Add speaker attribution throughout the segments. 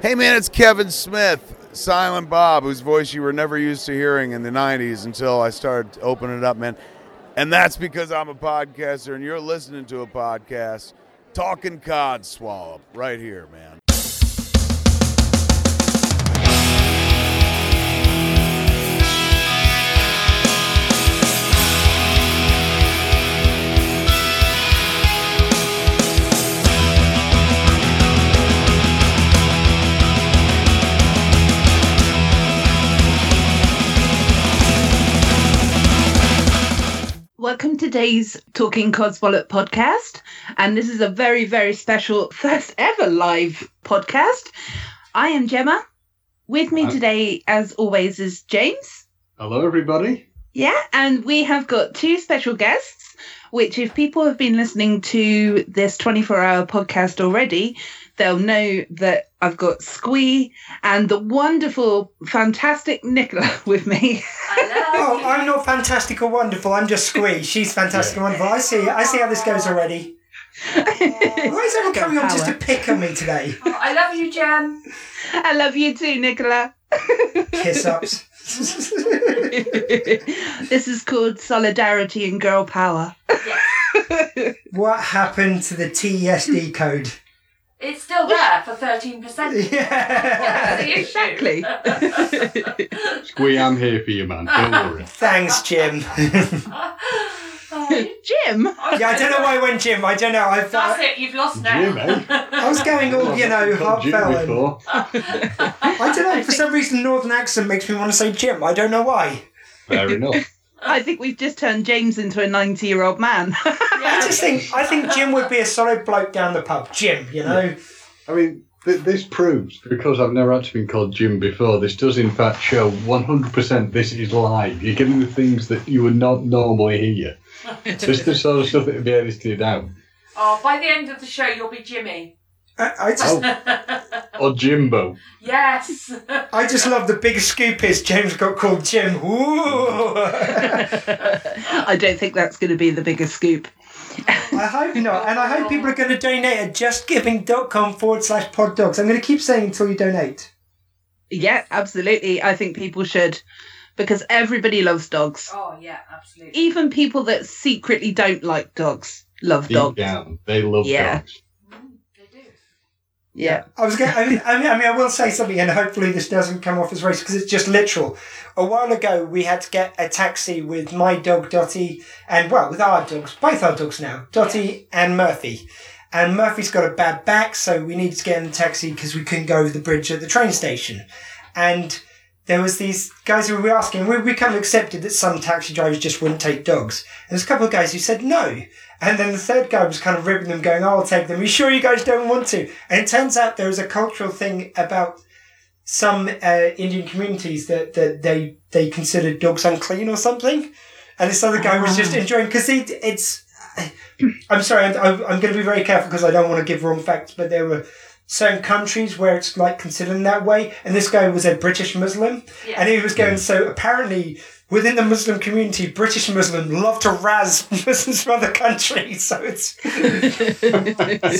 Speaker 1: Hey man, it's Kevin Smith, Silent Bob, whose voice you were never used to hearing in the 90s until I started opening it up, man. And that's because I'm a podcaster and you're listening to a podcast, Talking Cod Swallow, right here, man.
Speaker 2: Welcome to today's Talking Codswallop podcast. And this is a very, very special first ever live podcast. I am Gemma. With me
Speaker 3: Hi.
Speaker 2: today, as always, is James.
Speaker 3: Hello, everybody.
Speaker 2: Yeah, and we have got two special guests, which, if people have been listening to this 24 hour podcast already, they'll know that I've got Squee and the wonderful, fantastic Nicola with me.
Speaker 4: Oh, I'm not fantastic or wonderful. I'm just Squee. She's fantastic and wonderful. I see. I see how this goes already. Why is everyone coming on just to pick on me today?
Speaker 5: Oh, I love you, Jen.
Speaker 2: I love you too, Nicola.
Speaker 4: Kiss ups.
Speaker 2: This is called Solidarity and Girl Power.
Speaker 4: What happened to the TESD code?
Speaker 5: It's still there for 13%. Yeah. exactly.
Speaker 3: Squee, I'm here for you, man. Don't worry.
Speaker 4: Thanks, Jim.
Speaker 2: Jim.
Speaker 4: Yeah, I don't know why I went Jim. I don't know. I
Speaker 5: That's
Speaker 4: felt
Speaker 5: it, you've lost now.
Speaker 3: Jim, eh?
Speaker 4: I was going all you know
Speaker 3: Called Jim
Speaker 4: heartfelt. and-
Speaker 3: before.
Speaker 4: I don't know. For some reason, northern accent makes me want to say Jim. I don't know why.
Speaker 3: Fair enough.
Speaker 2: I think we've just turned James into a 90 year old man.
Speaker 4: I just think I think Jim would be a solid bloke down the pub. Jim, you know.
Speaker 3: I mean, th- this proves because I've never actually been called Jim before. This does, in fact, show 100% this is live. You're getting the things that you would not normally hear. This is the sort of stuff that would be edited out.
Speaker 5: Oh, by the end of the show, you'll be Jimmy.
Speaker 4: I, I just
Speaker 3: Or Jimbo.
Speaker 5: Yes.
Speaker 4: I just love the big scoop is James got called Jim. Ooh.
Speaker 2: I don't think that's going to be the biggest scoop.
Speaker 4: I hope not. And I hope people are going to donate at justgiving.com forward slash pod dogs. I'm going to keep saying until you donate.
Speaker 2: Yeah, absolutely. I think people should because everybody loves dogs.
Speaker 5: oh, yeah, absolutely.
Speaker 2: Even people that secretly don't like dogs love
Speaker 3: Deep
Speaker 2: dogs.
Speaker 3: down. They love
Speaker 2: Yeah.
Speaker 3: dogs.
Speaker 5: They do.
Speaker 2: Yeah.
Speaker 4: I was going. I mean, I mean, I mean, I will say something, and hopefully this doesn't come off as racist because it's just literal. A while ago, we had to get a taxi with my dog Dotty, and well, with our dogs, both our dogs now, Dotty and Murphy. And Murphy's got a bad back, so we needed to get in a taxi because we couldn't go over the bridge at the train station. And there was these guys who were asking. We we kind of accepted that some taxi drivers just wouldn't take dogs. There was a couple of guys who said no. And then the third guy was kind of ribbing them, going, I'll take them. Are you sure you guys don't want to? And it turns out there is a cultural thing about some uh, Indian communities that, that they they consider dogs unclean or something. And this other guy was just enjoying because it's. I'm sorry, I'm, I'm- I'm going to be very careful because I don't want to give wrong facts, but there were certain countries where it's like considered in that way. And this guy was a British Muslim.
Speaker 5: Yeah.
Speaker 4: And he was going, so apparently within the Muslim community, British Muslims love to razz Muslims from other countries. So it's.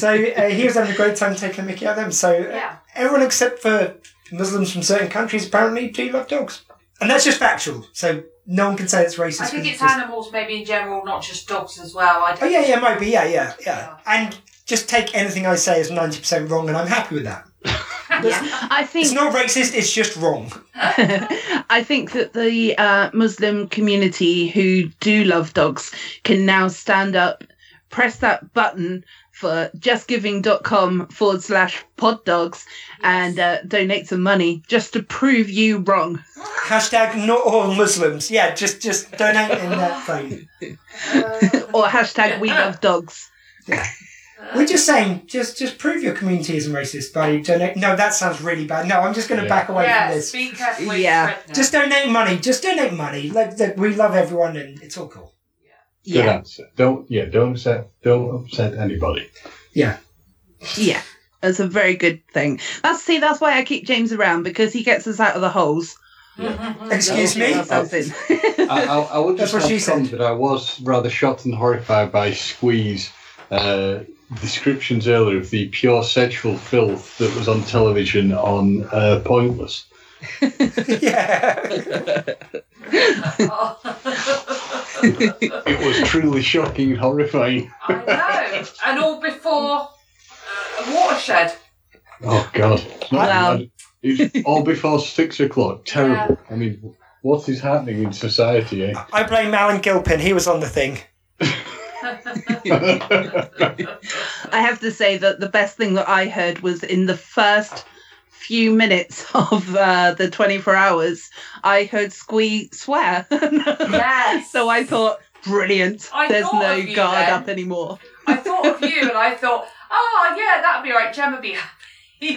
Speaker 4: so uh, he was having a great time taking the mickey out of them. So uh,
Speaker 5: Yeah.
Speaker 4: everyone except for Muslims from certain countries apparently do love dogs. And that's just factual. So no one can say it's racist.
Speaker 5: I think
Speaker 4: 'cause
Speaker 5: it's
Speaker 4: just-
Speaker 5: animals, maybe in general, not just dogs as well. I
Speaker 4: Oh,
Speaker 5: don't
Speaker 4: yeah, yeah, might be. Yeah, yeah,
Speaker 5: Yeah.
Speaker 4: yeah. And just take anything I say as 90% wrong, and I'm happy with that.
Speaker 2: I
Speaker 4: It's
Speaker 2: think
Speaker 4: not racist, it's just wrong.
Speaker 2: I think that the uh, Muslim community who do love dogs can now stand up, press that button for justgiving.com forward slash pod dogs and uh, donate some money just to prove you wrong.
Speaker 4: Hashtag not all Muslims. Yeah, just just donate in that vein.
Speaker 2: Or hashtag we love dogs.
Speaker 4: We're just saying, just just prove your community isn't racist by donating. No, that sounds really bad. No, I'm just going to back away
Speaker 5: yeah,
Speaker 4: from this.
Speaker 5: speak carefully.
Speaker 2: Yeah.
Speaker 5: Fredna.
Speaker 4: Just donate money. Just donate money. Like, like we love everyone, and it's all cool.
Speaker 3: Good
Speaker 2: Yeah.
Speaker 3: answer. Don't yeah. Don't upset. Don't upset anybody.
Speaker 4: Yeah.
Speaker 2: Yeah. That's a very good thing. That's see, that's why I keep James around because he gets us out of the holes.
Speaker 4: Excuse me.
Speaker 2: That's something.
Speaker 3: I, I, I would just
Speaker 4: That's what
Speaker 3: have
Speaker 4: she said.
Speaker 3: comment that I was rather shocked and horrified by Squeeze uh, descriptions earlier of the pure sexual filth that was on television on uh, Pointless.
Speaker 4: yeah.
Speaker 5: Oh.
Speaker 3: It was truly shocking and horrifying.
Speaker 5: I know. And all before uh, Watershed.
Speaker 3: Oh God! It's not
Speaker 2: Wow.
Speaker 3: bad. It's all Oh, before six o'clock. Terrible. I mean, what is happening in society? Eh?
Speaker 4: I blame Alan Gilpin. He was on the thing.
Speaker 2: I have to say that the best thing that I heard was in the first few minutes of uh, the 24 hours, I heard Squee swear.
Speaker 5: Yes.
Speaker 2: so I thought, brilliant.
Speaker 5: I
Speaker 2: There's
Speaker 5: thought
Speaker 2: no
Speaker 5: of you
Speaker 2: guard
Speaker 5: then.
Speaker 2: up anymore.
Speaker 5: I thought of you and I thought, oh, yeah, that'd be right. Gemma would be happy.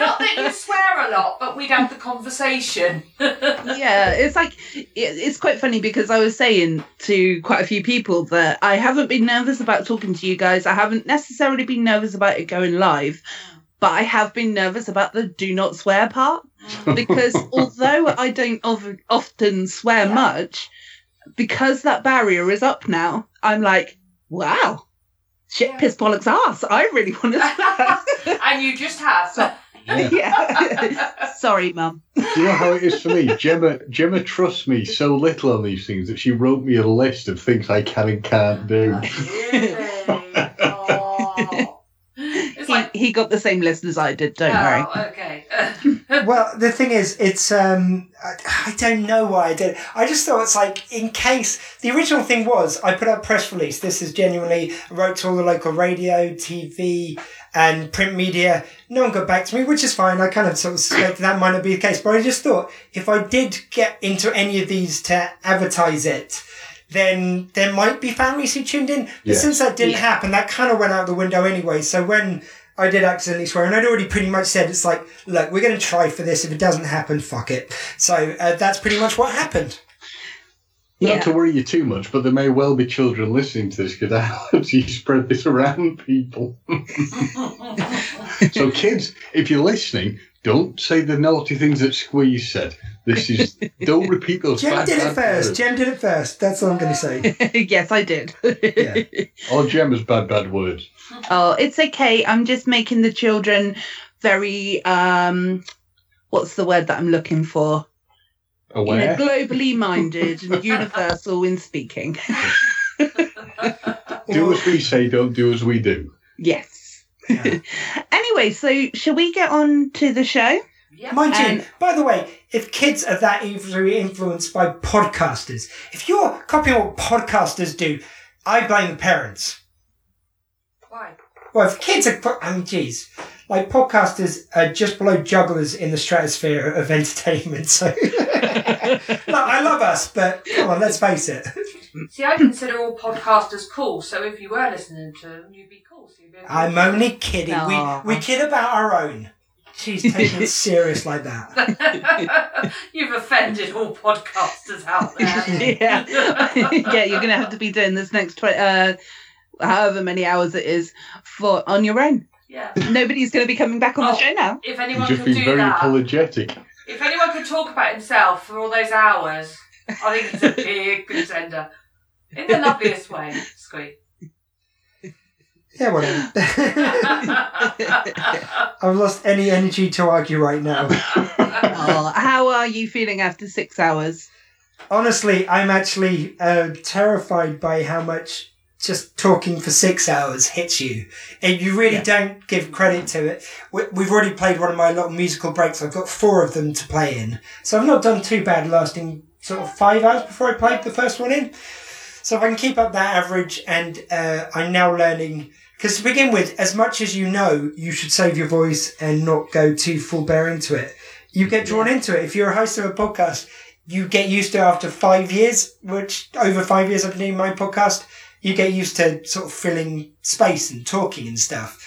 Speaker 5: Not that you swear a lot, but we'd have the conversation.
Speaker 2: yeah, it's like it, it's quite funny because I was saying to quite a few people that I haven't been nervous about talking to you guys. I haven't necessarily been nervous about it going live, but I have been nervous about the do not swear part because although I don't of, often swear much, because that barrier is up now, I'm like, wow, shit,
Speaker 5: Yeah.
Speaker 2: piss bollocks ass. I really want to
Speaker 5: and you just have.
Speaker 2: swear. yeah, sorry, mum.
Speaker 3: Do you know how it is for me? Gemma Gemma trusts me so little on these things that she wrote me a list of things I can and can't do.
Speaker 5: Really? Oh. It's
Speaker 2: he,
Speaker 5: like,
Speaker 2: he got the same list as I did. Don't worry.
Speaker 5: oh, okay.
Speaker 4: Well, the thing is, it's um, I, I don't know why I did. it. I just thought it's like in case the original thing was I put out a press release. This is genuinely I wrote to all the local radio, TV, and print media. No one got back to me, which is fine. I kind of sort of suspected that might not be the case, but I just thought if I did get into any of these to advertise it. Then there might be families who tuned in. But
Speaker 3: Yes.
Speaker 4: since that didn't
Speaker 2: Yeah.
Speaker 4: happen, that kind of went out the window anyway. So when I did accidentally swear, and I'd already pretty much said it's like, look, we're going to try for this. If it doesn't happen, fuck it. So uh, that's pretty much what happened.
Speaker 2: Yeah.
Speaker 3: Not to worry you too much, but there may well be children listening to this because I hope you spread this around people. so, kids, if you're listening, don't say the naughty things that Squeeze said. This is don't repeat those.
Speaker 4: Jem
Speaker 3: bad,
Speaker 4: did it
Speaker 3: bad
Speaker 4: first.
Speaker 3: words.
Speaker 4: Jem did it first. That's all I'm going to say.
Speaker 5: Oh.
Speaker 2: yes, I did.
Speaker 4: Yeah.
Speaker 3: Or Gemma's bad bad words.
Speaker 2: oh, it's okay. I'm just making the children very um, what's the word that I'm looking for? You know,
Speaker 3: Aware.
Speaker 2: globally minded and universal in speaking.
Speaker 3: Do as we say, don't do as we do.
Speaker 2: Yes. anyway, so shall we get on to the show?
Speaker 5: Yeah.
Speaker 4: Mind you,
Speaker 2: And-
Speaker 4: by the way, if kids are that easily influenced by podcasters, if you're copying what podcasters do, I blame the parents.
Speaker 5: Why?
Speaker 4: Well, if kids are, po- I mean, geez, like podcasters are just below jugglers in the stratosphere of entertainment. So, Like, I love us, but come on, let's face it.
Speaker 5: See, I consider all podcasters cool, so if you were listening to them, you'd be cool. So you'd be okay.
Speaker 4: I'm only kidding.
Speaker 2: Aw.
Speaker 4: We we kid about our own. She's taking it serious like that.
Speaker 5: You've offended all podcasters out there.
Speaker 2: yeah, yeah. You're gonna have to be doing this next tw- uh, however many hours it is for on your own.
Speaker 5: yeah.
Speaker 2: Nobody's gonna be coming back on the
Speaker 5: Oh.
Speaker 2: show now.
Speaker 5: If
Speaker 3: You've
Speaker 5: anyone
Speaker 3: just
Speaker 5: could
Speaker 3: been
Speaker 5: do
Speaker 3: very
Speaker 5: that,
Speaker 3: apologetic.
Speaker 5: if anyone could talk about himself for all those hours, I think he's a big contender. In the loveliest way, Squee.
Speaker 4: Yeah, whatever.
Speaker 5: oh,
Speaker 4: I've lost any energy to argue right now.
Speaker 2: Oh, how are you feeling after six hours?
Speaker 4: Honestly, I'm actually uh, terrified by how much just talking for six hours hits you. And you really don't give credit to it. We, we've already played one of my little musical breaks. I've got four of them to play in. So I've not done too bad lasting sort of five hours before I played the first one in. So if I can keep up that average and uh, I'm now learning. Because to begin with, as much as you know, you should save your voice and not go too full bear into it. You get drawn into it. If you're a host of a podcast, you get used to after five years, which over five years I've been doing my podcast, you get used to sort of filling space and talking and stuff.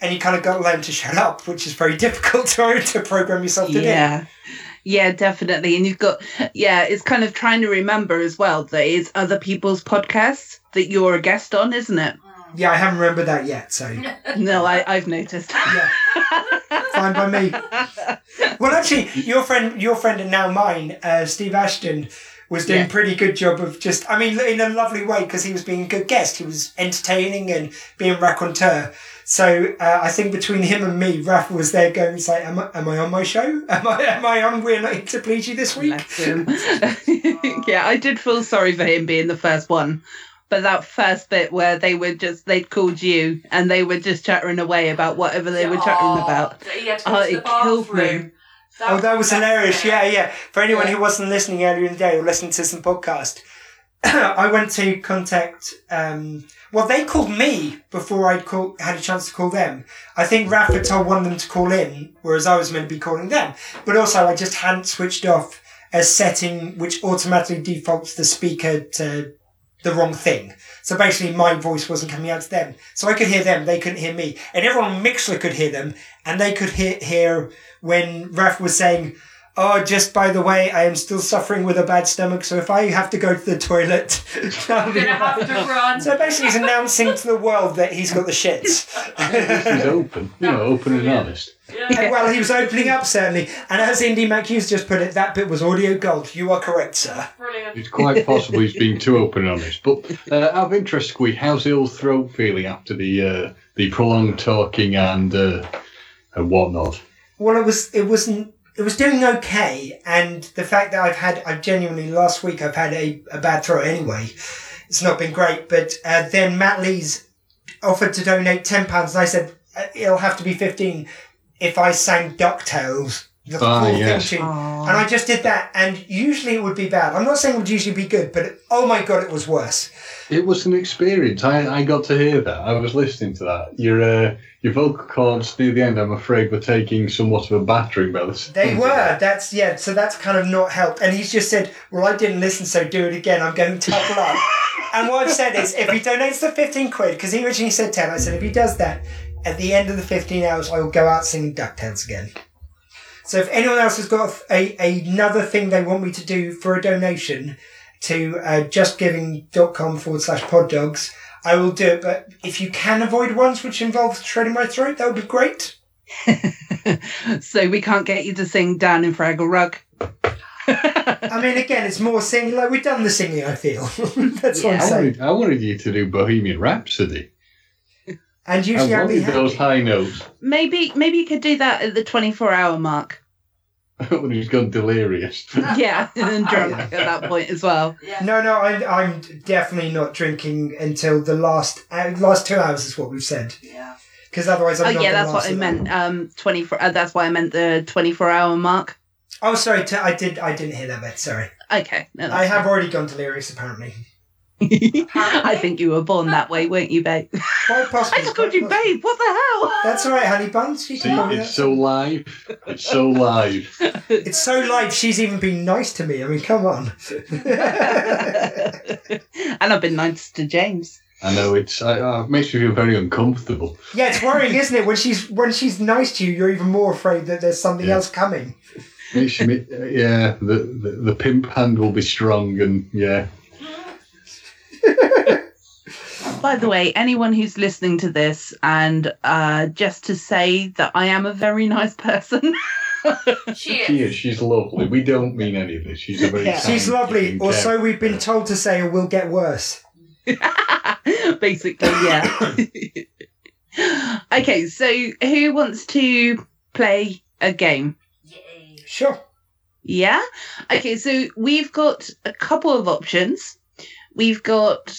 Speaker 4: And you kind of got to learn to shut up, which is very difficult to, to program yourself to do.
Speaker 2: yeah yeah definitely and you've got yeah it's kind of trying to remember as well that it's other people's podcasts that you're a guest on isn't it
Speaker 4: Yeah, I haven't remembered that yet, so
Speaker 2: no I, i've noticed
Speaker 4: yeah, fine by me. Well, actually, your friend, your friend, and now mine, uh, Steve Ashton, was doing
Speaker 2: Yeah.
Speaker 4: a pretty good job of just. I mean, in a lovely way because he was being a good guest. He was entertaining and being raconteur. So uh, I think between him and me, Raph was there going, "It's like, am I, am I on my show? Am I, am I on? We're not to please you this week."
Speaker 2: Bless him. yeah, I did feel sorry for him being the first one. But that first bit where they were just, they'd called you and they were just chattering away about whatever they were chatting
Speaker 5: Oh,
Speaker 2: about.
Speaker 5: He had to go
Speaker 2: Oh,
Speaker 5: to the
Speaker 2: it killed me.
Speaker 5: bathroom.
Speaker 4: Oh, that was hilarious. Yeah, yeah. For anyone
Speaker 5: Yeah.
Speaker 4: who wasn't listening earlier in the day or listening to some podcast, I went to contact. Um, well, they called me before I call, had a chance to call them. I think Raph had told one of them to call in, whereas I was meant to be calling them. But also, I just hadn't switched off a setting which automatically defaults the speaker to the wrong thing. So basically, my voice wasn't coming out to them. So I could hear them, they couldn't hear me. And everyone on Mixler could hear them, and they could hear, hear when Raph was saying, Oh, just by the way, I am still suffering with a bad stomach, so if I have to go to the toilet, that'll
Speaker 5: I'm
Speaker 4: be
Speaker 5: gonna have to run.
Speaker 4: So basically, he's announcing to the world that he's got the shits.
Speaker 3: He's open, you know, open and
Speaker 5: Yeah.
Speaker 3: honest.
Speaker 5: Yeah.
Speaker 4: well, he was opening up, certainly. And as Indy McHughes just put it, that bit was audio gold. You are correct, sir.
Speaker 5: Brilliant.
Speaker 3: It's quite possible he's being too open and honest. But uh, out of interest, Squeak, how's the old throat feeling after the uh, the prolonged talking and uh, and whatnot?
Speaker 4: Well, it was it wasn't it was doing okay, and the fact that I've had I genuinely last week I've had a, a bad throw anyway. It's not been great, but uh, then Matt Lees offered to donate ten pounds, and I said "Uh, it'll have to be fifteen if I sang Ducktales. The
Speaker 3: Ah,
Speaker 4: full
Speaker 3: yes.
Speaker 4: theme tune. And I just did that, and usually it would be bad. I'm not saying it would usually be good, but oh my god, it was worse.
Speaker 3: It was an experience. I, I got to hear that. I was listening to that. Your uh, your vocal cords near the end, I'm afraid, were taking somewhat of a battering by the sound
Speaker 4: They
Speaker 3: of
Speaker 4: were.
Speaker 3: it.
Speaker 4: That's yeah. So that's kind of not helped. And he's just said, "Well, I didn't listen, so do it again. I'm going to double up." and what I've said is, if he donates the fifteen quid, because he originally said ten, I said if he does that, at the end of the fifteen hours, I will go out singing Ducktales again. So if anyone else has got a, a- another thing they want me to do for a donation to uh, justgiving.com forward slash pod dogs, I will do it. But if you can avoid ones which involve shredding my throat, that would be great.
Speaker 2: so we can't get you to sing down in Fraggle Rock.
Speaker 4: I mean, again, it's more singing. Like we've done the singing. I feel that's what
Speaker 2: Yeah.
Speaker 4: I'm
Speaker 3: I
Speaker 4: saying.
Speaker 3: wanted, I wanted you to do Bohemian Rhapsody.
Speaker 4: And usually,
Speaker 3: I
Speaker 4: I'll be
Speaker 3: wanted
Speaker 4: happy.
Speaker 3: those high notes
Speaker 2: Maybe maybe you could do that at the 24 hour mark.
Speaker 3: when he's gone delirious.
Speaker 4: Ah,
Speaker 2: Yeah, and drunk at that point as well.
Speaker 5: Yeah.
Speaker 4: No, no, I'm, I'm definitely not drinking until the last uh, last two hours is what we've said.
Speaker 5: Yeah.
Speaker 4: Because otherwise, I'm
Speaker 2: Oh
Speaker 4: not.
Speaker 2: yeah,
Speaker 4: the
Speaker 2: that's
Speaker 4: last
Speaker 2: what I
Speaker 4: of them.
Speaker 2: meant. Um, 24. Uh, that's why I meant the 24 hour mark.
Speaker 4: Oh, sorry, t- I did. I didn't hear that bit. Sorry,
Speaker 2: Okay, no,
Speaker 4: I
Speaker 2: Oh, that's
Speaker 4: have already gone delirious. Apparently,
Speaker 2: fine. I think you were born that way, weren't you, babe?
Speaker 4: quite
Speaker 2: I
Speaker 4: possibly.
Speaker 2: just
Speaker 4: quite
Speaker 2: called you
Speaker 4: possibly.
Speaker 2: babe. What the hell?
Speaker 4: That's all right, honey buns. You
Speaker 3: See,
Speaker 4: can call me
Speaker 3: it's
Speaker 4: that.
Speaker 3: so live. It's so live.
Speaker 4: It's so light. She's even been nice to me. I mean, come on.
Speaker 2: and I've been nice to James.
Speaker 3: I know it's. I, uh, it makes me feel very uncomfortable.
Speaker 4: yeah, it's worrying, isn't it? When she's when she's nice to you, you're even more afraid that there's something
Speaker 3: Yeah.
Speaker 4: else coming.
Speaker 3: Makes me, yeah, the, the the pimp hand will be strong and yeah.
Speaker 2: By the way, anyone who's listening to this, and uh, just to say that I am a very nice person.
Speaker 5: She
Speaker 3: She
Speaker 5: is.
Speaker 3: is. She's lovely. We don't mean any of this. She's a very.
Speaker 2: Yeah.
Speaker 4: She's
Speaker 3: kind,
Speaker 4: lovely,
Speaker 3: giving,
Speaker 4: or so
Speaker 3: caring-
Speaker 4: we've been told to say, or will get worse.
Speaker 2: Basically, yeah. okay, so who wants to play a game?
Speaker 5: Yay.
Speaker 4: Sure.
Speaker 2: Yeah. Okay, so we've got a couple of options. We've got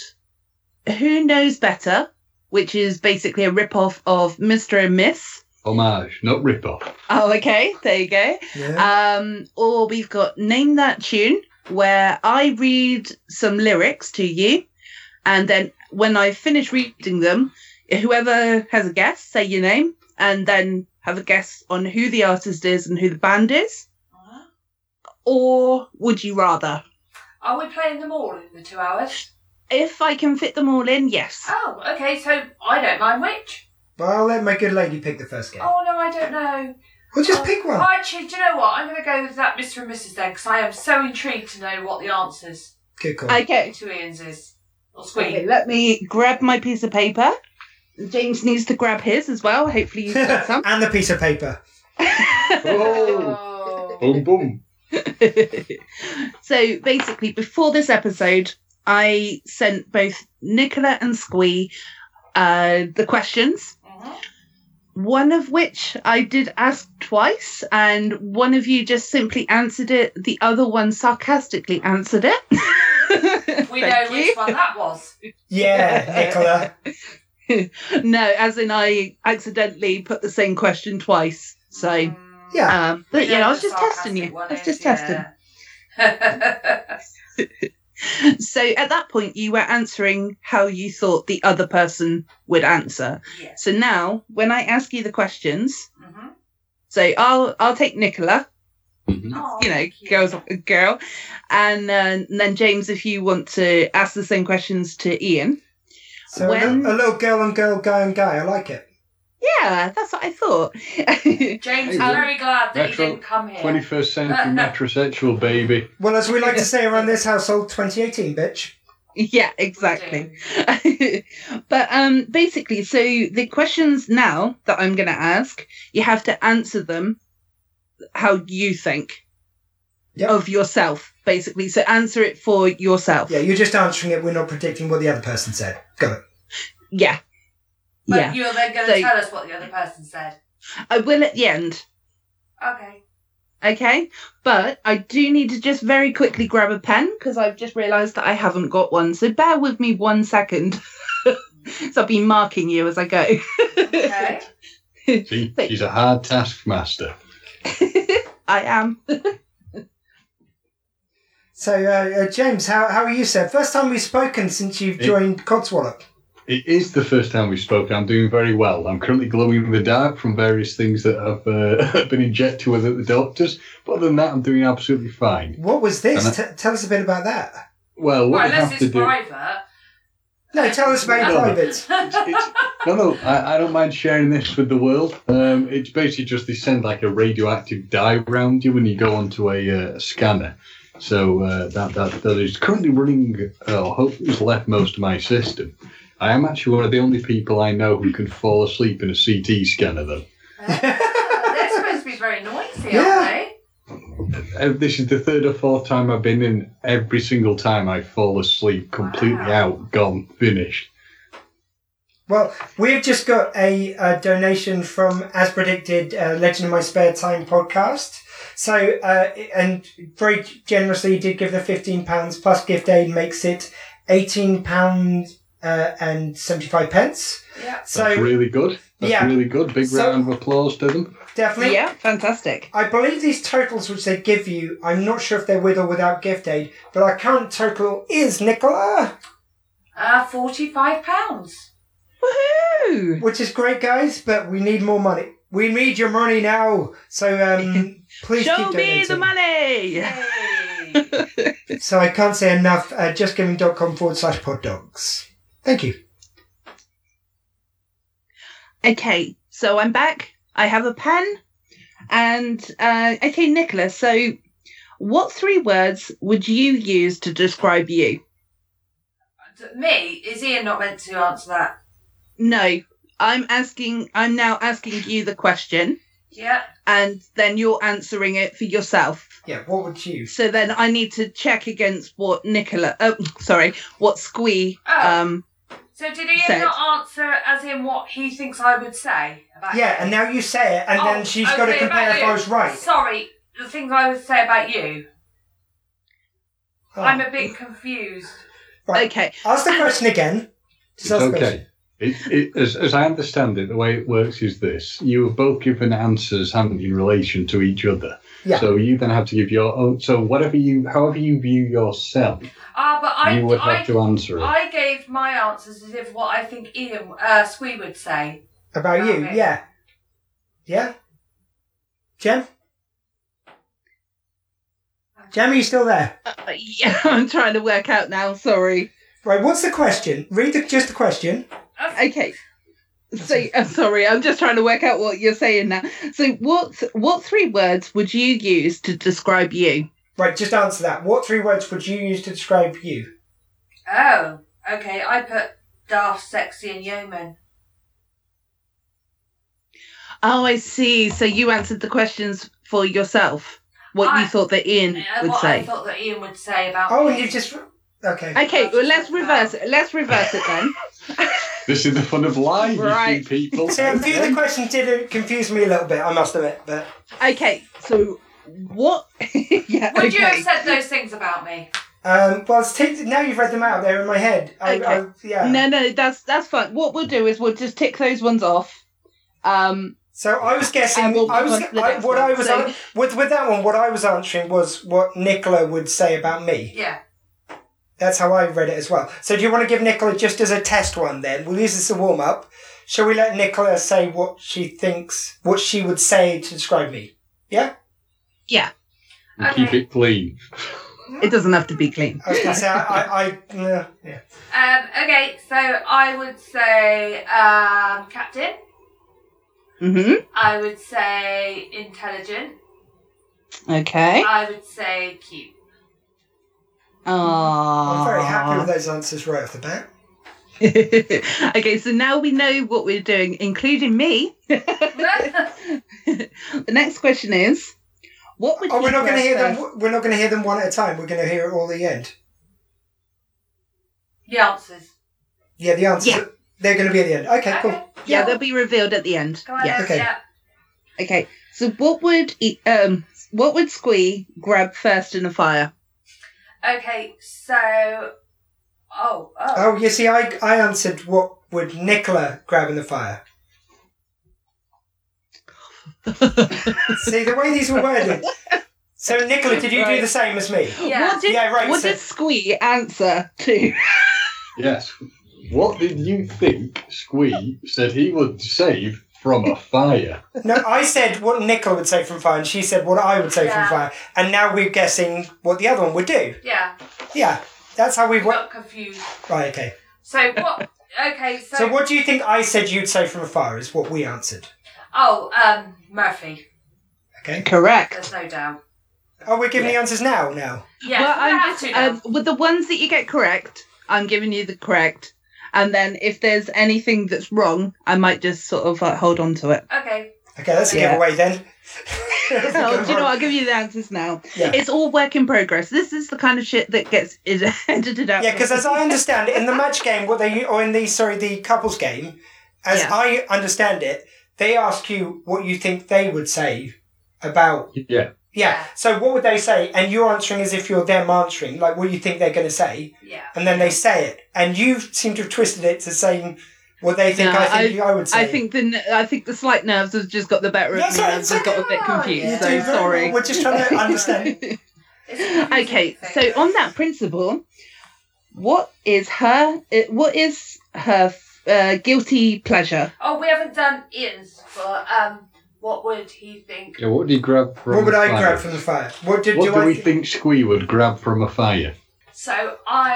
Speaker 2: Who Knows Better, which is basically a rip-off of Mr. and Miss.
Speaker 3: homage, not rip off.
Speaker 2: Oh, okay. There you go.
Speaker 4: Yeah.
Speaker 2: Um, or we've got Name That Tune, where I read some lyrics to you, and then when I finish reading them, whoever has a guess, say your name, and then have a guess on who the artist is and who the band is. Or would you rather?
Speaker 5: Are we playing them all in the two hours?
Speaker 2: If I can fit them all in, yes.
Speaker 5: Oh, okay, so I don't mind which.
Speaker 4: Well, I'll let my good lady pick the first game.
Speaker 5: Oh, no, I don't know. Oh,
Speaker 4: Well, just pick one.
Speaker 5: I actually, do you know what? I'm going to go with that Mr. and Mrs. then because I am so intrigued to know what the answers
Speaker 4: Good call.
Speaker 2: Okay.
Speaker 5: to Ian's is. Or
Speaker 2: Okay,
Speaker 5: Squeak.
Speaker 2: let me grab my piece of paper. James needs to grab his as well. Hopefully, you've got some.
Speaker 4: and the piece of paper.
Speaker 3: Oh,
Speaker 5: Oh.
Speaker 3: boom, boom.
Speaker 2: so basically, before this episode, I sent both Nicola and Squee uh, the questions.
Speaker 5: Mhm.
Speaker 2: One of which I did ask twice, and one of you just simply answered it. The other one sarcastically answered it.
Speaker 5: We know
Speaker 2: Thank you.
Speaker 5: which one that was.
Speaker 4: Yeah, Nicola.
Speaker 2: No, as in I accidentally put the same question twice. So,
Speaker 5: Mm.
Speaker 4: Yeah.
Speaker 2: um, but
Speaker 5: We
Speaker 2: yeah,
Speaker 5: know
Speaker 2: I was
Speaker 5: the
Speaker 2: just testing
Speaker 5: sarcastic
Speaker 2: you.
Speaker 5: one
Speaker 2: I was
Speaker 5: is,
Speaker 2: just testing.
Speaker 5: yeah.
Speaker 2: So at that point, you were answering how you thought the other person would answer.
Speaker 5: yes.
Speaker 2: So now, when I ask you the questions,
Speaker 5: Mm-hmm.
Speaker 2: so I'll I'll take Nicola,
Speaker 3: Mm-hmm.
Speaker 5: Oh,
Speaker 2: you know,
Speaker 5: thank you.
Speaker 2: girls girl, and, uh, and then James, if you want to ask the same questions to Ian.
Speaker 4: So a
Speaker 2: When-
Speaker 4: little, a little girl and girl, guy and guy. I like it.
Speaker 2: Yeah, that's what I thought.
Speaker 5: James,
Speaker 3: Hey,
Speaker 5: I'm
Speaker 3: Will.
Speaker 5: very glad that
Speaker 3: Retro-
Speaker 5: you didn't come here.
Speaker 3: 21st
Speaker 4: Uh,
Speaker 3: century metrosexual, baby.
Speaker 4: Well, as we like to say around this household, 2018, bitch.
Speaker 2: yeah, exactly. but um basically so the questions now that i'm going to ask you have to answer them how you think
Speaker 4: Yep.
Speaker 2: of yourself basically so answer it for yourself
Speaker 4: Yeah, you're just answering it. We're not predicting what the other person said. Got it.
Speaker 2: yeah
Speaker 5: But
Speaker 2: yeah
Speaker 5: you're then going to
Speaker 2: So-
Speaker 5: tell us what the other person said.
Speaker 2: i will at the end
Speaker 5: Okay.
Speaker 2: okay but i do need to just very quickly grab a pen because i've just realized that i haven't got one so bear with me one second so i'll be marking you as i go
Speaker 5: Okay.
Speaker 3: See,
Speaker 2: Thank
Speaker 3: he's a hard taskmaster.
Speaker 2: i am
Speaker 4: So, uh, uh, James, how, how are you, sir? First time we've spoken since you've
Speaker 3: It-
Speaker 4: joined Codswallop.
Speaker 3: It is the first time we've spoken. I'm doing very well. I'm currently glowing in the dark from various things that have uh, been injected with at the doctors. But other than that, I'm doing absolutely fine.
Speaker 4: What was this?
Speaker 3: Hello.
Speaker 4: T- tell us a bit about that.
Speaker 3: Well, what
Speaker 5: Well,
Speaker 3: we have
Speaker 5: unless
Speaker 3: to
Speaker 5: it's
Speaker 3: do.
Speaker 5: private.
Speaker 4: No, tell us about
Speaker 3: No.
Speaker 4: private.
Speaker 3: It's, it's, no, no, I, I don't mind sharing this with the world. Um, it's basically just they send like a radioactive dye around you when you go onto a uh, scanner. So uh, that, that that is currently running. Uh, hopefully, it's left most of my system. I am actually one of the only people I know who can fall asleep in a CT scanner, though.
Speaker 5: Uh, they're supposed to be very noisy,
Speaker 4: Yeah.
Speaker 5: aren't they?
Speaker 3: Uh, This is the third or fourth time I've been in. Every single time I fall asleep, completely
Speaker 5: Wow.
Speaker 3: out, gone, finished.
Speaker 4: Well, we've just got a, uh donation from, as predicted, uh, Legend of My Spare Time podcast. So, uh, and very generously did give the £15 plus gift aid makes it £18 uh, and 75 pence.
Speaker 5: Yeah.
Speaker 4: So,
Speaker 3: That's really good. That's
Speaker 4: yeah.
Speaker 3: really good. Big
Speaker 4: So-
Speaker 3: round of applause to them.
Speaker 4: definitely.
Speaker 2: yeah fantastic
Speaker 4: I believe these totals which they give you, I'm not sure if they're with or without gift aid, but our current total is, Nicola,
Speaker 5: Uh, forty-five pounds.
Speaker 2: woohoo
Speaker 4: which is great, guys, but we need more money. We need your money now. So, um, please keep
Speaker 2: Show me the
Speaker 4: donating.
Speaker 2: money.
Speaker 5: Yay.
Speaker 4: So I can't say enough. Uh, justgiving.com forward slash pod dogs. Thank you.
Speaker 2: Okay, so I'm back. I have a pen. And uh, okay, Nicola, so what three words would you use to describe you?
Speaker 5: Me is Ian not meant to answer that?
Speaker 2: No, I'm asking, I'm now asking you the question,
Speaker 5: Yeah.
Speaker 2: and then you're answering it for yourself.
Speaker 4: Yeah, what would you?
Speaker 2: So then I need to check against what Nicola, oh, sorry, what Squee,
Speaker 5: Oh.
Speaker 2: um,
Speaker 5: So did Ian
Speaker 2: Said.
Speaker 5: not answer as in what he thinks I would say about?
Speaker 4: Yeah,
Speaker 5: you?
Speaker 4: and now you say it, and
Speaker 5: Oh,
Speaker 4: then she's got to
Speaker 5: okay,
Speaker 4: compare
Speaker 5: about
Speaker 4: if
Speaker 5: you.
Speaker 4: I was right.
Speaker 5: Sorry, the things I would say about you.
Speaker 4: Oh,
Speaker 5: I'm a bit confused.
Speaker 4: right.
Speaker 2: okay,
Speaker 4: Ask the question again.
Speaker 3: It's
Speaker 4: Just ask the question.
Speaker 3: okay. It, it, as, as I understand it, the way it works is this: you have both given answers, haven't you, in relation to each other?
Speaker 4: Yeah.
Speaker 3: So you then have to give your own. So whatever you, however you view yourself,
Speaker 5: Ah, but I,
Speaker 3: you would have
Speaker 5: I,
Speaker 3: to answer it.
Speaker 5: I gave my answers as if what I think Ian uh, Squee would say.
Speaker 4: About you,
Speaker 5: Okay.
Speaker 4: yeah. Yeah? Jem? Jem, are you still there?
Speaker 2: Uh, yeah, I'm trying to work out now, sorry.
Speaker 4: Right, what's the question? Read the, just the question.
Speaker 2: Okay. So I'm sorry, I'm just trying to work out what you're saying now. So what what three words would you use to describe you?
Speaker 4: Right, just answer that. What three words would you use to describe you?
Speaker 5: Oh, okay. I put daft, sexy, and yeoman.
Speaker 2: Oh, I see. So you answered the questions for yourself. What
Speaker 5: I-
Speaker 2: you thought that Ian
Speaker 5: Uh,
Speaker 2: would
Speaker 5: what I
Speaker 2: say.
Speaker 5: thought that Ian would say about.
Speaker 4: Oh,
Speaker 5: me.
Speaker 4: and you've just. Okay.
Speaker 2: Okay, well let's reverse it. Let's reverse it then.
Speaker 3: This is the fun of life, you
Speaker 2: Right.
Speaker 3: see, people.
Speaker 4: So, a few of the questions did confuse me a little bit, I must admit, but.
Speaker 2: Okay, so what? yeah.
Speaker 5: Would you
Speaker 2: okay.
Speaker 5: have said those things about me?
Speaker 4: Um, well, it's ticked, now you've read them out there in my head. I, I,
Speaker 2: Okay.
Speaker 4: yeah.
Speaker 2: No, no, that's that's fine. What we'll do is we'll just tick those ones off. Um,
Speaker 4: So I was guessing. I
Speaker 2: And we'll
Speaker 4: was
Speaker 2: move on to the
Speaker 4: I,
Speaker 2: next
Speaker 4: what I
Speaker 2: one.
Speaker 4: was
Speaker 2: So-
Speaker 4: an- with with that one. What I was answering was what Nicola would say about me.
Speaker 5: Yeah.
Speaker 4: That's how I read it as well. So do you want to give Nicola just as a test one? Then we'll use this as a warm up. Shall we let Nicola say what she thinks, what she would say to describe me? Yeah.
Speaker 2: yeah,
Speaker 3: And Keep it clean.
Speaker 2: it doesn't have to be clean.
Speaker 4: I was gonna say I. I, I yeah, yeah.
Speaker 5: Um, okay, so I would say um, captain.
Speaker 2: Mm-hmm.
Speaker 5: I would say intelligent.
Speaker 2: Okay.
Speaker 5: I would say cute.
Speaker 4: I'm very happy with
Speaker 2: Aww.
Speaker 4: those answers right off the bat.
Speaker 2: okay, so now we know what we're doing, including me. the next question is, what would?
Speaker 4: Oh, we're
Speaker 2: you
Speaker 4: not going to hear
Speaker 2: prefer-
Speaker 4: them. We're not going to hear them one at a time. We're going to hear it all at the end.
Speaker 5: the answers.
Speaker 4: Yeah, the answers.
Speaker 2: Yeah.
Speaker 4: They're going to be at the end.
Speaker 5: Okay.
Speaker 4: Okay, cool.
Speaker 2: Yeah, they'll be revealed at the end.
Speaker 5: Come on,
Speaker 2: Yeah.
Speaker 5: then,
Speaker 4: Okay.
Speaker 5: yeah.
Speaker 2: Okay. So what would e- um what would Squee grab first in a fire?
Speaker 5: Okay, so. Oh, oh.
Speaker 4: Oh, you see, I, I answered what would Nicola grab in the fire. see, the way these were worded. So, Nicola, did you do
Speaker 2: Right.
Speaker 4: the same as me?
Speaker 5: Yeah.
Speaker 2: Oh, What did
Speaker 4: Yeah, right,
Speaker 2: what
Speaker 4: so-
Speaker 2: did Squee answer to?
Speaker 3: Yes. What did you think Squee said he would save from a fire?
Speaker 4: No, I said what Nicola would say from fire, and she said what I would say
Speaker 5: Yeah.
Speaker 4: from fire. And now we're guessing what the other one would do.
Speaker 5: Yeah,
Speaker 4: Yeah, that's how we work.
Speaker 5: got confused.
Speaker 4: Right, okay.
Speaker 5: So what? Okay, so.
Speaker 4: So, what do you think I said you'd say from a fire is what we answered.
Speaker 5: Oh, um, Murphy.
Speaker 4: Okay.
Speaker 2: Correct.
Speaker 5: There's no doubt.
Speaker 4: Oh, we're giving the answers now, now.
Speaker 5: Yeah,
Speaker 2: well,
Speaker 5: we
Speaker 2: I'm
Speaker 5: have
Speaker 2: just
Speaker 5: to now.
Speaker 2: um, with the ones that you get correct, I'm giving you the correct, and then if there's anything that's wrong, I might just sort of like hold on to it.
Speaker 5: Okay.
Speaker 4: Okay, that's a
Speaker 2: Yeah.
Speaker 4: giveaway then.
Speaker 2: Oh, do you know what? I'll give you the answers now.
Speaker 4: Yeah.
Speaker 2: It's all work in progress. This is the kind of shit that gets is edited out.
Speaker 4: Yeah, because as I understand it, in the match game, what they or in the sorry the couples game, as
Speaker 2: Yeah.
Speaker 4: I understand it, they ask you what you think they would say about
Speaker 3: Yeah.
Speaker 4: yeah. So what would they say? And you're answering as if you're them answering, like what you think they're going to say,
Speaker 5: Yeah.
Speaker 4: and then they say it, and you seem to have twisted it to saying what they think.
Speaker 2: No,
Speaker 4: I think you- I, would say.
Speaker 2: I think the n- I think the slight nerves has just got the better of
Speaker 4: That's
Speaker 2: me.
Speaker 4: what
Speaker 2: I've
Speaker 4: I'm
Speaker 2: just got a
Speaker 5: saying.
Speaker 2: bit confused.
Speaker 4: You
Speaker 5: Yeah.
Speaker 2: so
Speaker 4: do very well.
Speaker 2: sorry.
Speaker 4: We're just trying to understand.
Speaker 5: It's a confusing
Speaker 2: okay,
Speaker 5: thing.
Speaker 2: so on that principle, what is her? it- What is her uh, guilty pleasure?
Speaker 5: Oh, we haven't done Ian's, but um, what would he think?
Speaker 3: Yeah, what did he grab from
Speaker 4: what would
Speaker 3: a
Speaker 4: I
Speaker 3: fire?
Speaker 4: grab from the fire? What did
Speaker 3: What
Speaker 4: do,
Speaker 3: do
Speaker 4: I
Speaker 3: we
Speaker 4: thi-
Speaker 3: think Squee would grab from a fire?
Speaker 5: So I.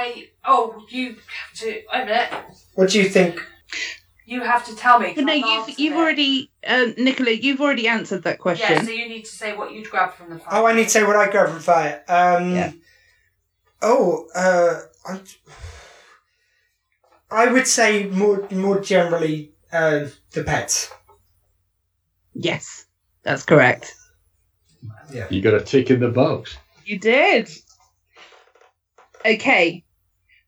Speaker 5: Oh, you have to. Wait a minute.
Speaker 4: What do you think?
Speaker 5: You have to tell me. 'cause
Speaker 2: No,
Speaker 5: I've
Speaker 2: you've
Speaker 5: answered
Speaker 2: you've
Speaker 5: it.
Speaker 2: already, um, Nicola, you've already answered that question.
Speaker 5: Yeah, so you need to say what you'd grab from the fire.
Speaker 4: Oh, I need to say what I grab from fire. Um,
Speaker 2: Yeah.
Speaker 4: Oh, uh, I, I would say more more generally uh, the pets.
Speaker 2: Yes, that's correct.
Speaker 3: You got a tick in the box.
Speaker 2: You did. Okay,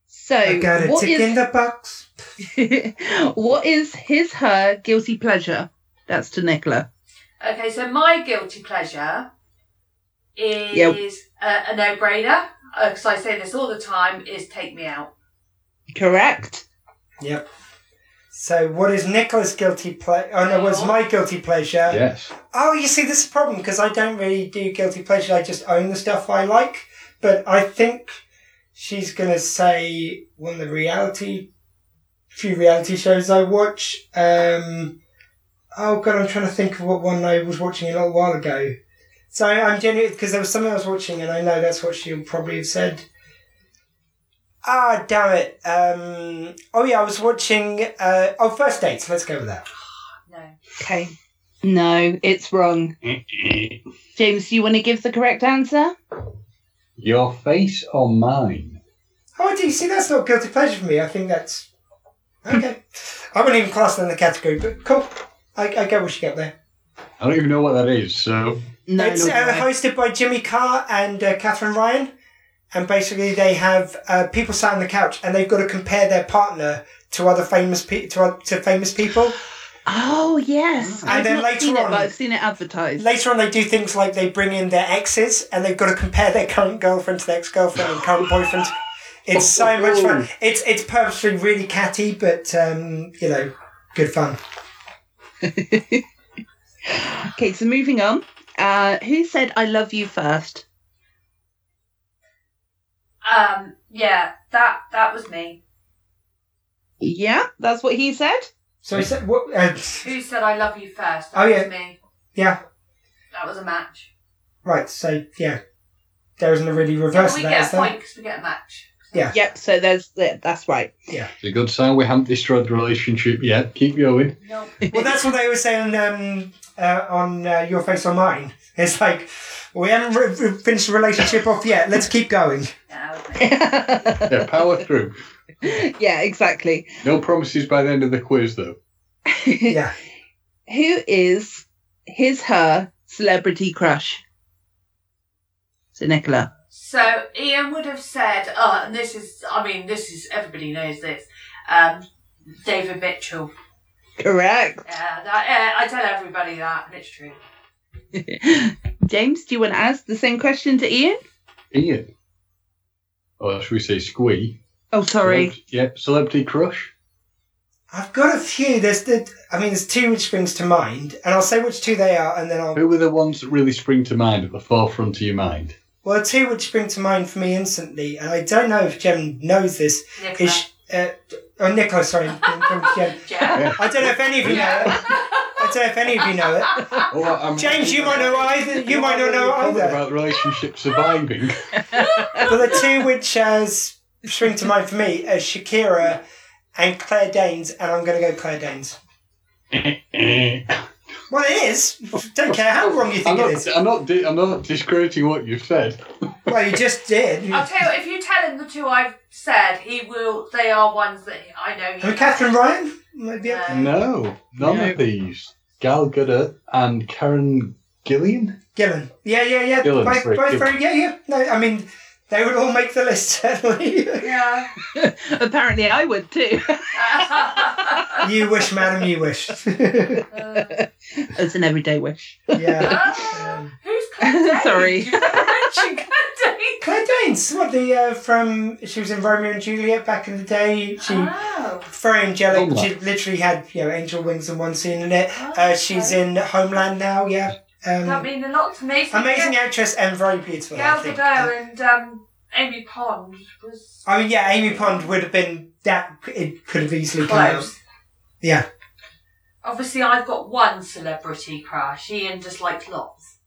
Speaker 2: so
Speaker 4: I got a
Speaker 2: what
Speaker 4: tick in
Speaker 2: is
Speaker 4: the box.
Speaker 2: what is his her guilty pleasure? That's to Nicola.
Speaker 5: Okay, so my guilty pleasure is a, a no-brainer because I say this all the time: is take me out.
Speaker 2: Correct.
Speaker 4: Yep. So what is Nicholas' guilty pleasure? Oh no, what's my guilty pleasure?
Speaker 3: Yes.
Speaker 4: Oh, you see, this is a problem because I don't really do guilty pleasure. I just own the stuff I like. But I think she's gonna say one of the reality, few reality shows I watch. Um, oh god, I'm trying to think of what one I was watching a little while ago. So I'm genuine because there was something I was watching, and I know that's what she'll probably have said. Ah, damn it. Um, oh, yeah, I was watching. Uh, oh, First Dates. Let's go with that.
Speaker 5: No.
Speaker 2: Okay. No, it's wrong. James, do you want to give the correct answer?
Speaker 3: Your face or mine?
Speaker 4: Oh, I do. See, that's not guilty pleasure for me. I think that's. Okay. I wouldn't even class that in the category, but cool. I, I get what you get there.
Speaker 3: I don't even know what that is. So
Speaker 2: No,
Speaker 4: it's
Speaker 2: nor do
Speaker 4: uh,
Speaker 2: I.
Speaker 4: hosted by Jimmy Carr and uh, Catherine Ryan. And basically, they have uh, people sat on the couch and they've got to compare their partner to other famous pe- to, oth- to famous people.
Speaker 2: Oh yes,
Speaker 4: Mm. And
Speaker 2: I've
Speaker 4: then
Speaker 2: not
Speaker 4: later
Speaker 2: seen
Speaker 4: on-
Speaker 2: it, but I've seen it advertised.
Speaker 4: Later on, they do things like they bring in their exes and they've got to compare their current girlfriend to their ex girlfriend and current boyfriend. It's so much fun. It's it's purposely really catty, but um, you know, good fun.
Speaker 2: Okay, so moving on. Uh, who said "I love you" first?
Speaker 5: Um, yeah, that that was me.
Speaker 2: Yeah, that's what he said.
Speaker 4: So I said, what, uh,
Speaker 5: Who said I love you first? That
Speaker 4: Oh, yeah.
Speaker 5: was me.
Speaker 4: yeah,
Speaker 5: That was a match.
Speaker 4: right. So yeah, there isn't a really
Speaker 5: But
Speaker 4: reverse
Speaker 5: we
Speaker 4: of that, is
Speaker 5: get a
Speaker 4: there?
Speaker 5: point because we get a match.
Speaker 4: Yeah.
Speaker 2: Yep. So there's that- that's right.
Speaker 3: it's a good sign we haven't destroyed the relationship yet. Keep going.
Speaker 5: Nope.
Speaker 4: Well, that's what they were saying um, uh, on uh, Your Face or Mine. It's like we haven't re- re- finished the relationship off yet. Let's keep going.
Speaker 5: That was me.
Speaker 2: yeah,
Speaker 3: Yeah, power through.
Speaker 2: exactly.
Speaker 3: No promises by the end of the quiz, though.
Speaker 4: Yeah.
Speaker 2: Who is his her celebrity crush? So Nicola.
Speaker 5: So Ian would have said, "Oh, and this is. I mean, this is. Everybody knows this. Um, David Mitchell.
Speaker 2: Correct.
Speaker 5: Yeah, that, yeah, I tell everybody that, and it's true.
Speaker 2: James, do you want to ask the same question to Ian?
Speaker 3: Ian. Or should we say squee?
Speaker 2: Oh, sorry.
Speaker 3: Celeb- yeah, celebrity crush.
Speaker 4: I've got a few. There's the. I mean, there's two which springs to mind, and I'll say which two they are, and then I'll.
Speaker 3: Who were the ones that really spring to mind at the forefront of your mind?
Speaker 4: Well, the two which spring to mind for me instantly, and I don't know if Jem knows this.
Speaker 5: Nicola.
Speaker 4: Is sh- uh, oh, Nicola, sorry, from from Jem.
Speaker 5: Yeah.
Speaker 4: I don't know if any of you know it. I don't know if any of you know it.
Speaker 3: Oh, I'm-
Speaker 4: James, you might know either. You might not know
Speaker 3: Your comment
Speaker 4: either.
Speaker 3: about relationship surviving.
Speaker 4: But the two which uh, spring to mind for me are Shakira and Claire Danes, and I'm going to go Claire Danes. Well, it is. Don't care how wrong you
Speaker 3: I'm
Speaker 4: think it
Speaker 3: not,
Speaker 4: is.
Speaker 3: I'm not, di- I'm not discrediting what you've said.
Speaker 4: Well, you just did.
Speaker 5: I'll tell you, if you tell him the two I've said, he will. They are ones that I know. He
Speaker 4: And Catherine Ryan might be up.
Speaker 5: No.
Speaker 3: No, none
Speaker 6: No.
Speaker 3: of these. Gal Gadot and Karen Gillian.
Speaker 4: Gillen. Yeah, yeah, yeah.
Speaker 3: Gillen,
Speaker 4: both,
Speaker 3: sorry,
Speaker 4: both
Speaker 3: Gillen.
Speaker 4: very. Yeah, yeah. No, I mean, they would all make the list certainly.
Speaker 5: Yeah.
Speaker 2: Apparently, I would too.
Speaker 4: you wish, madam. You wish.
Speaker 5: Uh,
Speaker 2: It's an everyday wish.
Speaker 4: yeah. Um,
Speaker 5: who's Claire Danes?
Speaker 2: Sorry.
Speaker 5: You mentioned Claire Danes.
Speaker 4: Claire Danes, what the uh, from? She was in Romeo and Juliet back in the day. She
Speaker 5: Oh.
Speaker 4: very angelic.
Speaker 3: Homeland.
Speaker 4: She literally had you know angel wings in one scene in it.
Speaker 5: Oh,
Speaker 4: Uh, she's
Speaker 5: okay.
Speaker 4: in Homeland now. Yeah.
Speaker 5: That
Speaker 4: Um,
Speaker 5: means a lot to me. So
Speaker 4: amazing
Speaker 5: yeah,
Speaker 4: actress and very beautiful. I
Speaker 5: Gal
Speaker 4: think.
Speaker 5: Gadot and um, Amy Pond was
Speaker 4: I mean, yeah, Amy Pond would have been that. It could have easily come out.
Speaker 5: close.
Speaker 4: Yeah.
Speaker 5: Obviously, I've got one celebrity crush. Ian just likes lots.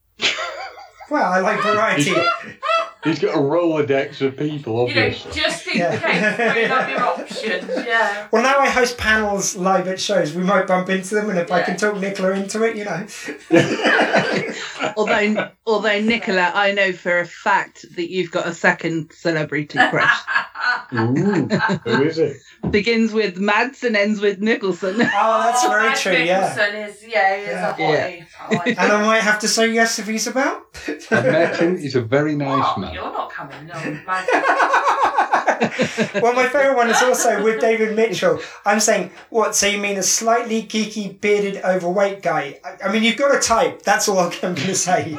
Speaker 4: Well, I like variety.
Speaker 3: He's got a Rolodex of people,
Speaker 5: You know,
Speaker 3: obviously.
Speaker 5: just in
Speaker 4: Yeah.
Speaker 5: case, bring up your options. Yeah.
Speaker 4: Well, now I host panels live at shows. We might bump into them, and if I
Speaker 5: Yeah.
Speaker 4: can talk Nicola into it, you know.
Speaker 2: although, although Nicola, I know for a fact that you've got a second celebrity crush.
Speaker 3: Ooh, who is it?
Speaker 2: Begins with Mads and ends with Nicholson.
Speaker 4: Oh, that's very
Speaker 5: Mads
Speaker 4: true. Yeah.
Speaker 5: Mikkelsen Is, yeah, he is
Speaker 4: Yeah.
Speaker 5: a hottie. I like
Speaker 4: And
Speaker 5: him.
Speaker 4: I might have to say yes if he's about.
Speaker 3: I met him. He's a very nice
Speaker 5: Oh,
Speaker 3: man.
Speaker 5: You're not coming. No,
Speaker 4: well, my favourite one is also with David Mitchell. I'm saying, what? So you mean a slightly geeky, bearded, overweight guy? I, I mean, you've got a type. That's all I'm going to say.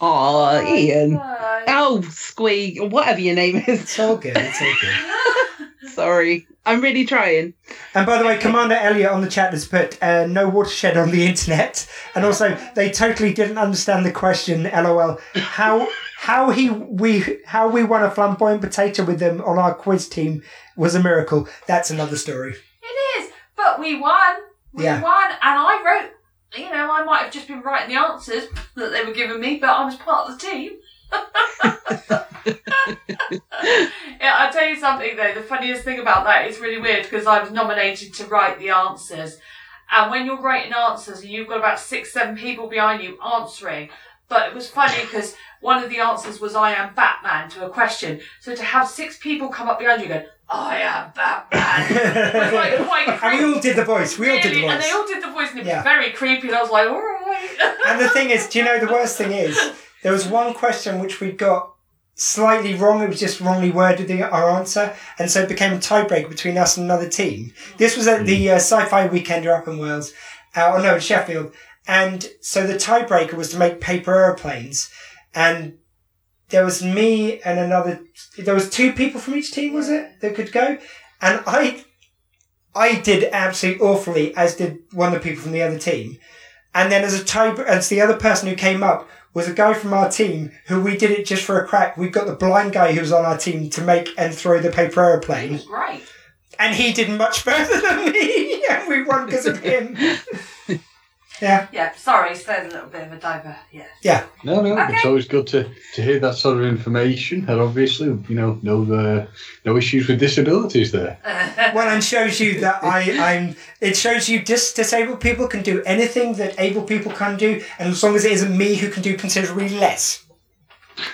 Speaker 2: Aw, Ian.
Speaker 5: No.
Speaker 2: Oh, Squeak, whatever your name is.
Speaker 4: It's all good. It's all good.
Speaker 2: Sorry. I'm really trying.
Speaker 4: And by the way, Commander Elliot on the chat has put uh, no watershed on the internet, and also they totally didn't understand the question. LOL. How how he we how we won a flamboyant potato with them on our quiz team was a miracle. That's another story.
Speaker 5: It is, but we won. We
Speaker 4: Yeah.
Speaker 5: won, and I wrote. You know, I might have just been writing the answers that they were giving me, but I was part of the team. Yeah, I'll tell you something though. The funniest thing about that is really weird because I was nominated to write the answers. And when you're writing answers and you've got about six, seven people behind you answering, but it was funny because one of the answers was I am Batman to a question. So to have six people come up behind you going, I am Batman was like quite
Speaker 4: and we
Speaker 5: creepy.
Speaker 4: all did the voice. We all did the
Speaker 5: Really,
Speaker 4: voice.
Speaker 5: And they all did the voice and it
Speaker 4: Yeah.
Speaker 5: was very creepy and I was like, alright.
Speaker 4: and the thing is, do you know the worst thing is? There was one question which we got slightly wrong. It was just wrongly worded the, our answer, and so it became a tiebreaker between us and another team. This was at the uh, Sci-Fi Weekender up in Wales, uh, or no, in Sheffield. And so the tiebreaker was to make paper airplanes, and there was me and another. There was two people from each team, was it, that could go? And I, I did absolutely awfully, as did one of the people from the other team. And then as a tie, as the other person who came up was a guy from our team who we did it just for a crack. We got the blind guy who was on our team to make and throw the paper
Speaker 5: It
Speaker 4: aeroplane.
Speaker 5: was great.
Speaker 4: And he did much better than me. and we won because of him. yeah.
Speaker 5: Yeah, sorry, it's a little bit of a diver. Yeah.
Speaker 4: Yeah.
Speaker 3: No, no,
Speaker 5: Okay.
Speaker 3: it's always good to, to hear that sort of information. And obviously, you know, no uh, no issues with disabilities there.
Speaker 4: Well, and shows you that I, I'm, it shows you dis- disabled people can do anything that able people can do. And as long as it isn't me who can do considerably less.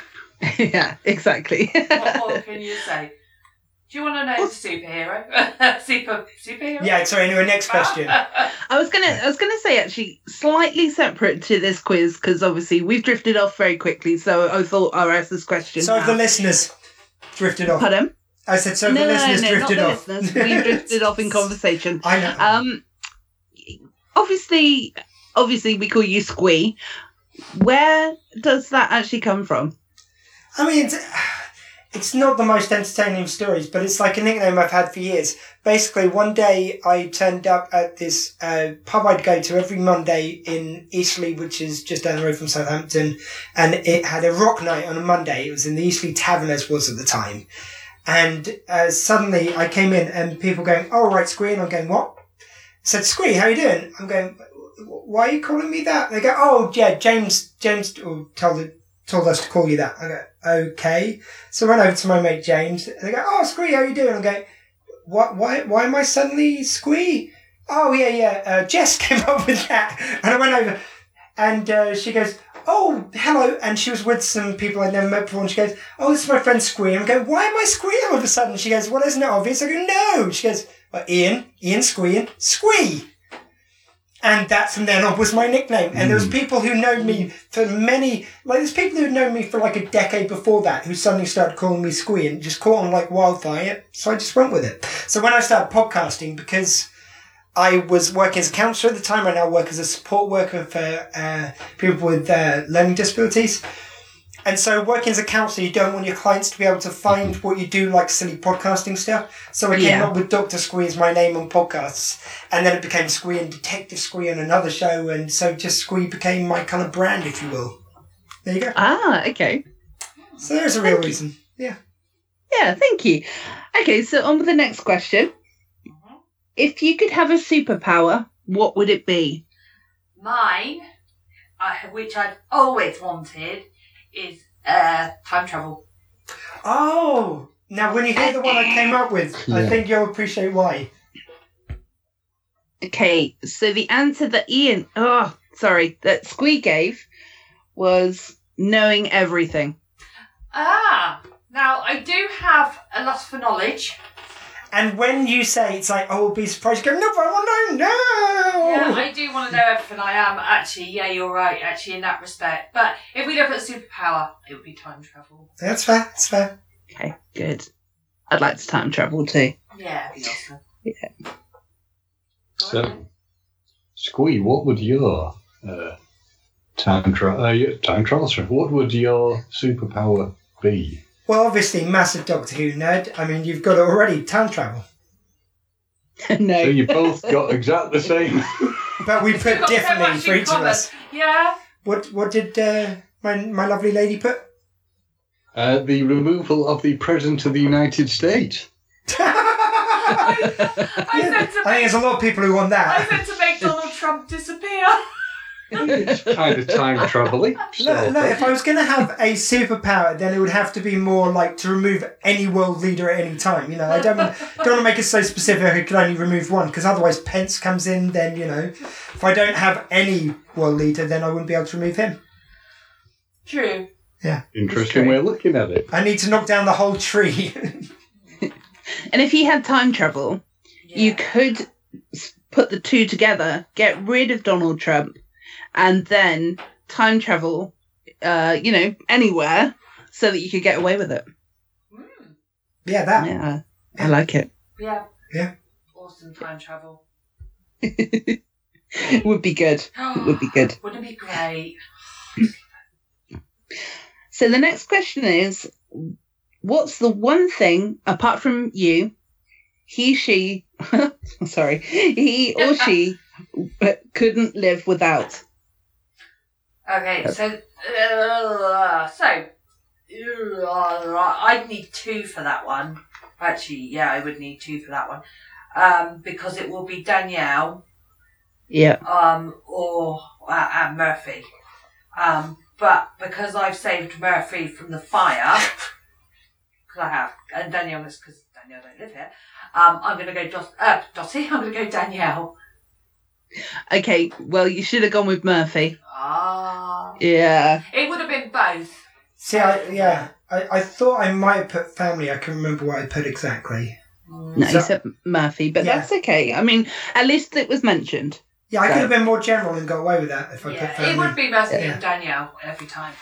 Speaker 2: yeah, exactly.
Speaker 5: what more can you say? Do you want to know the superhero? Super superhero.
Speaker 4: Yeah. Sorry. Anyway, next question.
Speaker 2: I was gonna, I was gonna say actually, slightly separate to this quiz because obviously we've drifted off very quickly. So I thought I'll ask this question.
Speaker 4: So
Speaker 2: now.
Speaker 4: have the listeners drifted off.
Speaker 2: Pardon?
Speaker 4: I said, so
Speaker 2: no, no,
Speaker 4: the listeners
Speaker 2: no,
Speaker 4: drifted
Speaker 2: not
Speaker 4: off.
Speaker 2: the listeners. We drifted off in conversation.
Speaker 4: I know.
Speaker 2: Um, obviously, obviously we call you Squee. Where does that actually come from?
Speaker 4: I mean, it's, it's not the most entertaining of stories, but it's like a nickname I've had for years. Basically, one day I turned up at this uh, pub I'd go to every Monday in Eastleigh, which is just down the road from Southampton, and it had a rock night on a Monday. It was in the Eastleigh Tavern, as was at the time. And uh, suddenly I came in and people going, oh, right, Squee. And I'm going, what? said, Squee, how you doing? I'm going, why are you calling me that? They go, oh, yeah, James, James told it told us to call you that. I go, okay. So I went over to my mate James. And they go, oh, Squee, how you doing? I go, what, why, why am I suddenly Squee? Oh, yeah, yeah. Uh, Jess came up with that. And I went over and uh, she goes, oh, hello. And she was with some people I'd never met before. And she goes, oh, this is my friend Squee. I'm going, why am I Squee all of a sudden? She goes, well, isn't it obvious? I go, no. She goes, well, Ian, Ian Squee, Squee. And that from then on was my nickname. And there was people who know me for many, like there's people who know me for like a decade before that who suddenly started calling me Squee and just caught on like wildfire. So I just went with it. So when I started podcasting, because I was working as a counsellor at the time, I now work as a support worker for uh, people with uh, learning disabilities. And so, working as a counsellor, you don't want your clients to be able to find what you do, like silly podcasting stuff. So I came
Speaker 2: Yeah.
Speaker 4: up with Doctor Squee as my name on podcasts, and then it became Squee and Detective Squee on another show, and so just Squee became my kind of brand, if you will. There you go.
Speaker 2: Ah, okay.
Speaker 4: So there's a real reason. Yeah.
Speaker 2: Yeah, thank you. Okay, so on with the next question.
Speaker 5: Mm-hmm.
Speaker 2: If you could have a superpower, what would it be?
Speaker 5: Mine, I, which I've always wanted, is uh, time travel.
Speaker 4: Oh, now when you hear the one I came up with, I
Speaker 3: Yeah.
Speaker 4: think you'll appreciate why.
Speaker 2: Okay, so the answer that Ian, oh, sorry, that Squee gave was knowing everything.
Speaker 5: Ah, now I do have a lust for knowledge.
Speaker 4: And when you say it's like, I will be surprised, you go, no, I want to know.
Speaker 5: Yeah,
Speaker 4: No.
Speaker 5: I do want to know everything. I am actually. Yeah, you're right. Actually, in that respect. But if we look at superpower, it would be time travel.
Speaker 4: That's fair. That's fair.
Speaker 2: Okay, good. I'd like to time travel too.
Speaker 5: Yeah, it'd be awesome. Yeah.
Speaker 3: So, Squee, what would your uh, time travel? Uh, yeah, time travel. sorry. What would your superpower be?
Speaker 4: Well, obviously, massive Doctor Who nerd. I mean, you've got it already, time travel.
Speaker 2: no.
Speaker 3: So you both got exactly the same.
Speaker 4: But we
Speaker 5: We've
Speaker 4: put
Speaker 5: got so
Speaker 4: differently
Speaker 5: much
Speaker 4: for
Speaker 5: in
Speaker 4: each of
Speaker 5: common.
Speaker 4: us.
Speaker 5: Yeah.
Speaker 4: What What did uh, my my lovely lady put?
Speaker 3: Uh, the removal of the president of the United States.
Speaker 4: I
Speaker 5: I said to
Speaker 4: think there's a lot of people who want
Speaker 5: I
Speaker 4: that.
Speaker 5: meant to make Donald Trump disappear.
Speaker 3: it's kind of time traveling.
Speaker 4: Look,
Speaker 3: So.
Speaker 4: look, if I was going to have a superpower, then it would have to be more like to remove any world leader at any time. You know, I don't don't want to make it so specific. I could only remove one because otherwise Pence comes in. Then you know, if I don't have any world leader, then I wouldn't be able to remove him.
Speaker 5: True.
Speaker 3: Interesting way of looking at it.
Speaker 4: I need to knock down the whole tree.
Speaker 2: And if you had time travel, you could s- put the two together, get rid of Donald Trump, and then time travel, uh, you know, anywhere so that you could get away with it.
Speaker 4: yeah, that.
Speaker 2: Yeah, I like it.
Speaker 5: Yeah.
Speaker 4: Yeah.
Speaker 5: Awesome time travel.
Speaker 2: It would be good. It would be good.
Speaker 5: Wouldn't it be great?
Speaker 2: So the next question is what's the one thing apart from you he she sorry he or she couldn't live without
Speaker 5: Okay, so uh, so uh, I'd need two for that one. Actually, yeah, I would need two for that one um, because it will be Danielle
Speaker 2: yeah
Speaker 5: um, or uh, and Murphy. Um, but because I've saved Murphy from the fire, because I have, and Danielle is because Danielle don't live here. Um, I'm gonna go Dot, uh, Dottie. I'm gonna go Danielle.
Speaker 2: okay well you should have gone with murphy
Speaker 5: Ah,
Speaker 2: yeah
Speaker 5: it would have been both.
Speaker 4: See, I, yeah, I, I thought I might have put family. I can remember what I put exactly.
Speaker 2: no
Speaker 4: So-
Speaker 2: you said murphy but
Speaker 4: Yeah.
Speaker 2: that's okay i mean at least it was mentioned
Speaker 4: Yeah, I
Speaker 2: So-
Speaker 4: could have been more general and got away with that if I put
Speaker 5: Yeah,
Speaker 4: family.
Speaker 5: it would be Mercy
Speaker 4: Yeah.
Speaker 5: and Danielle every time.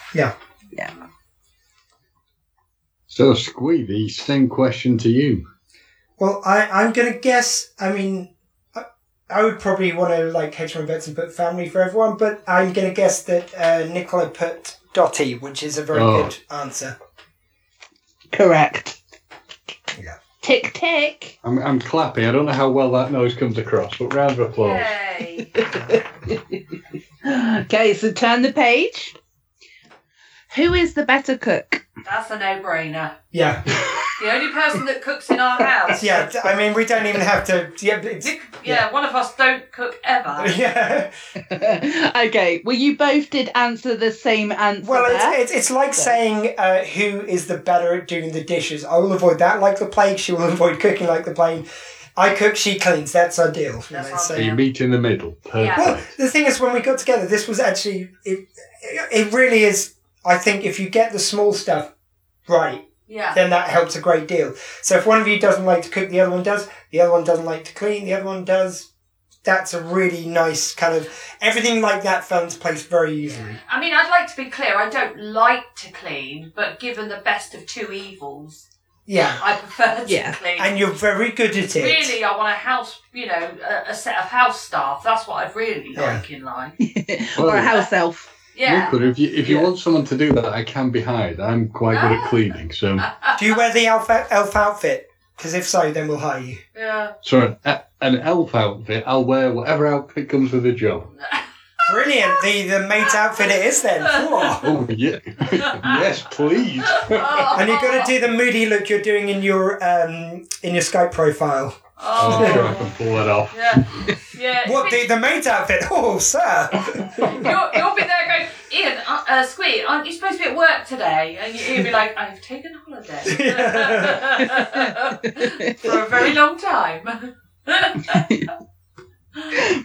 Speaker 3: So, Squeedy, same question to you.
Speaker 4: Well, I, I'm going to guess. I mean, I, I would probably want to like hedge my bets and put family for everyone, but I'm going to guess that uh, Nicola put Dotty, which is a very
Speaker 3: Oh.
Speaker 4: good answer.
Speaker 2: correct
Speaker 4: Yeah.
Speaker 2: tick tick
Speaker 3: I'm, I'm clapping. I don't know how well that noise comes across, but round of applause.
Speaker 5: Yay!
Speaker 2: okay so turn the page who is the better cook
Speaker 5: That's a no-brainer.
Speaker 4: Yeah,
Speaker 5: The only person that cooks in our house.
Speaker 4: yeah. d- I mean, we don't even have to. Yeah, it's,
Speaker 5: Nick- yeah, one of us don't cook ever.
Speaker 4: yeah.
Speaker 2: okay, well, you both did answer the same answer.
Speaker 4: Well,
Speaker 2: there.
Speaker 4: it's, it's, it's like saying uh, who is the better at doing the dishes. I will avoid that like the plague. She will avoid cooking like the plague. I cook, she cleans. That's our deal. you
Speaker 5: That's
Speaker 4: know,
Speaker 5: our
Speaker 4: so-
Speaker 3: So you meet in the middle. Perfect.
Speaker 4: Well, the thing is, when we got together, this was actually it. It really is. I think if you get the small stuff right,
Speaker 5: Yeah.
Speaker 4: then that helps a great deal. So if one of you doesn't like to cook, the other one does. The other one doesn't like to clean. The other one does. That's a really nice kind of everything like that fell into place very easily.
Speaker 5: I mean, I'd like to be clear. I don't like to clean, but given the best of two evils,
Speaker 4: Yeah,
Speaker 5: I prefer to
Speaker 2: Yeah.
Speaker 5: clean.
Speaker 4: and you're very good at it.
Speaker 5: really, I want a house. You know, a, a set of house staff. That's what I'd really like in life.
Speaker 2: or a
Speaker 3: Well,
Speaker 2: house elf.
Speaker 5: Yeah.
Speaker 3: Nicola, if you, if you
Speaker 5: Yeah. Ah.
Speaker 3: want someone to do that, I can be hired. I'm quite good at cleaning, so.
Speaker 4: Do you wear the elf, elf outfit? Because if so, then we'll hire you.
Speaker 5: Yeah.
Speaker 3: Sorry, a- an elf outfit. I'll wear whatever outfit comes with the job.
Speaker 4: Brilliant. The the mate's outfit it is then. Whoa.
Speaker 3: Oh yeah, yes, please.
Speaker 5: Oh,
Speaker 4: And you've got to do the moody look you're doing in your um, in your Skype profile.
Speaker 3: I'm sure
Speaker 5: oh.
Speaker 3: I can pull that off.
Speaker 5: Yeah. Yeah.
Speaker 4: What
Speaker 5: It's-
Speaker 4: the the maid's outfit? Oh, sir.
Speaker 5: You'll, you'll be there going, Ian, uh, uh, Squee, aren't you supposed to be at work today? And you- you'll be like, I've taken holiday for a very long time.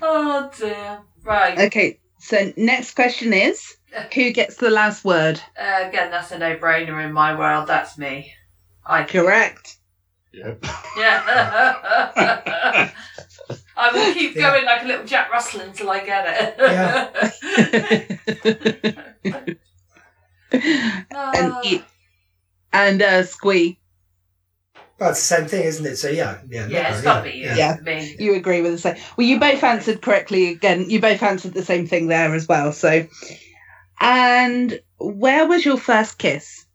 Speaker 5: oh dear. Right.
Speaker 2: Okay, so next question is who gets the last word?
Speaker 5: Uh, again, that's a no-brainer in my world. That's me. I
Speaker 2: Correct.
Speaker 3: Yep.
Speaker 5: Yeah. I will keep
Speaker 4: Yeah.
Speaker 5: going like a little Jack Russell until I get it.
Speaker 4: Yeah.
Speaker 2: And
Speaker 5: Ah.
Speaker 2: eat. And uh, Squee,
Speaker 4: Well, it's the same thing, isn't it? So yeah, yeah.
Speaker 5: yeah,
Speaker 4: no,
Speaker 5: it's got to be you.
Speaker 4: yeah.
Speaker 2: Yeah.
Speaker 5: Me.
Speaker 2: you agree with the same. Well, you both answered correctly again. You both answered the same thing there as well. So, and where was your first kiss?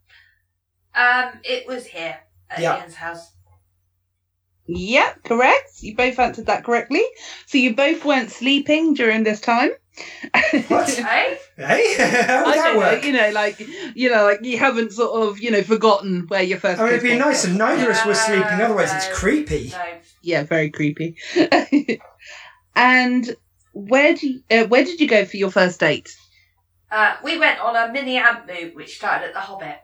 Speaker 5: Um, it was here at
Speaker 4: Yeah.
Speaker 5: Ian's house.
Speaker 2: Yep, correct. You both answered that correctly. So you both weren't sleeping during this time.
Speaker 4: What?
Speaker 5: Eh?
Speaker 4: Hey, how
Speaker 2: I
Speaker 4: would that
Speaker 2: don't know,
Speaker 4: work?
Speaker 2: you know, like you know, like you haven't sort of, you know, forgotten where your first.
Speaker 4: I mean, it'd
Speaker 2: kiss
Speaker 4: be
Speaker 2: was.
Speaker 4: nice if neither of us were sleeping.
Speaker 5: Yeah,
Speaker 4: Otherwise,
Speaker 5: no.
Speaker 4: it's creepy.
Speaker 5: No.
Speaker 2: Yeah, very creepy. and where do you, uh, where did you go for your first date?
Speaker 5: Uh, we went on a mini ant move, which started at the Hobbit.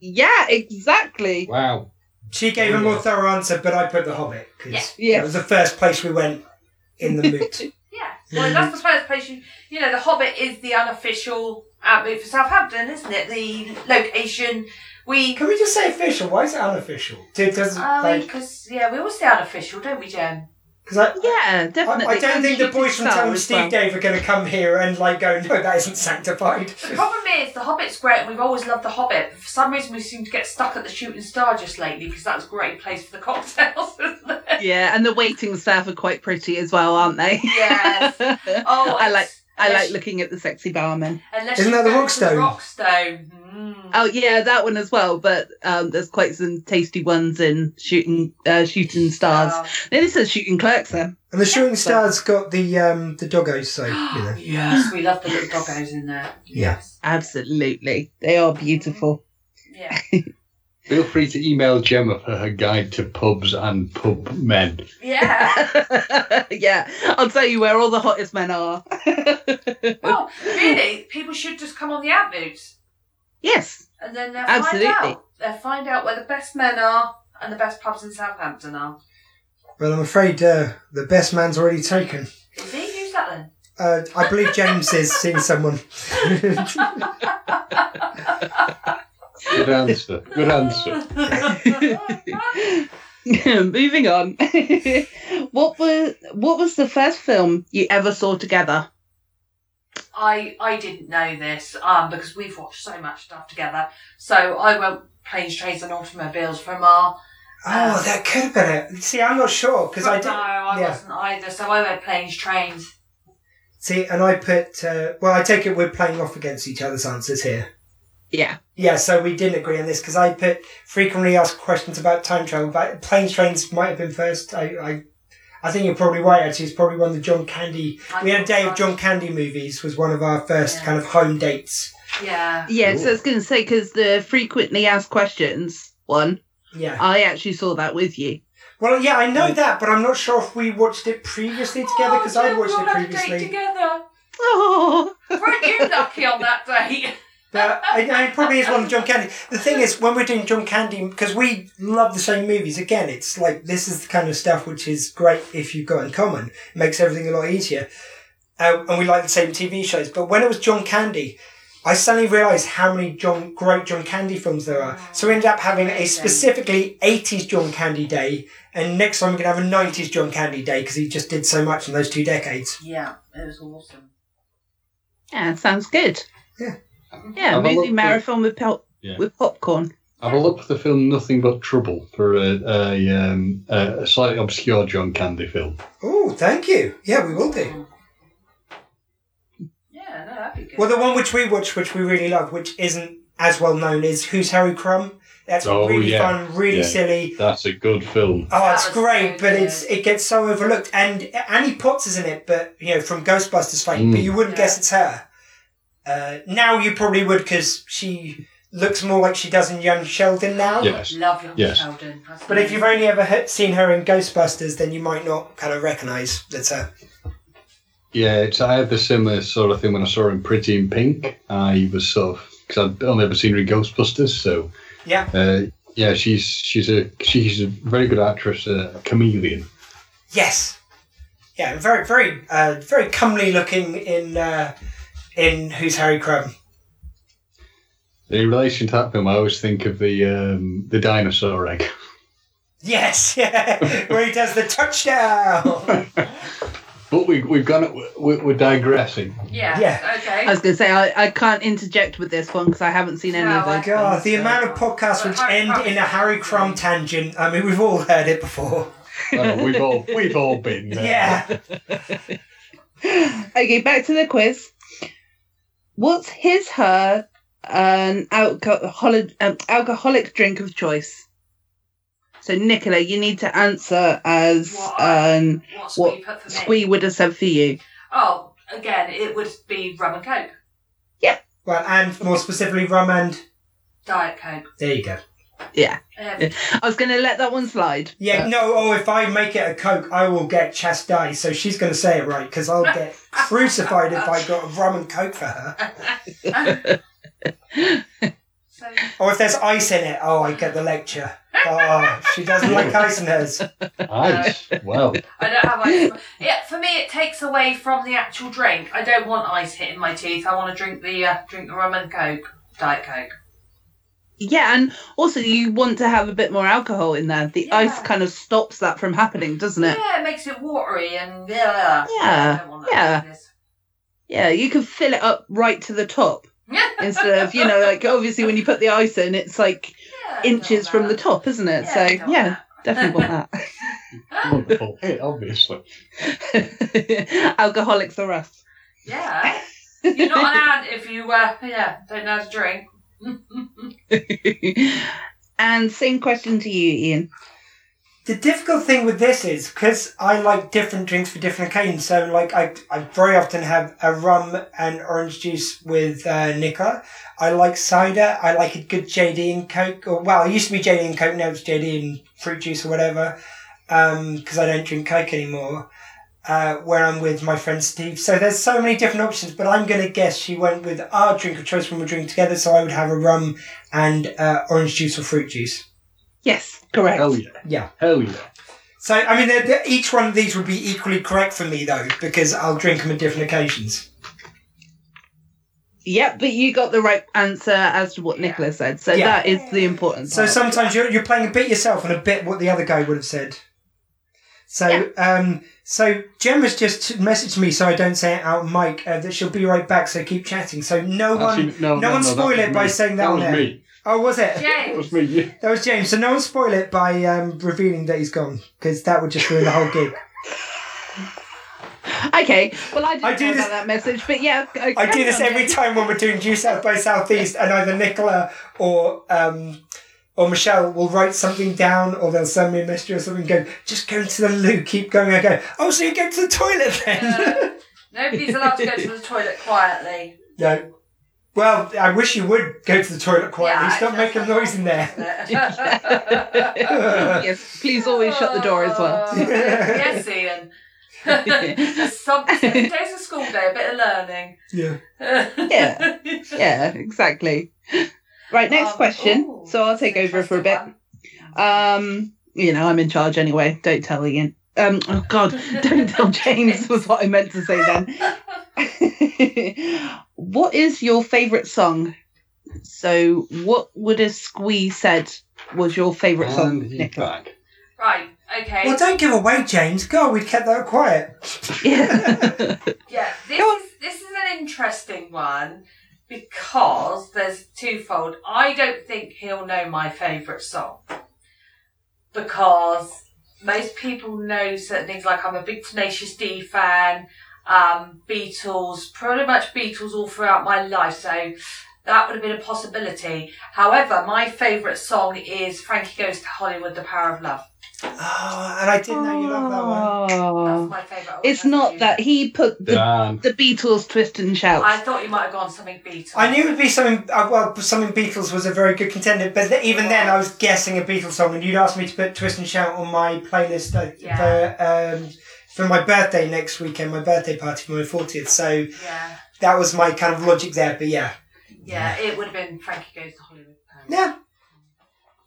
Speaker 2: Yeah, exactly.
Speaker 3: Wow.
Speaker 4: She gave a more thorough answer, but I put The Hobbit
Speaker 5: Yeah.
Speaker 4: because
Speaker 2: Yeah.
Speaker 4: it was the first place we went in the moot.
Speaker 5: Yeah. Well,
Speaker 4: Mm.
Speaker 5: that's the first place you, you know, the Hobbit is the unofficial ant move for Southampton, isn't it? The location we.
Speaker 4: Can we just say official? Why is it unofficial? Did, does,
Speaker 5: Um,
Speaker 4: like,
Speaker 5: Because, yeah, we all say unofficial, don't we, Jen?
Speaker 4: 'cause I,
Speaker 2: Yeah, definitely.
Speaker 4: I, I don't
Speaker 2: And
Speaker 4: think
Speaker 2: you
Speaker 4: the boys
Speaker 2: can
Speaker 4: from
Speaker 2: tell
Speaker 4: Town
Speaker 2: as
Speaker 4: Steve
Speaker 2: well.
Speaker 4: Dave are going to come here and like go, no, that isn't sanctified.
Speaker 5: The problem is, The Hobbit's great, and we've always loved The Hobbit. but For some reason, we seem to get stuck at the Shooting Star just lately, because that's a great place for the cocktails, isn't it?
Speaker 2: Yeah, and the waiting staff are quite pretty as well, aren't they?
Speaker 5: Yes.
Speaker 2: Oh, I
Speaker 5: it's-
Speaker 2: like I
Speaker 5: unless
Speaker 2: like
Speaker 5: you-
Speaker 2: looking at the sexy barman.
Speaker 5: Unless
Speaker 4: Isn't
Speaker 5: you
Speaker 4: that the
Speaker 5: go
Speaker 4: rock
Speaker 5: to
Speaker 4: stone? Uh,
Speaker 5: rock stone. Mm.
Speaker 2: Oh yeah, that one as well. But um, there's quite some tasty ones in shooting uh, shooting stars. No, this is shooting clerks then.
Speaker 4: And the shooting star's got the um, the doggos, so you know.
Speaker 5: Yes, we love the little doggos in there.
Speaker 4: Yeah.
Speaker 5: Yes.
Speaker 2: Absolutely, they are beautiful.
Speaker 5: Yeah.
Speaker 3: Feel free to email Gemma for her guide to pubs and pub men.
Speaker 5: Yeah.
Speaker 2: yeah, I'll tell you where all the hottest men are.
Speaker 5: well, really, people should just come on the ad moods
Speaker 2: yes,
Speaker 5: and then they'll
Speaker 2: Absolutely.
Speaker 5: find out. They'll find out where the best men are and the best pubs in Southampton are.
Speaker 4: Well, I'm afraid uh, the best man's already taken.
Speaker 5: Is he? Who's that then?
Speaker 4: Uh, I believe James is seeing someone. Oh,
Speaker 3: Good answer. Good answer.
Speaker 2: moving on. what was what was the first film you ever saw together?
Speaker 5: I I didn't know this um, because we've watched so much stuff together. So I went planes, trains, and automobiles from our.
Speaker 4: oh, that could have been it. See, I'm not sure because I
Speaker 5: no,
Speaker 4: did.
Speaker 5: I
Speaker 4: yeah.
Speaker 5: wasn't either. So I went planes, trains.
Speaker 4: See, and I put. Uh, well, I take it we're playing off against each other's answers here.
Speaker 2: Yeah,
Speaker 4: Yeah, so we didn't agree on this because I put frequently asked questions about time travel, but planes, trains might have been first. I, I, I think you're probably right. Actually, it's probably one of the John Candy.
Speaker 5: I
Speaker 4: we had a
Speaker 5: think
Speaker 4: day
Speaker 5: so.
Speaker 4: of John Candy movies. Was one of our first
Speaker 5: Yeah.
Speaker 4: kind of home dates.
Speaker 5: Yeah.
Speaker 2: yeah. So I was going to say because the frequently asked questions one,
Speaker 4: Yeah.
Speaker 2: I actually saw that with you.
Speaker 4: well, yeah, I know that, but I'm not sure if we watched it previously together because I'd
Speaker 5: Oh,
Speaker 4: watched
Speaker 5: we'll
Speaker 4: it
Speaker 5: have a date
Speaker 4: previously.
Speaker 5: together.
Speaker 2: Oh,
Speaker 5: Weren't you lucky on that date?
Speaker 4: But I, I, it probably is one of John Candy. The thing is, when we're doing John Candy, because we love the same movies, again, it's like this is the kind of stuff which is great if you've got in common. It makes everything a lot easier. Uh, and we like the same TV shows. But when it was John Candy, I suddenly realised how many John great John Candy films there are. So we ended up having a
Speaker 5: Amazing.
Speaker 4: specifically 80s John Candy day, and next time we're going to have a 90s John Candy day because he just did so much in those two decades.
Speaker 5: Yeah, it was awesome.
Speaker 2: yeah, sounds good.
Speaker 4: Yeah.
Speaker 2: yeah.
Speaker 3: Have a
Speaker 2: Movie
Speaker 3: look.
Speaker 2: marathon with pop
Speaker 3: Yeah.
Speaker 2: with popcorn.
Speaker 3: Have a look for the film Nothing But Trouble for a, a, um, a slightly obscure John Candy film.
Speaker 4: Oh, thank you. Yeah, we will do.
Speaker 5: Yeah, no, that'd be good.
Speaker 4: Well, the one which we watch, which we really love, which isn't as well known, is Who's Harry Crumb. That's
Speaker 3: Oh,
Speaker 4: really
Speaker 3: yeah.
Speaker 4: fun, really
Speaker 3: Yeah.
Speaker 4: silly.
Speaker 3: That's a good film.
Speaker 4: Oh,
Speaker 5: That
Speaker 4: it's
Speaker 5: was
Speaker 4: great,
Speaker 5: so
Speaker 4: but
Speaker 5: good.
Speaker 4: it's it gets so overlooked. And Annie Potts is in it, but you know from Ghostbusters fame,
Speaker 3: Mm.
Speaker 4: but you wouldn't
Speaker 5: Yeah.
Speaker 4: guess it's her. Uh, now you probably would because she looks more like she does in Young Sheldon now.
Speaker 3: Yes.
Speaker 5: Love young
Speaker 3: Yes.
Speaker 5: Sheldon. That's
Speaker 4: But if you've only ever he- seen her in Ghostbusters, then you might not kind of recognise that's her.
Speaker 3: Yeah, it's, I had the similar sort of thing when I saw him Pretty in Pink. I was sort of, because I'd only ever seen her in Ghostbusters, so.
Speaker 4: Yeah.
Speaker 3: Uh, yeah, she's she's a she's a very good actress, a chameleon.
Speaker 4: Yes. Yeah, very, very, uh, very comely looking in uh, in Who's Harry Crumb.
Speaker 3: In relation to that film, I always think of the um, the dinosaur egg.
Speaker 4: Yes, yeah, where he does the touchdown.
Speaker 3: But we, we've gone. We're, we're digressing.
Speaker 5: yeah,
Speaker 4: Yeah.
Speaker 5: okay.
Speaker 2: I was going to say I, I can't interject with this one because I haven't seen any of
Speaker 5: No, I
Speaker 2: those.
Speaker 4: God,
Speaker 2: films,
Speaker 4: the
Speaker 2: so-
Speaker 4: amount of podcasts which end in a Harry Crumb tangent. I mean, we've all heard it before.
Speaker 3: Oh, we've all we've all been there.
Speaker 4: Yeah.
Speaker 2: okay, back to the quiz. What's his her an alcoholic um, alcoholic drink of choice? So Nicola, you need to answer as
Speaker 5: What?
Speaker 2: um,
Speaker 5: What's
Speaker 2: what
Speaker 5: what put for me?
Speaker 2: Squee would have said for you.
Speaker 5: Oh, again, it would be rum and coke,
Speaker 4: Well, and more specifically, rum and
Speaker 5: diet coke.
Speaker 4: there you go.
Speaker 2: Yeah.
Speaker 5: Um,
Speaker 2: I was going to let that one slide.
Speaker 4: Yeah,
Speaker 2: but-
Speaker 4: no, oh, if I make it a Coke, I will get chastised. So she's going to say it right because I'll get crucified if I got a rum and Coke for her.
Speaker 5: so,
Speaker 4: Or if there's ice in it, oh, I get the lecture. Oh, she doesn't like ice in hers.
Speaker 3: Ice. Well,
Speaker 5: I don't have ice. Yeah, for me, it takes away from the actual drink. I don't want ice hitting my teeth. I want to drink the uh, drink the rum and coke, diet coke.
Speaker 2: Yeah, and also you want to have a bit more alcohol in there. The
Speaker 5: Yeah.
Speaker 2: ice kind of stops that from happening, doesn't it?
Speaker 5: Yeah, it makes it watery and yeah.
Speaker 2: Yeah,
Speaker 5: I don't want that
Speaker 2: yeah.
Speaker 5: business.
Speaker 2: Yeah, you can fill it up right to the top instead of, you know, like obviously when you put the ice in, it's like
Speaker 5: Yeah, I don't
Speaker 2: inches
Speaker 5: want
Speaker 2: from the
Speaker 5: that.
Speaker 2: top, isn't it?
Speaker 5: Yeah,
Speaker 2: so,
Speaker 5: I don't want
Speaker 2: yeah,
Speaker 5: that.
Speaker 2: definitely want
Speaker 3: wonderful. Hey, obviously.
Speaker 2: that. Alcoholics are us.
Speaker 5: Yeah. You're not an ant if you uh, yeah don't know how to drink.
Speaker 2: and same question to you, Ian.
Speaker 4: The difficult thing with this is because I like different drinks for different occasions. So, like, I, I very often have a rum and orange juice with uh, liquor. I like cider. I like a good JD and Coke. Or, well, it used to be JD and Coke. Now it's JD and fruit juice or whatever. Because I don't drink Coke anymore. Uh, where I'm with my friend Steve. So there's so many different options, but I'm going to guess she went with our drink of choice when we're drinking together. So I would have a rum and uh, orange juice or fruit juice.
Speaker 2: Yes, correct.
Speaker 3: Hell yeah.
Speaker 4: Yeah.
Speaker 3: Hell yeah.
Speaker 4: So, I mean, they're, they're- each one of these would be equally correct for me, though, because I'll drink them at different occasions.
Speaker 2: Yep, but you got the right answer as to what Nicola said. So
Speaker 4: Yeah.
Speaker 2: that is the important
Speaker 4: So
Speaker 2: part.
Speaker 4: sometimes you're, you're playing a bit yourself and a bit what the other guy would have said. So, um, so Gemma's just messaged me, so I don't say it out, Mike, uh, that she'll be right back. So keep chatting. So no one,
Speaker 3: Actually,
Speaker 4: no, one
Speaker 3: that
Speaker 4: spoil
Speaker 3: was
Speaker 4: it by
Speaker 3: me.
Speaker 4: saying that,
Speaker 3: That
Speaker 4: on
Speaker 3: was
Speaker 4: air.
Speaker 3: me.
Speaker 4: Oh, was it?
Speaker 3: That was
Speaker 5: James.
Speaker 3: me. You-
Speaker 4: That was James. So no one spoil it by um, revealing that he's gone, because that would just ruin the whole gig.
Speaker 2: Okay. Well, I didn't
Speaker 4: I
Speaker 2: know
Speaker 4: do
Speaker 2: about
Speaker 4: this-
Speaker 2: that message, but yeah. I,
Speaker 4: I do this every time when we're doing due south by southeast, and either Nicola or um, or Michelle will write something down, or they'll send me a message or something. Go, just go to the loo, keep going. I go, oh, so you go to the toilet then?
Speaker 5: Nobody's allowed to go to the toilet quietly.
Speaker 4: no. Well, I wish you would go to the toilet quietly.
Speaker 5: Yeah,
Speaker 4: Stop making noise in there.
Speaker 2: yes, please always shut the door as well.
Speaker 5: yes, Ian. Some, seven days of school day, a bit of learning.
Speaker 4: Yeah.
Speaker 2: Yeah. Yeah, exactly. Right, next
Speaker 5: Um,
Speaker 2: question.
Speaker 5: ooh,
Speaker 2: so I'll take over for a bit.
Speaker 5: interesting
Speaker 2: Um, you know, I'm in charge anyway. Don't tell Ian. Um, oh God, don't tell James was what I meant to say then. what is your favourite song? So, what would a squee said was your favourite
Speaker 3: And
Speaker 2: song?
Speaker 3: he's
Speaker 2: Nicola?
Speaker 3: back.
Speaker 5: one. Right. Okay.
Speaker 4: Well, don't give away, James. God, we'd kept that quiet.
Speaker 2: Yeah.
Speaker 5: Yeah, this
Speaker 2: Go on.
Speaker 5: is, this is an interesting one because there's twofold. I don't think he'll know my favourite song because most people know certain things. Like I'm a big Tenacious D fan, um, Beatles, pretty much Beatles all throughout my life. So that would have been a possibility. However, my favourite song is Frankie Goes to Hollywood: The Power of Love.
Speaker 4: Oh, and I didn't know you loved that one.
Speaker 5: That's
Speaker 2: Oh.
Speaker 5: my favourite.
Speaker 2: It's not that he put the,
Speaker 3: Dan.
Speaker 2: the Beatles twist and shout.
Speaker 5: I thought you might have gone something Beatles.
Speaker 4: I knew it would be something. Uh, well, something Beatles was a very good contender, but th- even then, I was guessing a Beatles song, and you'd asked me to put "Twist and Shout" on my playlist uh, for um, for my birthday next weekend, my birthday party for my fortieth. So
Speaker 5: Yeah.
Speaker 4: that was my kind of logic there. But yeah,
Speaker 5: Yeah, it would have been Frankie Goes to Hollywood.
Speaker 4: yeah,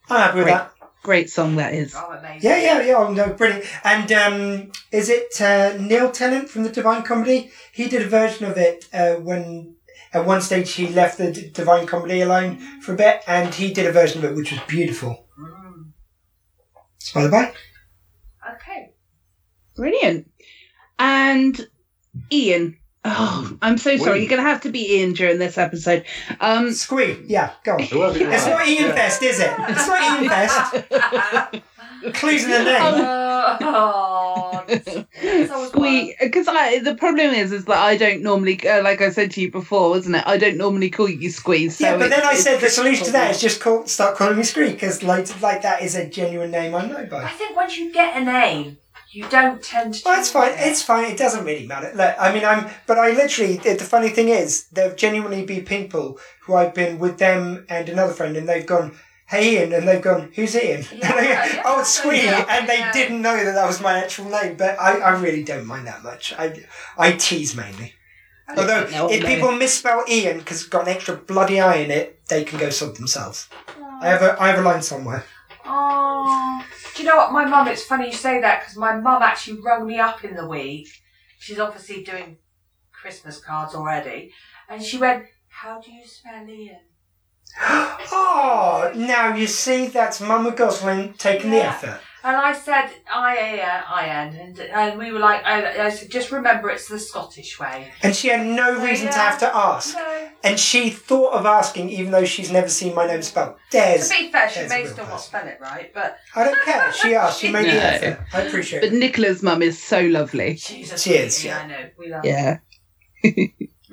Speaker 4: I'm happy with
Speaker 2: Great.
Speaker 4: that.
Speaker 2: Great song that is.
Speaker 5: Oh, amazing.
Speaker 4: Yeah, yeah, yeah. Oh, no, brilliant. And um, is it uh, Neil Tennant from the Divine Comedy? He did a version of it uh, when. At one stage, he left the D- Divine Comedy alone for a bit, and he did a version of it which was beautiful.
Speaker 5: Mm.
Speaker 4: By the by,
Speaker 5: Okay.
Speaker 2: Brilliant. And Ian. Oh, I'm so sorry.
Speaker 3: Wait.
Speaker 2: You're going to have to be Ian during this episode. Um,
Speaker 4: Squee, yeah, go on.
Speaker 3: Whoever you
Speaker 4: It's
Speaker 3: are.
Speaker 4: not Ian
Speaker 3: Yeah.
Speaker 4: Fest, is it? It's not Ian Fest. Clues in the name.
Speaker 5: Uh, oh, it's always
Speaker 2: Squee, because I the problem is is that I don't normally uh, like I said to you before, wasn't it? I don't normally call you Squeeze. So
Speaker 4: Yeah, but
Speaker 2: it's-
Speaker 4: then I
Speaker 2: it's
Speaker 4: said the solution to that
Speaker 2: difficult.
Speaker 4: is just call, start calling me Squee, because like, like that is a genuine name I know
Speaker 5: I
Speaker 4: by.
Speaker 5: think once you get a name, you don't tend to.
Speaker 4: Well, Oh, that's fine. It's fine. It doesn't really matter. Look, I mean, I'm, but I literally, the, the funny thing is, there've genuinely been people who I've been with them and another friend, and they've gone, hey Ian, and they've gone, who's Ian?
Speaker 5: Yeah,
Speaker 4: and they go,
Speaker 5: yeah,
Speaker 4: oh, it's Sweeney,
Speaker 5: yeah,
Speaker 4: and they
Speaker 5: yeah.
Speaker 4: didn't know that that was my actual name. But I, I really don't mind that much. I, I tease mainly. Although
Speaker 2: No,
Speaker 4: if
Speaker 2: no.
Speaker 4: people misspell Ian because it's got an extra bloody I in it, they can go sod themselves. I have a I have a line somewhere.
Speaker 5: Oh, do you know what? My mum, it's funny you say that because my mum actually rung me up in the week. She's obviously doing Christmas cards already. And she went, How do you spell Ian?
Speaker 4: Oh, now you see that's Mama Gosling taking the
Speaker 5: Yeah.
Speaker 4: effort.
Speaker 5: And I said, I A N, and, and we were like, I, I said, just remember it's the Scottish way.
Speaker 4: And she had no reason to
Speaker 5: Yeah.
Speaker 4: have to ask.
Speaker 5: No.
Speaker 4: And she thought of asking, even though she's never seen my name spelled. There's.
Speaker 5: To be fair, she
Speaker 4: there's
Speaker 5: may
Speaker 4: a real
Speaker 5: still not
Speaker 4: person.
Speaker 5: spell it right, but
Speaker 4: I don't care. She asked. She made
Speaker 2: No.
Speaker 4: the effort. I appreciate
Speaker 2: But
Speaker 4: it.
Speaker 2: Nicola's mum is so lovely.
Speaker 5: she's a
Speaker 4: She is,
Speaker 5: sweetie,
Speaker 4: yeah.
Speaker 5: I know. We love her.
Speaker 2: Yeah.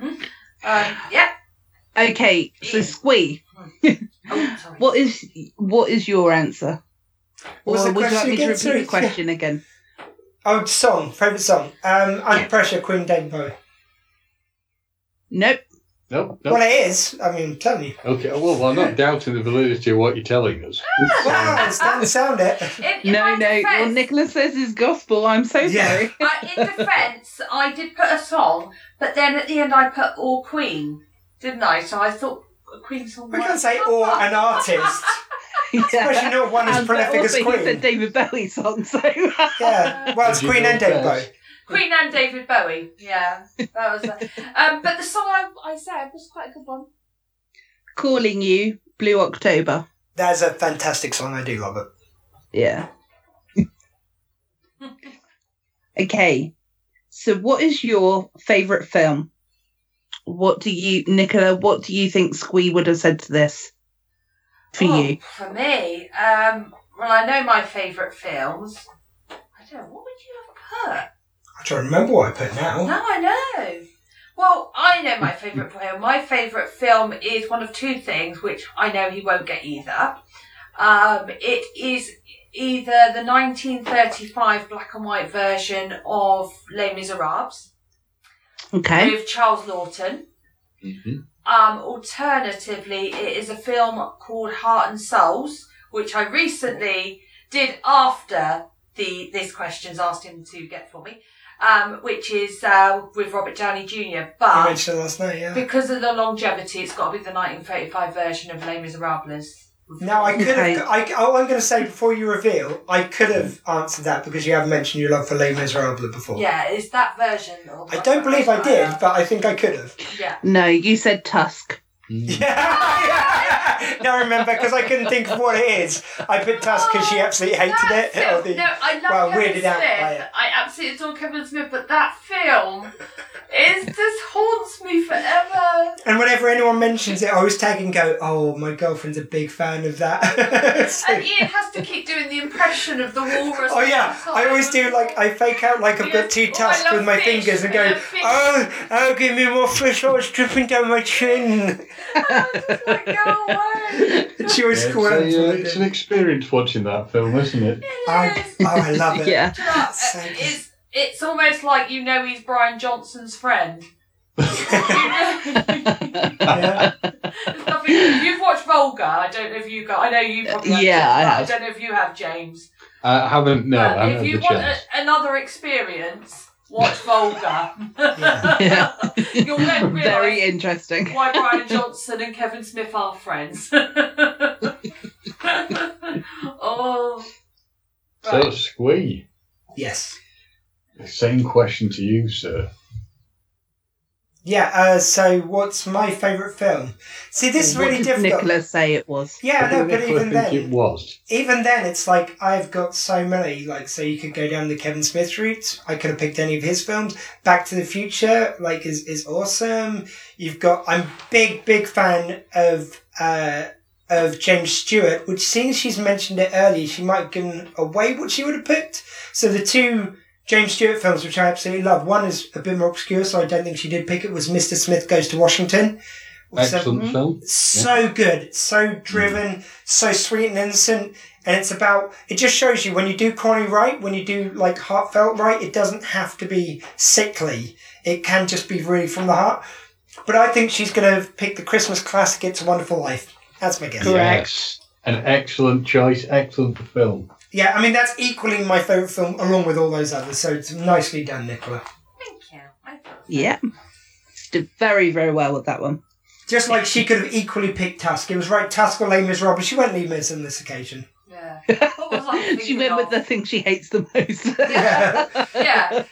Speaker 5: Um, yeah.
Speaker 2: Okay, so Squee,
Speaker 5: Oh, sorry.
Speaker 2: what is what is your answer?
Speaker 4: What was
Speaker 2: Or
Speaker 4: the
Speaker 2: would you like
Speaker 4: question
Speaker 2: me to
Speaker 4: again?
Speaker 2: repeat
Speaker 4: Sorry.
Speaker 2: the question again?
Speaker 4: Oh, song. Favourite song. Um, Under
Speaker 5: Yeah.
Speaker 4: Pressure, Queen David Bowie.
Speaker 2: Nope.
Speaker 3: Nope,
Speaker 4: Well,
Speaker 3: nope.
Speaker 4: it is. I mean, I'm telling you.
Speaker 3: Okay, well, I'm not doubting the validity of what you're telling us.
Speaker 4: Ah, Wow, it's doesn't sound it.
Speaker 5: In- in
Speaker 2: No,
Speaker 5: my
Speaker 2: no. Well,
Speaker 5: defense-
Speaker 2: Nicola says is gospel. I'm so
Speaker 4: Yeah.
Speaker 2: sorry.
Speaker 5: I, in defence, I did put a song, but then at the end I put all Queen, didn't I? So I thought a Queen song.
Speaker 4: We
Speaker 5: might
Speaker 4: can't say
Speaker 5: come
Speaker 4: or
Speaker 5: up.
Speaker 4: an artist. Especially not one as
Speaker 2: And- but
Speaker 4: prolific as
Speaker 2: also he
Speaker 4: Queen.
Speaker 2: said David Bowie song, so
Speaker 4: Yeah. Well, it's
Speaker 3: Did you
Speaker 4: Queen
Speaker 3: go
Speaker 4: and David Bowie.
Speaker 3: first?
Speaker 5: Queen and David Bowie. Yeah, that was. that. um, but the song I, I said was quite a good one.
Speaker 2: calling you Blue October.
Speaker 4: That's a fantastic song. I do love it.
Speaker 2: Yeah. okay. So what is your favourite film? What do you Nicola, what do you think Squee would have said to this? For
Speaker 5: Oh,
Speaker 2: you.
Speaker 5: For me, um, well, I know my favourite films. I don't. know, What would you have put?
Speaker 4: I try to remember what I put now.
Speaker 5: No, I know. Well, I know my favourite film. My favourite film is one of two things, which I know he won't get either. Um, it is either the 1935 black and white version of Les Miserables
Speaker 2: Okay.
Speaker 5: with Charles Lawton.
Speaker 3: Mhm.
Speaker 5: Um, alternatively, it is a film called Heart and Souls, which I recently did after the this question's asked him to get for me, um, which is uh, with Robert Downey Jr.
Speaker 4: You
Speaker 5: But
Speaker 4: mentioned it last night, yeah.
Speaker 5: because of the longevity, it's got to be the 1935 version of Les Miserables.
Speaker 4: No, I could
Speaker 2: Okay.
Speaker 4: have. I, all I'm going to say before you reveal, I could have answered that because you have mentioned your love for Les Miserables before.
Speaker 5: Yeah, it's that version. Of
Speaker 4: I don't believe I did, but I think I could have.
Speaker 5: Yeah.
Speaker 2: No, you said Tusk.
Speaker 4: Yeah, yeah. Now I remember because I couldn't think of what it is. I put Tusk because she absolutely hated
Speaker 5: That
Speaker 4: it.
Speaker 5: film-
Speaker 4: or the-
Speaker 5: Oh, no, I love
Speaker 4: well,
Speaker 5: Kevin
Speaker 4: weirded
Speaker 5: Smith.
Speaker 4: out by it.
Speaker 5: I absolutely adore Kevin Smith, but that film is just haunts me forever.
Speaker 4: And whenever anyone mentions it, I always tag and go, "Oh, my girlfriend's a big fan of that." So-
Speaker 5: And Ian has to keep doing the impression of the walrus.
Speaker 4: Oh yeah, I always do like I fake out like I've
Speaker 5: Yes.
Speaker 4: got two
Speaker 5: Oh, I
Speaker 4: tusks
Speaker 5: love
Speaker 4: with my
Speaker 5: fish.
Speaker 4: fingers and
Speaker 5: I
Speaker 4: go,
Speaker 5: love fish.
Speaker 4: oh, oh, give me more fish, oh, it's dripping down my chin.
Speaker 5: Oh, It's like, go away.
Speaker 4: And she always
Speaker 3: Yeah,
Speaker 4: squirms.
Speaker 3: it's, a, uh,
Speaker 4: when I
Speaker 3: it's
Speaker 4: do
Speaker 3: an
Speaker 4: it.
Speaker 3: experience watching that film, isn't it?
Speaker 4: I, oh, I love it.
Speaker 2: Yeah.
Speaker 5: Do you know what?
Speaker 4: So good.
Speaker 5: uh, It's it's almost like you know he's Brian Johnson's friend. There's
Speaker 4: Yeah.
Speaker 5: nothing- You've watched Volga. I don't know if you got. I know you probably. have,
Speaker 2: Yeah, I
Speaker 5: James, but
Speaker 2: have.
Speaker 5: I don't know if you have, James.
Speaker 3: I haven't, no,
Speaker 5: But
Speaker 3: I
Speaker 5: if
Speaker 3: haven't
Speaker 5: you
Speaker 3: had the
Speaker 5: want
Speaker 3: chance.
Speaker 5: a, another experience, watch Volga.
Speaker 2: Yeah.
Speaker 5: You'll then
Speaker 2: Very
Speaker 5: realise
Speaker 2: interesting.
Speaker 5: why Brian Johnson and Kevin Smith are friends. oh,
Speaker 3: So, Squee,
Speaker 4: Yes.
Speaker 3: the same question to you, sir.
Speaker 4: Yeah. Uh, so, what's my favourite film? See, this is
Speaker 2: What
Speaker 4: really
Speaker 2: did
Speaker 4: difficult.
Speaker 2: Nicola say it was?
Speaker 4: Yeah, no,
Speaker 3: What did
Speaker 4: but
Speaker 3: Nicola think
Speaker 4: even then,
Speaker 3: it was.
Speaker 4: even then, it's like I've got so many. Like, so you could go down the Kevin Smith route. I could have picked any of his films. Back to the Future, like, is is awesome. You've got. I'm big big fan of uh, of James Stewart. Which, seeing as she's mentioned it earlier, she might have given away what she would have picked. So the two. James Stewart films, which I absolutely love. One is a bit more obscure, so I don't think she did pick it. Was Mr. Smith Goes to Washington? which is a
Speaker 3: Excellent film.
Speaker 4: so good, so driven, so sweet and innocent. And it's about, it just shows you when you do corny right, when you do like heartfelt right, it doesn't have to be sickly. It can just be really from the heart. But I think she's going to pick the Christmas classic, It's a Wonderful Life. That's my guess.
Speaker 2: Correct.
Speaker 3: Yes. An excellent choice, excellent film.
Speaker 4: Yeah, I mean, that's equally my favourite film along with all those others, so it's nicely done, Nicola.
Speaker 5: Thank you. I thought-
Speaker 2: Yeah. Um, Did very, very well with that one.
Speaker 4: Just like she could have equally picked Tusk. It was right, Tusk or Les Miserables. She went Les Mis on this occasion.
Speaker 5: Yeah. What was I
Speaker 2: she
Speaker 5: thinking
Speaker 2: went with
Speaker 5: of?
Speaker 2: the thing she hates the most.
Speaker 4: Yeah.
Speaker 5: Yeah.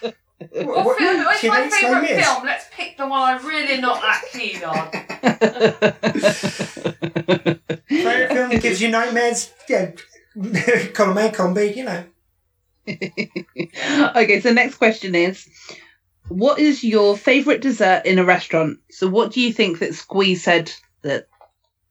Speaker 5: What,
Speaker 4: What-
Speaker 5: film? What's
Speaker 4: she
Speaker 5: my
Speaker 4: hates Les
Speaker 5: favourite
Speaker 4: Mis.
Speaker 5: film? Let's pick the one I'm really not that keen on.
Speaker 4: Favourite film gives you nightmares. Yeah, column A, column B, you know.
Speaker 2: okay, so next question is What is your favourite dessert in a restaurant? So, what do you think that Squeeze said that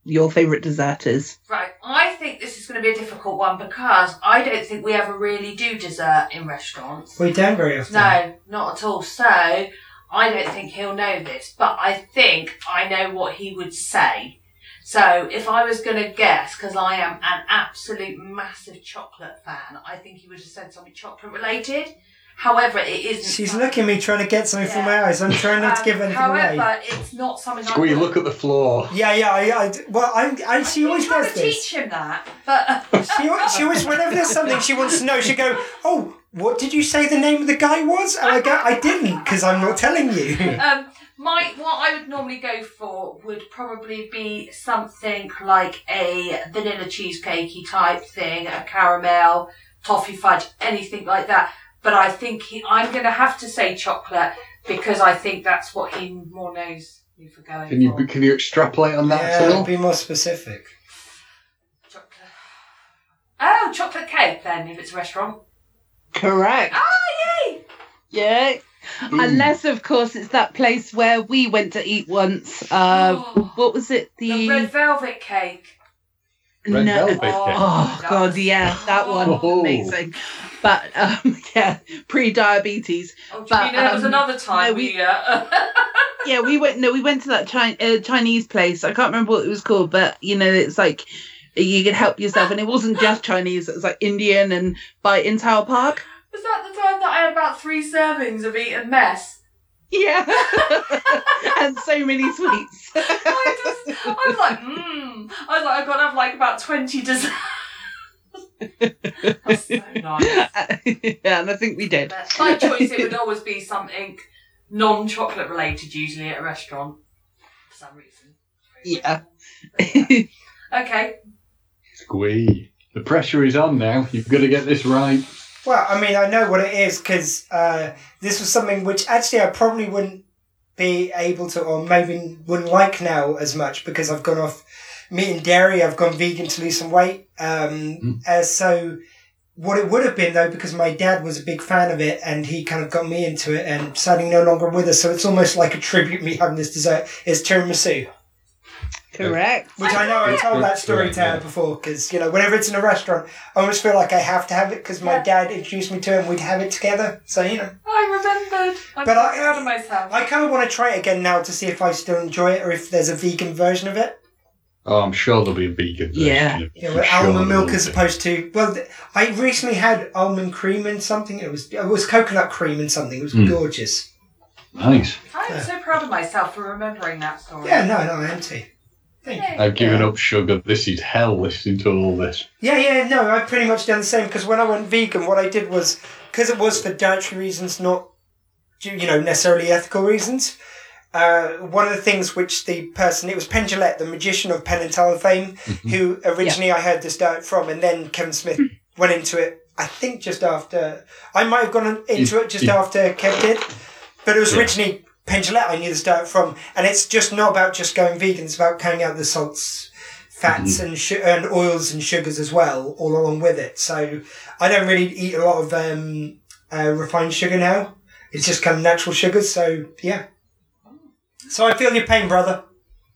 Speaker 2: your favourite dessert is?
Speaker 5: Right, I think this is going to be a difficult one because I don't think we ever really do dessert in restaurants.
Speaker 4: We don't very often.
Speaker 5: No, not at all. So I don't think he'll know this, but I think I know what he would say. So if I was going to guess, because I am an absolute massive chocolate fan, I think he would have said something chocolate related. However, it isn't.
Speaker 4: She's looking at me trying to get something from my eyes. I'm trying not to
Speaker 5: Um,
Speaker 4: give anything
Speaker 5: However,
Speaker 4: away.
Speaker 5: it's not something. I
Speaker 3: Squee,
Speaker 5: would-
Speaker 3: look at the floor.
Speaker 4: Yeah, yeah, I, I well, I'm, I, she
Speaker 5: I've been
Speaker 4: always
Speaker 5: trying
Speaker 4: does
Speaker 5: to
Speaker 4: this.
Speaker 5: teach him that, but
Speaker 4: She, al- she always, whenever there's something she wants to know, she go, "Oh, what did you say the name of the guy was?" And I go, "I didn't, because I'm not telling you."
Speaker 5: Um, my what I would normally go for would probably be something like a vanilla cheesecakey type thing, a caramel, toffee fudge, anything like that. But I think he, I'm going to have to say chocolate because I think that's what he more knows me for going
Speaker 3: Can you
Speaker 5: for.
Speaker 3: can you extrapolate on that at
Speaker 4: Yeah,
Speaker 3: all?
Speaker 4: be more specific.
Speaker 5: chocolate. Oh, chocolate cake then, if it's a restaurant.
Speaker 2: Correct.
Speaker 5: Oh, yay! Mm.
Speaker 2: Yeah. Unless, of course, it's that place where we went to eat once. Uh,
Speaker 5: Oh.
Speaker 2: what was it?
Speaker 5: The
Speaker 2: The,
Speaker 5: red velvet cake.
Speaker 3: Red
Speaker 2: no,
Speaker 3: Velvet cake.
Speaker 2: Oh god, yeah, that one
Speaker 3: Oh.
Speaker 2: amazing. But um, yeah, pre-diabetes.
Speaker 5: Oh, do you
Speaker 2: But,
Speaker 5: mean that was
Speaker 2: um,
Speaker 5: another time
Speaker 2: no, we-
Speaker 5: we. uh,
Speaker 2: Yeah, we went. No, we went to that Chi- uh, Chinese place. I can't remember what it was called, but you know, it's like you could help yourself, and it wasn't just Chinese. It was like Indian and by Intel Park.
Speaker 5: Was that the time that I had about three servings of eaten mess?
Speaker 2: Yeah, and so many sweets.
Speaker 5: I just, I was like, mmm. I was like, I've got to have like about 20 desserts. That's so nice.
Speaker 2: yeah, and I think we did.
Speaker 5: But by choice, it would always be something non chocolate related, usually at a restaurant for some reason.
Speaker 2: Yeah.
Speaker 5: Okay.
Speaker 3: Squee. The pressure is on now. You've got to get this right.
Speaker 4: Well, I mean, I know what it is because uh, this was something which actually I probably wouldn't be able to, or maybe wouldn't like now as much because I've gone off meat and dairy. I've gone vegan to lose some weight. Um, uh, so, what it would have been though, because my dad was a big fan of it and he kind of got me into it, and sadly no longer with us. So it's almost like a tribute me having this dessert is tiramisu,
Speaker 2: Correct.
Speaker 4: which I know I told that story to her before because you know whenever it's in a restaurant, I almost feel like I have to have it because my
Speaker 5: Yeah.
Speaker 4: dad introduced me to it and we'd have it together. So you know.
Speaker 5: I remembered. I'm
Speaker 4: But
Speaker 5: so
Speaker 4: I-
Speaker 5: proud of myself.
Speaker 4: I kind of want to try it again now to see if I still enjoy it or if there's a vegan version of it.
Speaker 3: Oh, I'm sure there'll be a vegan version.
Speaker 2: Yeah.
Speaker 3: of it.
Speaker 4: You know,
Speaker 3: I'm
Speaker 4: where
Speaker 3: sure
Speaker 4: almond
Speaker 3: there
Speaker 4: milk
Speaker 3: will
Speaker 4: as
Speaker 3: be.
Speaker 4: opposed to well, th- I recently had almond cream and something. It was it was coconut cream and something. It was
Speaker 3: Hmm.
Speaker 4: gorgeous.
Speaker 3: Nice.
Speaker 5: I'm so proud of myself for remembering that story.
Speaker 4: Yeah, no, no, I am too. Thank you.
Speaker 5: Yay.
Speaker 3: I've given up sugar. This is hell listening to all this.
Speaker 4: Yeah, yeah, no, I pretty much done the same because when I went vegan, what I did was because it was for dietary reasons, not ju- you know necessarily ethical reasons. Uh, one of the things which the person it was Penn Jillette, the magician of Penn and Teller fame, who originally I heard this diet from, and then Kevin Smith went into it. I think just after I might have gone into
Speaker 3: You-
Speaker 4: it just
Speaker 3: you-
Speaker 4: after Kev did, but it was originally Penn Jillette I knew this diet from, and it's just not about just going vegan; it's about cutting out the salts fats and su- and oils and sugars as well, all along with it. So I don't really eat a lot of um, uh, refined sugar now. It's just kind of natural sugars. So yeah. So I feel your pain, brother.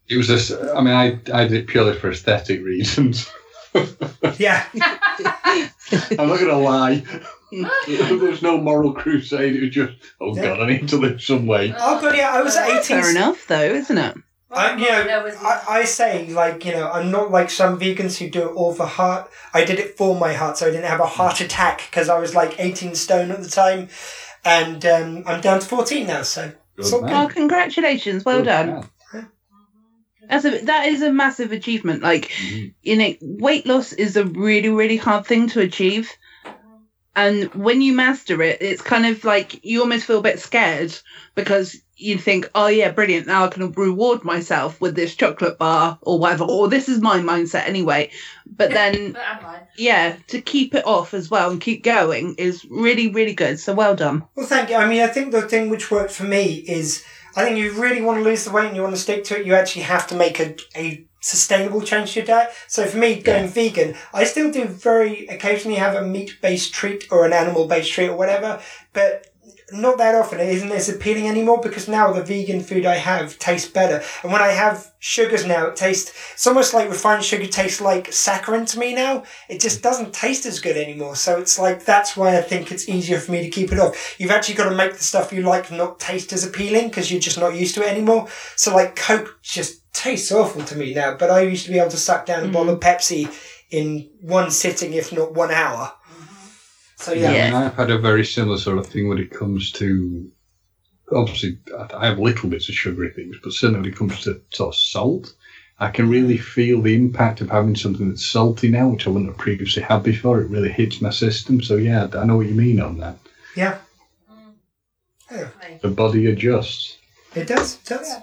Speaker 3: It was just, I mean, I, I did it purely for aesthetic reasons.
Speaker 4: Yeah,
Speaker 3: I'm not going to lie. There's no moral crusade. It was just, oh, God, I need to lose some weight.
Speaker 4: oh god, yeah. I was at eighteen.
Speaker 2: Fair enough, though, isn't it?
Speaker 4: I, you
Speaker 5: Oh, There
Speaker 4: know,
Speaker 5: was-
Speaker 4: I, I say like you know, I'm not like some vegans who do it all for heart. I did it for my heart, so I didn't have a heart attack because I was like 18 stone at the time, and um, I'm down to 14 now. So it's all
Speaker 3: man.
Speaker 4: good.
Speaker 2: Well, congratulations. Well
Speaker 3: Good
Speaker 2: done.
Speaker 3: man.
Speaker 2: That's a that is a massive achievement. Like,
Speaker 3: Mm-hmm.
Speaker 2: you know, weight loss is a really really hard thing to achieve, and when you master it, it's kind of like you almost feel a bit scared because you think, oh yeah, brilliant. Now I can reward myself with this chocolate bar or whatever. Or this is my mindset anyway. But then,
Speaker 5: But am I?
Speaker 2: yeah, to keep it off as well and keep going is really really good. So well done.
Speaker 4: Well, thank you. I mean, I think the thing which worked for me is I think you really want to lose the weight and you want to stick to it, you actually have to make a, a sustainable change to your diet. So for me, going vegan, I still do very occasionally have a meat based treat or an animal based treat or whatever, but not that often. It isn't as appealing anymore because now the vegan food I have tastes better. And when I have sugars now, it tastes, it's almost like refined sugar tastes like saccharin to me now. It just doesn't taste as good anymore. So it's like, that's why I think it's easier for me to keep it off. You've actually got to make the stuff you like not taste as appealing because you're just not used to it anymore. So like Coke just tastes awful to me now, but I used to be able to suck down a bottle of Pepsi in one sitting, if not one hour. So yeah.
Speaker 2: Yeah.
Speaker 3: And I've had a very similar sort of thing when it comes to. Obviously, I- I have little bits of sugary things, but certainly when it comes to sort of salt, I can really feel the impact of having something that's salty now, which I wouldn't have previously had before. It really hits my system. So, yeah, I know what you mean on that.
Speaker 4: Yeah.
Speaker 3: The body adjusts.
Speaker 4: It does. It does.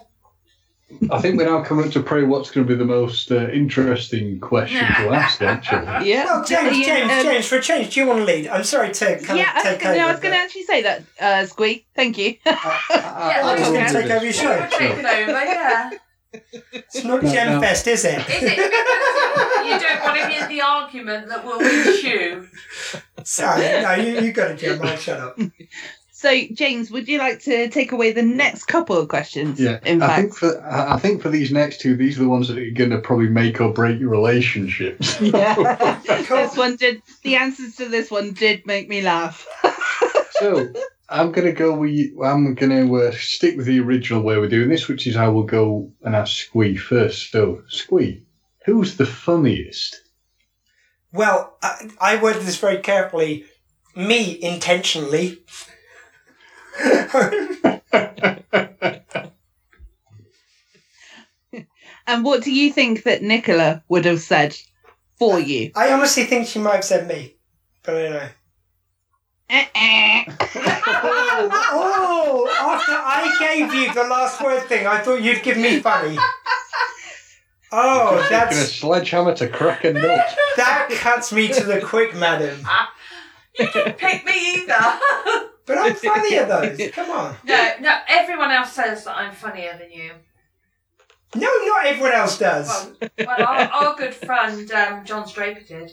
Speaker 3: I think we're now coming up to probably what's going to be the most uh, interesting question to ask, actually.
Speaker 2: Yeah.
Speaker 4: Well, James,
Speaker 2: Yeah,
Speaker 4: James,
Speaker 2: um,
Speaker 4: James, for a change, do you want to lead? I'm sorry to kind
Speaker 2: yeah,
Speaker 4: of
Speaker 2: I,
Speaker 4: take
Speaker 2: no,
Speaker 4: over.
Speaker 2: I was going to
Speaker 4: but-
Speaker 2: actually say that, uh, Squeak. Thank you.
Speaker 5: Yeah,
Speaker 4: I'm
Speaker 5: I was
Speaker 4: just going to
Speaker 5: gonna
Speaker 4: take over your
Speaker 5: We're
Speaker 4: show.
Speaker 5: taking over, yeah.
Speaker 4: It's not
Speaker 3: No, no.
Speaker 4: Gem Fest, is it?
Speaker 5: Is it because you don't want to hear the argument that will ensue?
Speaker 4: Sorry, no, you, you got it, Gem. I'll shut up.
Speaker 2: So, James, would you like to take away the next couple of questions?
Speaker 3: Yeah,
Speaker 2: In
Speaker 3: I
Speaker 2: fact,
Speaker 3: think for I I think for these next two, these are the ones that are going to probably make or break your relationships.
Speaker 2: this one did. The answers to this one did make me laugh.
Speaker 3: so I'm going to go with I'm going to uh, stick with the original way we're doing this, which is I will go and ask Squee first. So Squee, who's the funniest?
Speaker 4: Well, I, I worded this very carefully. Me intentionally. Oh,
Speaker 2: And what do you think that Nicola would have said for you?
Speaker 4: I honestly think she might have said me, but I don't know.
Speaker 2: Eh, eh.
Speaker 4: uh. Oh, after I gave you the last word thing, I thought you'd give me funny. Oh,
Speaker 3: Taking a
Speaker 4: that's
Speaker 3: sledgehammer to crack a nut.
Speaker 4: that cuts me to the quick, madam.
Speaker 5: Ah. You didn't pick me either.
Speaker 4: But I'm funny at those. Come on.
Speaker 5: no, no, everyone else says that I'm funnier than you.
Speaker 4: No, not everyone else does.
Speaker 5: Well, well our, our good friend um, John Straper did.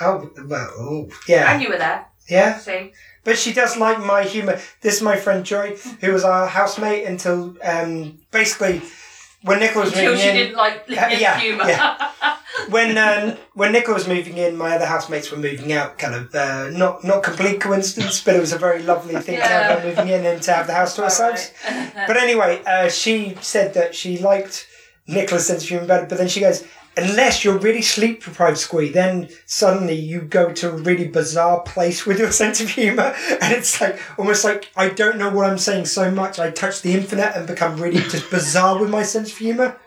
Speaker 4: Oh, well, oh, yeah,
Speaker 5: And you were there,
Speaker 4: yeah.
Speaker 5: see?
Speaker 4: But she does like my humour. This is my friend Joy, who was our housemate until um, basically when Nicola was
Speaker 5: Until
Speaker 4: moving
Speaker 5: she
Speaker 4: in.
Speaker 5: didn't like his
Speaker 4: Uh, yeah,
Speaker 5: humour.
Speaker 4: when um, when Nicola was moving in, my other housemates were moving out. Kind of uh, not not complete coincidence, but it was a very lovely thing to have them moving in and to have the house to ourselves. But anyway, uh, she said that she liked Nicola's sense of humour better, but then she goes, unless you're really sleep deprived, Squee, then suddenly you go to a really bizarre place with your sense of humour, and it's like almost like I don't know what I'm saying so much. I touch the infinite and become really just bizarre with my sense of humour.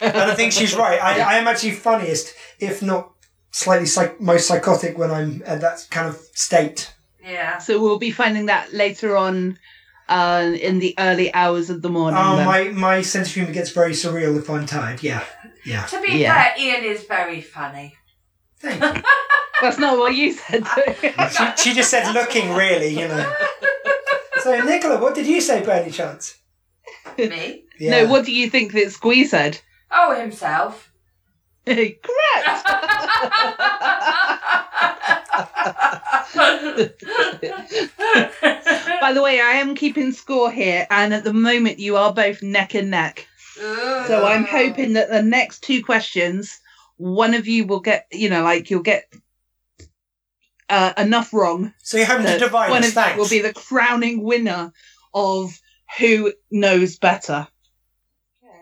Speaker 4: And I think she's right. I, I am actually funniest, if not slightly psych- most psychotic, when I'm at that kind of state.
Speaker 5: yeah.
Speaker 2: So we'll be finding that later on, uh, in the early hours of the morning.
Speaker 4: Oh,
Speaker 2: then.
Speaker 4: my, my sense of humour gets very surreal if I'm tired. Yeah, yeah.
Speaker 5: To be
Speaker 2: Yeah.
Speaker 5: fair, Ian is very funny.
Speaker 4: Thank you.
Speaker 2: That's not what you said.
Speaker 4: she, she just said looking really, you know. So Nicola, what did you say by any chance?
Speaker 5: Me?
Speaker 4: Yeah.
Speaker 2: No, what do you think that Squee said?
Speaker 5: Oh, himself.
Speaker 2: Correct. By the way, I am keeping score here, and at the moment you are both neck and neck.
Speaker 5: Uh-huh.
Speaker 2: So
Speaker 5: Oh,
Speaker 2: I'm hoping that the next two questions, one of you will get, you know, like you'll get uh, enough wrong.
Speaker 4: So you're having to
Speaker 2: that
Speaker 4: divide
Speaker 2: one
Speaker 4: us,
Speaker 2: of you
Speaker 4: thanks.
Speaker 2: will be the crowning winner of who knows better.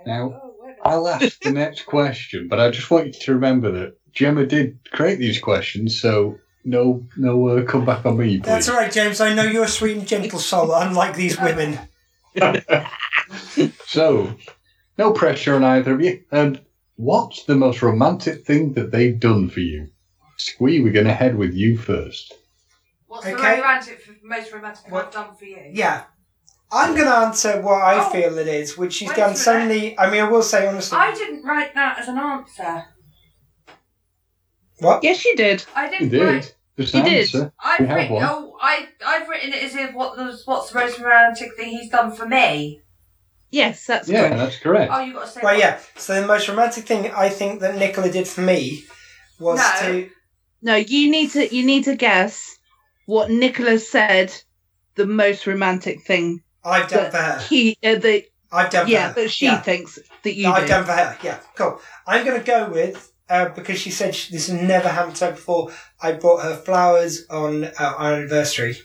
Speaker 3: Now I'll ask the next question, but I just want you to remember that Gemma did create these questions, so no no uh, come back on me, please.
Speaker 4: That's all right, James. I know you're a sweet and gentle soul, unlike these women.
Speaker 3: So, No pressure on either of you. And what's the most romantic thing that they've done for you? Squee, we're going to head with you first.
Speaker 5: What's the
Speaker 4: Okay.
Speaker 5: romantic, most romantic thing
Speaker 4: What-
Speaker 5: I've done for you?
Speaker 4: Yeah. I'm going to answer what I
Speaker 5: Oh.
Speaker 4: feel it is, which she's
Speaker 5: Wait a
Speaker 4: done
Speaker 5: minute.
Speaker 4: suddenly. I mean, I will say honestly.
Speaker 5: I didn't write that as an answer.
Speaker 4: what?
Speaker 2: Yes, you did.
Speaker 5: I didn't
Speaker 3: You did.
Speaker 5: write.
Speaker 3: Just
Speaker 2: You did.
Speaker 3: answer. We
Speaker 5: I've
Speaker 3: have
Speaker 5: written.
Speaker 3: one.
Speaker 5: Oh, I I've written it as if what the what's the most romantic thing he's done for me.
Speaker 2: Yes, that's
Speaker 3: yeah,
Speaker 2: correct.
Speaker 3: that's correct.
Speaker 5: Oh, you got to say.
Speaker 4: Well,
Speaker 5: what-
Speaker 4: yeah. So the most romantic thing I think that Nicola did for me was
Speaker 5: No.
Speaker 4: to.
Speaker 2: No, you need to you need to guess what Nicholas said. The most romantic thing
Speaker 4: I've done for her.
Speaker 2: that he uh, that
Speaker 4: I've done for
Speaker 2: yeah
Speaker 4: her.
Speaker 2: that she
Speaker 4: Yeah.
Speaker 2: thinks that you
Speaker 4: that I've
Speaker 2: did.
Speaker 4: done for her. Yeah, cool. I'm going to go with uh, because she said she, this has never happened to her before. I bought her flowers on uh, our anniversary.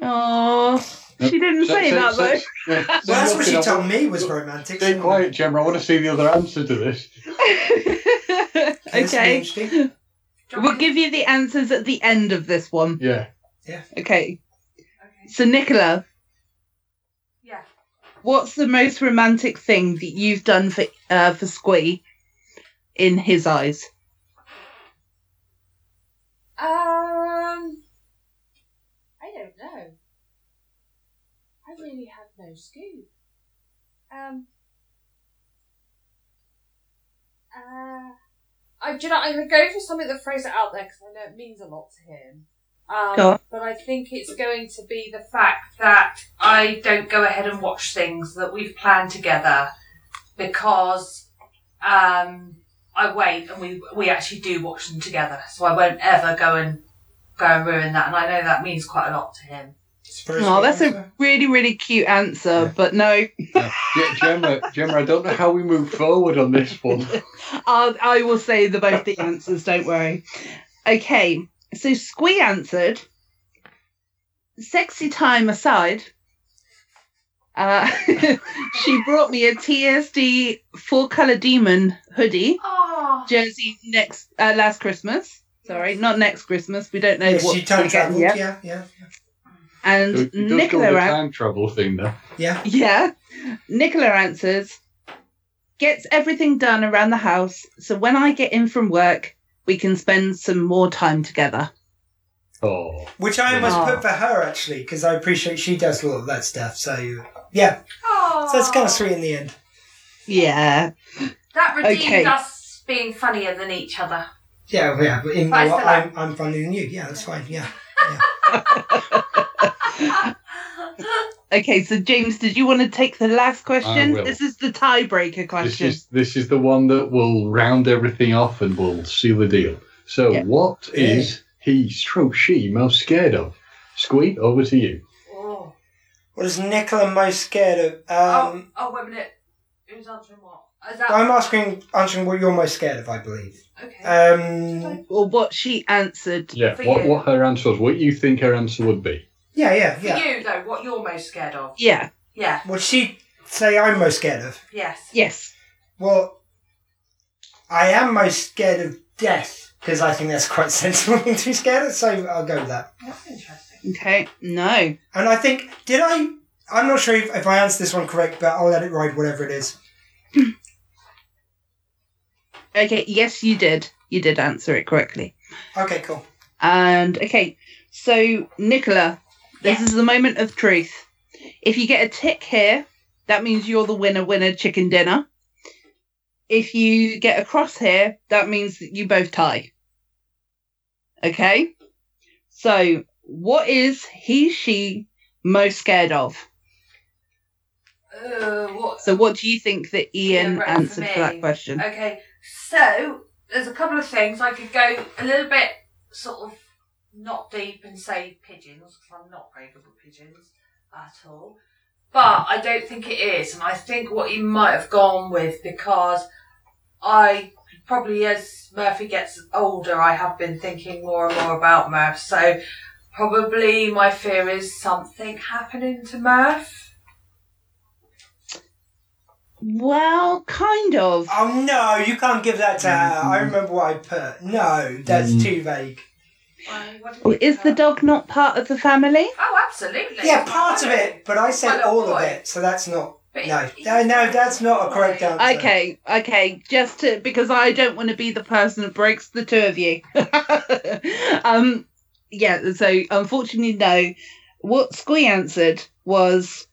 Speaker 2: Oh,
Speaker 3: No,
Speaker 2: she didn't
Speaker 3: so-
Speaker 2: say
Speaker 3: so-
Speaker 2: that
Speaker 3: so-
Speaker 2: though.
Speaker 3: yeah, so
Speaker 4: Well, that's
Speaker 3: you're
Speaker 4: what she
Speaker 3: gonna-
Speaker 4: told me was romantic.
Speaker 3: Stay
Speaker 4: isn't it?
Speaker 3: quiet, Gemma. I want to see the other answer to this.
Speaker 4: This will be
Speaker 2: okay,
Speaker 4: interesting.
Speaker 2: we'll give you the answers at the end of this one.
Speaker 3: Yeah.
Speaker 2: Okay,
Speaker 5: Okay.
Speaker 2: so Nicola,
Speaker 5: Yeah.
Speaker 2: what's the most romantic thing that you've done for uh, for Squee in his eyes?
Speaker 7: Um, I don't know. I really have no scoop. Um, uh, I, do you know, I'm going to go for something that throws it out there because I know it means a lot to him. Um,
Speaker 2: Go on.
Speaker 5: But I think it's going to be the fact that I don't go ahead and watch things that we've planned together because um, I wait and we we actually do watch them together. So I won't ever go and go and ruin that. And I know that means quite a lot to him.
Speaker 4: It's pretty
Speaker 2: Oh, that's
Speaker 4: sweet.
Speaker 2: a really really cute answer, but no,
Speaker 3: Yeah, Ge- Gemma, Gemma, I don't know how we move forward on this one.
Speaker 2: I'll, I will say the both the answers. Don't worry. Okay, so Squee answered. Sexy time aside, uh, she brought me a TSD four color demon hoodie Ah,
Speaker 5: Oh,
Speaker 2: jersey next uh, last Christmas. Sorry, not next Christmas. We don't know
Speaker 4: Yeah,
Speaker 2: what
Speaker 4: she time
Speaker 2: we're getting
Speaker 4: travelled.
Speaker 2: yet.
Speaker 4: Yeah, yeah,
Speaker 3: So
Speaker 2: And
Speaker 3: it does go with
Speaker 2: Nicola,
Speaker 3: the
Speaker 2: an-
Speaker 3: time travel thing, though.
Speaker 4: yeah.
Speaker 2: yeah, Nicola answers, gets everything done around the house. So when I get in from work, we can spend some more time together.
Speaker 3: Oh,
Speaker 4: Which I almost
Speaker 2: Oh.
Speaker 4: put for her actually because I appreciate she does all of that stuff. So yeah,
Speaker 5: oh.
Speaker 4: so that's kind of sweet in the end.
Speaker 2: Yeah.
Speaker 5: That redeemed
Speaker 2: Okay.
Speaker 5: us being funnier than each other.
Speaker 4: Yeah, yeah. But in
Speaker 5: But I
Speaker 4: what,
Speaker 5: still like-
Speaker 4: I'm I'm funnier than you. Yeah, that's fine. Yeah.
Speaker 2: Okay, so James, did you want to take the last question?
Speaker 3: will.
Speaker 2: This is the tiebreaker
Speaker 3: this
Speaker 2: question.
Speaker 3: is this is the one that will round everything off and will seal the deal. So,
Speaker 2: Yeah.
Speaker 3: what is he stroke she most scared of? Squeak, over to you.
Speaker 5: Oh.
Speaker 4: What is Nicola most scared of? Um,
Speaker 5: oh, oh, wait a minute. Who's answering what? Is that...
Speaker 4: I'm asking, answering what you're most scared of, I believe.
Speaker 5: Oh, Okay.
Speaker 4: Um,
Speaker 2: Or what she answered.
Speaker 3: Yeah.
Speaker 5: For
Speaker 3: What
Speaker 5: you.
Speaker 3: what her answer was? What you think her answer would be?
Speaker 4: yeah, yeah,
Speaker 5: For
Speaker 4: yeah.
Speaker 5: you, though, what you're most scared of?
Speaker 2: Yeah.
Speaker 5: Yeah.
Speaker 4: Would she say I'm most scared of?
Speaker 5: Yes.
Speaker 2: Yes.
Speaker 4: Well, I am most scared of death because I think that's quite sensible thing to be scared of. So I'll go with that.
Speaker 5: That's interesting.
Speaker 2: Okay. No.
Speaker 4: And I think, did I? I'm not sure if, if I answered this one correct, but I'll let it ride, whatever it is.
Speaker 2: Okay. Yes, you did. You did answer it correctly.
Speaker 4: Okay, cool.
Speaker 2: And okay, so Nicola, this
Speaker 5: Yeah.
Speaker 2: is the moment of truth. If you get a tick here, that means you're the winner, winner, chicken dinner. If you get a cross here, that means that you both tie. Okay? So, what is he, she most scared of?
Speaker 5: Uh, what?
Speaker 2: So, what do you think that Ian
Speaker 5: Yeah, right, for
Speaker 2: answered for, that
Speaker 5: me.
Speaker 2: question?
Speaker 5: Okay, so there's a couple of things. I could go a little bit sort of not deep and say pigeons, because I'm not very good with pigeons at all. But I don't think it is, and I think what he might have gone with because I probably as Murphy gets older, I have been thinking more and more about Murph. So probably my fear is something happening to Murph.
Speaker 2: Well, kind of.
Speaker 4: Oh no, you can't give that to her.
Speaker 3: Mm-hmm.
Speaker 4: I remember what I put. No, that's too vague.
Speaker 5: Um, what did
Speaker 2: Well,
Speaker 5: he
Speaker 2: Is the
Speaker 5: put?
Speaker 2: dog not part of the family?
Speaker 5: Oh, absolutely.
Speaker 4: Yeah, part of it, but I
Speaker 5: My
Speaker 4: said
Speaker 5: little
Speaker 4: all of
Speaker 5: boy.
Speaker 4: it, so that's not.
Speaker 7: But
Speaker 4: No, no, no, that's not a correct answer.
Speaker 2: Okay, okay, just to because I don't want to be the person that breaks the two of you. um, yeah. So unfortunately, no. What Squee answered was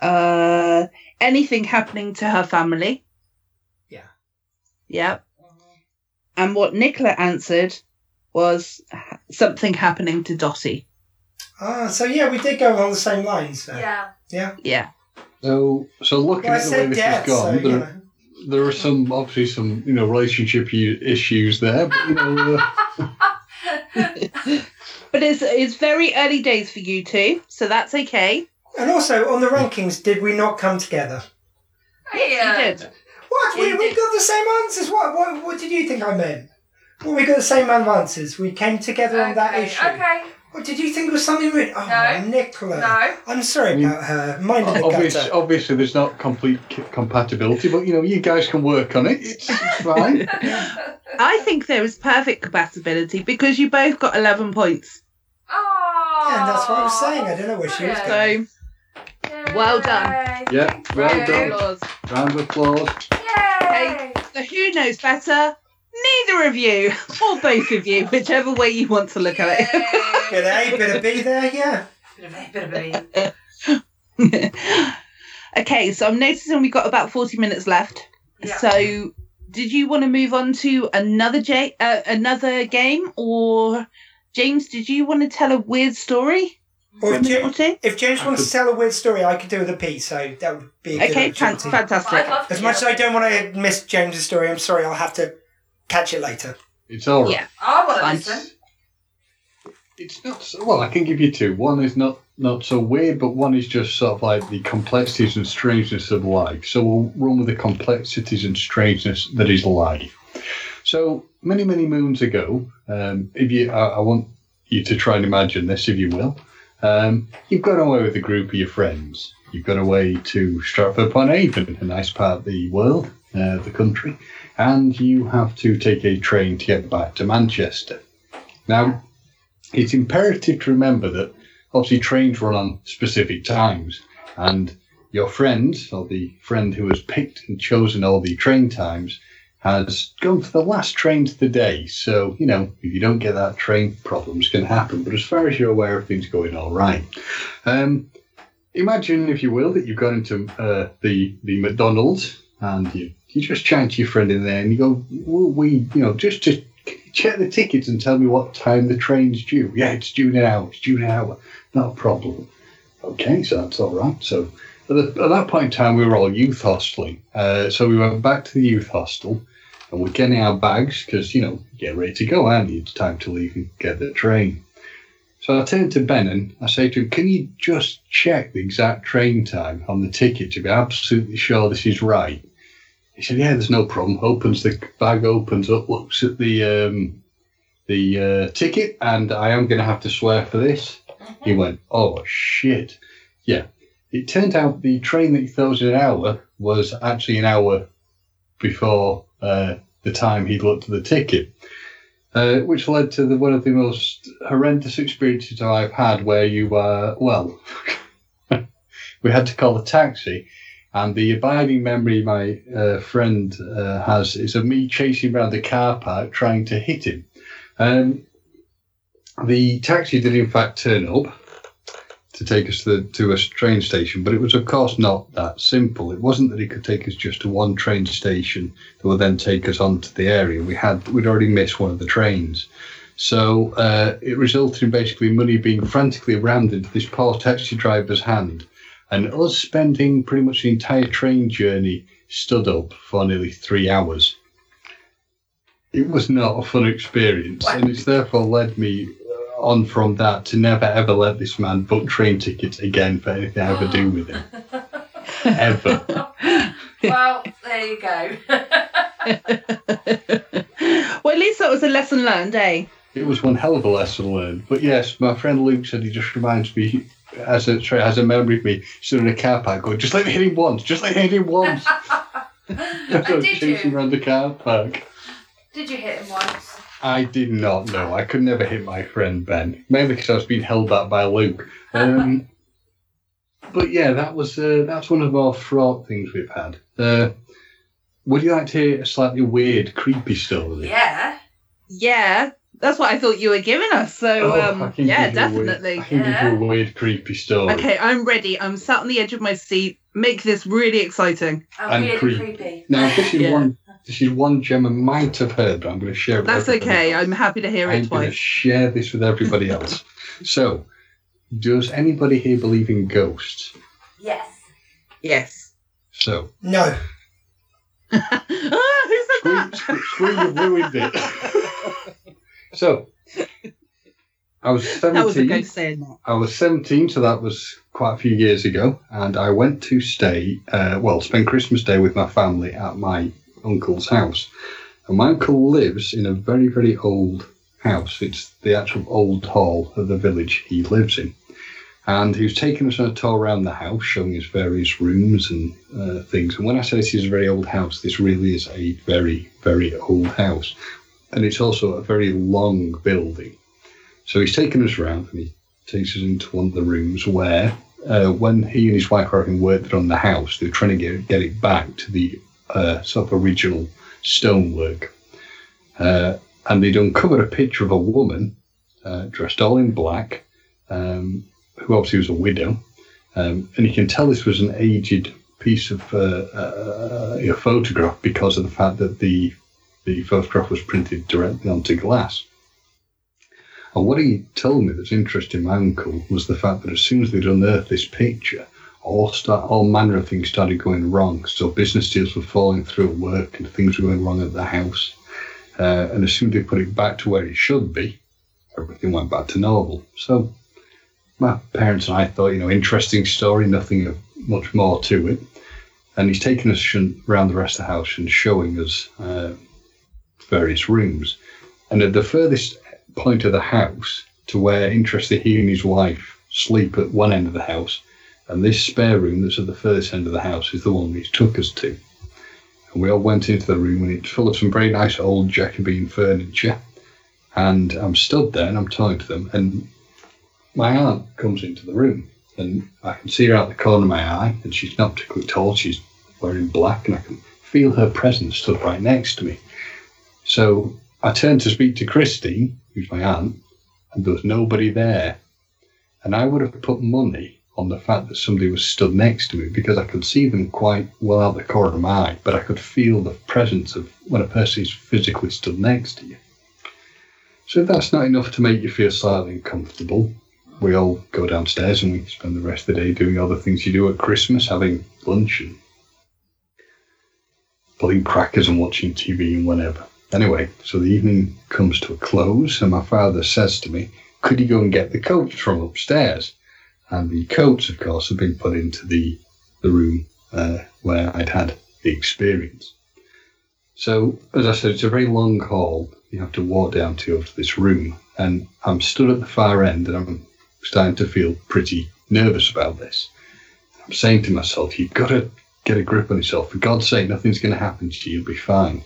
Speaker 2: uh, anything happening to her family.
Speaker 4: Yeah. Mm-hmm.
Speaker 2: Yep. And what Nicola answered was something happening to Dottie.
Speaker 4: Ah, so yeah, we did go along the same lines. So.
Speaker 5: Yeah.
Speaker 4: Yeah.
Speaker 2: Yeah.
Speaker 3: So, so looking
Speaker 4: Well, I
Speaker 3: at the way
Speaker 4: said
Speaker 3: this
Speaker 4: death,
Speaker 3: has gone,
Speaker 4: so you
Speaker 3: there,
Speaker 4: know.
Speaker 3: there are some obviously some you know relationship i- issues there. But, you know, uh,
Speaker 2: But it's it's very early days for you two, so that's okay.
Speaker 4: And also on the rankings, did we not come together?
Speaker 5: Yeah.
Speaker 2: You did.
Speaker 4: What? We,
Speaker 2: You
Speaker 4: we
Speaker 2: did.
Speaker 4: got the same answers. What, what What did you think I meant? Well, we got the same amount of answers. We came together on that
Speaker 5: Okay,
Speaker 4: issue.
Speaker 5: okay.
Speaker 4: What did you think was something weird? Oh,
Speaker 5: No.
Speaker 4: Nicola.
Speaker 5: No.
Speaker 4: I'm sorry about her. Mind in the
Speaker 3: obvious,
Speaker 4: gutter.
Speaker 3: obviously, there's not complete c- compatibility, but you know, you guys can work on it. It's, it's fine.
Speaker 2: I think there is perfect compatibility because you both got eleven points.
Speaker 5: Oh.
Speaker 4: Yeah, and that's what I was saying. I don't know where she was going.
Speaker 2: So Well done.
Speaker 3: yeah, well
Speaker 5: Yay.
Speaker 3: done.
Speaker 2: applause.
Speaker 3: Round of applause.
Speaker 5: Yay.
Speaker 2: So who knows better? Neither of you, or both of you, whichever way you want to look at
Speaker 5: Yay.
Speaker 4: Bit of A, bit of B there, yeah.
Speaker 5: Bit of a- bit of a-
Speaker 2: it. okay, so I'm noticing we've got about 40 minutes left.
Speaker 5: Yeah.
Speaker 2: So did you want to move on to another J- uh, another game, or James, did you want to tell a weird story?
Speaker 4: Or if,
Speaker 2: from your
Speaker 4: James,
Speaker 2: team?
Speaker 4: if James wants to tell a weird story, I could do with a P, so that would be a good
Speaker 2: Okay, fan-
Speaker 4: opportunity.
Speaker 5: But I'd
Speaker 2: fantastic.
Speaker 5: love to
Speaker 4: As
Speaker 5: hear
Speaker 4: much as I
Speaker 5: it.
Speaker 4: don't want to miss James's story, I'm sorry, I'll have to catch it later.
Speaker 3: It's all right.
Speaker 2: Yeah.
Speaker 5: I want to
Speaker 2: Fine.
Speaker 5: listen.
Speaker 3: It's not so, well. I can give you two. One is not not so weird, but one is just sort of like the complexities and strangeness of life. So we'll run with the complexities and strangeness that is life. So many many moons ago, um, if you, I, I want you to try and imagine this, if you will. Um, you've gone away with a group of your friends. You've gone away to Stratford upon Avon, a nice part of the world, uh, the country, and you have to take a train to get back to Manchester. Now, it's imperative to remember that obviously trains run on specific times, and your friend or the friend who has picked and chosen all the train times has gone for the last train to the day. So you know if you don't get that train, problems can happen. But as far as you're aware, everything's going all right. Um, imagine, if you will, that you've gone into uh, the the McDonald's and you you just chant to your friend in there and you go, "Will we, you know, just to check the tickets and tell me what time the train's due. Yeah, it's due now. It's due now. Not a problem. Okay, so that's all right. So at, the, at that point in time, we were all youth hosteling. Uh, so we went back to the youth hostel and we're getting our bags because, you know, get ready to go, aren't you? It's time to leave and get the train. So I turn to Ben and I say to him, Can you just check the exact train time on the ticket to be absolutely sure this is right? He said, "Yeah, there's no problem." Opens the bag, opens up, looks at the um, the uh, ticket, and I am going to have to swear for this. He went, "Oh shit, yeah." It turned out the train that he thought was an hour was actually an hour before uh, the time he'd looked at the ticket, uh, which led to the, one of the most horrendous experiences I've had, where you uh, well, we had to call a taxi. And the abiding memory my uh, friend uh, has is of me chasing around the car park trying to hit him. Um, the taxi did, in fact, turn up to take us to, the, to a train station, but it was, of course, not that simple. It wasn't that it could take us just to one train station that would then take us onto the area. We had we'd already missed one of the trains. So uh, it resulted in basically money being frantically rammed into this poor taxi driver's hand and us spending pretty much the entire train journey stood up for nearly three hours. It was not a fun experience, and it's therefore led me uh, on from that to never ever let this man book train tickets again for anything I ever do with him. ever.
Speaker 5: Well, there you go.
Speaker 2: well, at least that was a lesson learned, eh?
Speaker 3: It was one hell of a lesson learned. But yes, my friend Luke said he just reminds me, as a, sorry, has a memory of me sitting in a car park going, just let me hit him once, just let me hit him once.
Speaker 5: And
Speaker 3: So
Speaker 5: did
Speaker 3: chasing
Speaker 5: you?
Speaker 3: around the car park.
Speaker 5: Did you hit him once?
Speaker 3: I did not know. I could never hit my friend Ben, mainly because I was being held back by Luke. Um, But yeah, that was uh, that's one of our fraught things we've had. Uh, would you like to hear a slightly weird, creepy story?
Speaker 5: Yeah.
Speaker 2: Yeah, that's what I thought you were giving us. So,
Speaker 3: Oh, I
Speaker 2: um,
Speaker 3: can
Speaker 2: yeah,
Speaker 3: give you a weird-
Speaker 2: definitely.
Speaker 3: I can give you a weird, creepy story.
Speaker 2: Okay, I'm ready. I'm sat on the edge of my seat. Make this really exciting.
Speaker 5: And,
Speaker 3: And
Speaker 5: weird and
Speaker 3: creepy.
Speaker 5: creepy.
Speaker 3: Now, this is
Speaker 2: Yeah.
Speaker 3: one. This is one Gemma might have heard, but I'm going to share it. with
Speaker 2: That's
Speaker 3: everybody.
Speaker 2: okay. I'm happy to hear
Speaker 3: I'm
Speaker 2: it
Speaker 3: going to
Speaker 2: twice.
Speaker 3: share this with everybody else. so, does anybody here believe in ghosts?
Speaker 5: Yes.
Speaker 2: Yes.
Speaker 3: So,
Speaker 4: No.
Speaker 2: ah, who said that?
Speaker 3: screw, screw, screw you ruined it. so, I was
Speaker 2: That was a
Speaker 3: 17.
Speaker 2: ghost saying that.
Speaker 3: I was 17, so that was quite a few years ago. And I went to stay, uh, well, spend Christmas Day with my family at my uncle's house. And my uncle lives in a very, very old house. It's the actual old hall of the village he lives in. And he was taking us on a tour around the house, showing us various rooms and uh, things. And when I say this is a very old house, this really is a very, very old house. And it's also a very long building. So he's taken us around and he takes us into one of the rooms where, uh, when he and his wife were having worked on the house, they were trying to get, get it back to the uh, sort of original stonework. Uh, and they'd uncovered a picture of a woman uh, dressed all in black, um, who obviously was a widow. Um, and you can tell this was an aged piece of uh, uh, uh, photograph because of the fact that the the photograph was printed directly onto glass. And what he told me that's interesting, my uncle, was the fact that as soon as they'd unearthed this picture, all start, all manner of things started going wrong. So business deals were falling through at work and things were going wrong at the house. Uh, and as soon as they put it back to where it should be, everything went back to normal. So my parents and I thought, you know, interesting story, nothing of much more to it. And he's taking us shun- around the rest of the house and showing us uh, various rooms. And at the furthest point of the house to where, interestingly, he and his wife sleep at one end of the house, and this spare room that's at the furthest end of the house is the one he took us to. And we all went into the room, and it's full of some very nice old Jacobean furniture. And I'm stood there and I'm talking to them, and my aunt comes into the room, and I can see her out the corner of my eye, and she's not particularly tall, she's wearing black, and I can feel her presence stood right next to me. So I turned to speak to Christine, who's my aunt, and there was nobody there. And I would have put money on the fact that somebody was stood next to me because I could see them quite well out the corner of my eye, but I could feel the presence of when a person is physically stood next to you. So if that's not enough to make you feel slightly uncomfortable, we all go downstairs and we spend the rest of the day doing all the things you do at Christmas, having lunch and pulling crackers and watching TV and whatever. Anyway, so the evening comes to a close, and my father says to me, Could you go and get the coats from upstairs? And the coats, of course, had been put into the, the room uh, where I'd had the experience. So, as I said, it's a very long hall you have to walk down to of this room, and I'm stood at the far end, and I'm starting to feel pretty nervous about this. I'm saying to myself, You've got to get a grip on yourself. For God's sake, nothing's going to happen to you. You'll be fine.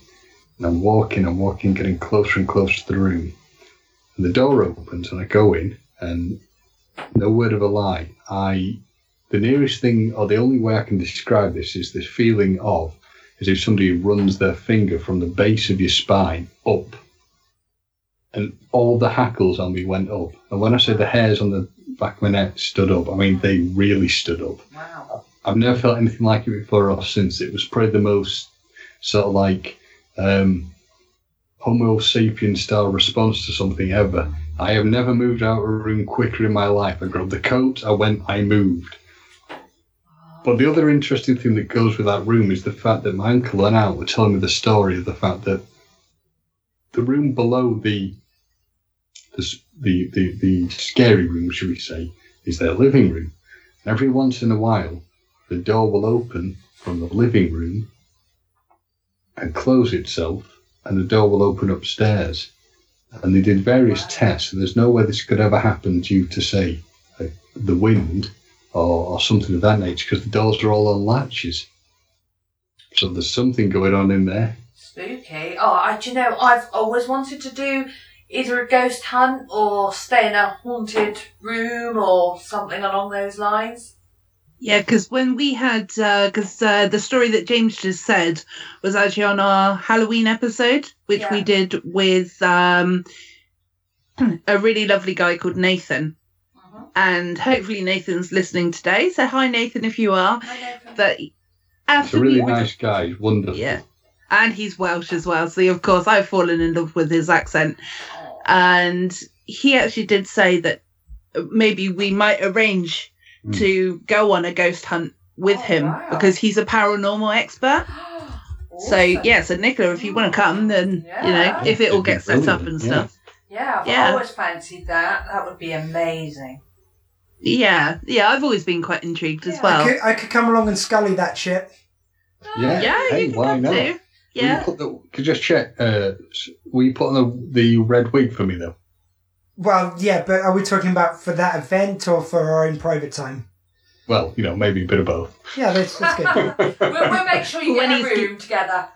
Speaker 3: And I'm walking, I'm walking, getting closer and closer to the room. And the door opens and I go in, and no word of a lie. I, the nearest thing, or the only way I can describe this is this feeling of as if somebody runs their finger from the base of your spine up. And all the hackles on me went up. And when I say the hairs on the back of my neck stood up, I mean, they really stood up.
Speaker 5: Wow.
Speaker 3: I've never felt anything like it before or since. It was probably the most sort of like um, Homo sapien style response to something ever. I have never moved out of a room quicker in my life. I grabbed the coat, I went, I moved. But the other interesting thing that goes with that room is the fact that my uncle and aunt were telling me the story of the fact that the room below the the s- the the, the scary room, should we say, is their living room. And every once in a while, the door will open from the living room and close itself, and the door will open upstairs. And they did various tests, and there's no way this could ever happen due to, say, uh, the wind or, or something of that nature, because the doors are all on latches. So there's something going on in there.
Speaker 5: Spooky. Oh, I, do you know, I've always wanted to do either a ghost hunt or stay in a haunted room or something along those lines.
Speaker 2: Yeah, because when we had, because uh, the story that James just said was actually on our Halloween episode, which we
Speaker 5: Yeah.
Speaker 2: did with um, a really lovely guy called Nathan. And hopefully Nathan's listening today. So hi Nathan, if you are. But
Speaker 3: It's a
Speaker 2: after
Speaker 3: really
Speaker 2: we-
Speaker 3: nice guy. He's wonderful.
Speaker 2: yeah. And he's Welsh as well. So, of course, I've fallen in love with his accent. And he actually did say that maybe we might arrange
Speaker 3: Hmm.
Speaker 2: to go on a ghost hunt with him because he's a paranormal expert. So, yeah, so Nicola, if you want to come, then, you know,
Speaker 5: Yeah.
Speaker 2: if it all
Speaker 3: It'd be
Speaker 2: gets set up and
Speaker 3: brilliant,
Speaker 2: stuff.
Speaker 5: Yeah, I've
Speaker 2: Yeah.
Speaker 5: always fancied that. That would be amazing.
Speaker 2: Yeah, yeah, I've always been quite intrigued as well.
Speaker 4: I could, I could come along and scully that shit.
Speaker 3: Yeah.
Speaker 2: Yeah,
Speaker 3: hey,
Speaker 2: you can
Speaker 3: why
Speaker 2: come
Speaker 3: not?
Speaker 2: too.
Speaker 3: Will you
Speaker 2: Yeah.
Speaker 3: put the, could you just check. Uh, s- will you put on the, the red wig for me though?
Speaker 4: Well, yeah, but are we talking about for that event or for our own private time?
Speaker 3: Well, you know, maybe a bit of both.
Speaker 4: Yeah, that's, that's good.
Speaker 5: We'll, we'll make sure you
Speaker 2: When
Speaker 5: get a
Speaker 2: he's-
Speaker 5: room together.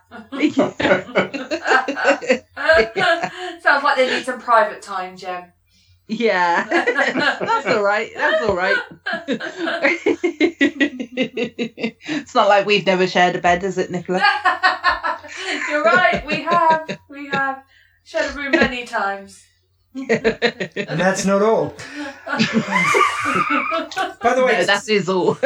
Speaker 2: yeah.
Speaker 5: Sounds like they need some private time, Jem.
Speaker 2: That's all right. That's all right. it's not like we've never shared a bed, is it, Nicola?
Speaker 5: You're right. We have. We have shared a room many times.
Speaker 4: and that's not all.
Speaker 5: Oh,
Speaker 4: By the way,
Speaker 2: No, that is all.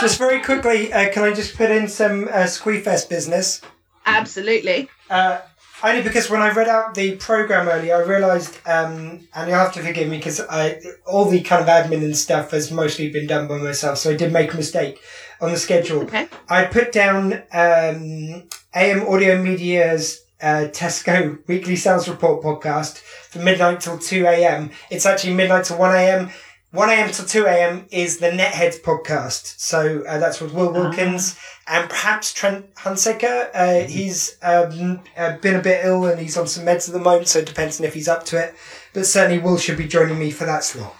Speaker 4: just very quickly, uh, can I just put in some uh, Squeefest business?
Speaker 2: Absolutely.
Speaker 4: Uh, only because when I read out the program earlier, I realised, um, and you'll have to forgive me because I all the kind of admin and stuff has mostly been done by myself, so I did make a mistake on the schedule.
Speaker 2: Okay.
Speaker 4: I put down um, AM Audio Media's uh, Tesco Weekly Sales Report podcast from midnight till 2 a.m. It's actually midnight till 1 a.m. 1 a.m. till 2 a.m. is the Netheads podcast. So uh, that's with Will Wilkins
Speaker 2: Ah.
Speaker 4: and perhaps Trent Hunsaker. Uh,
Speaker 2: Mm-hmm.
Speaker 4: he's um, uh, been a bit ill and he's on some meds at the moment, so it depends on if he's up to it. But certainly Will should be joining me for that slot.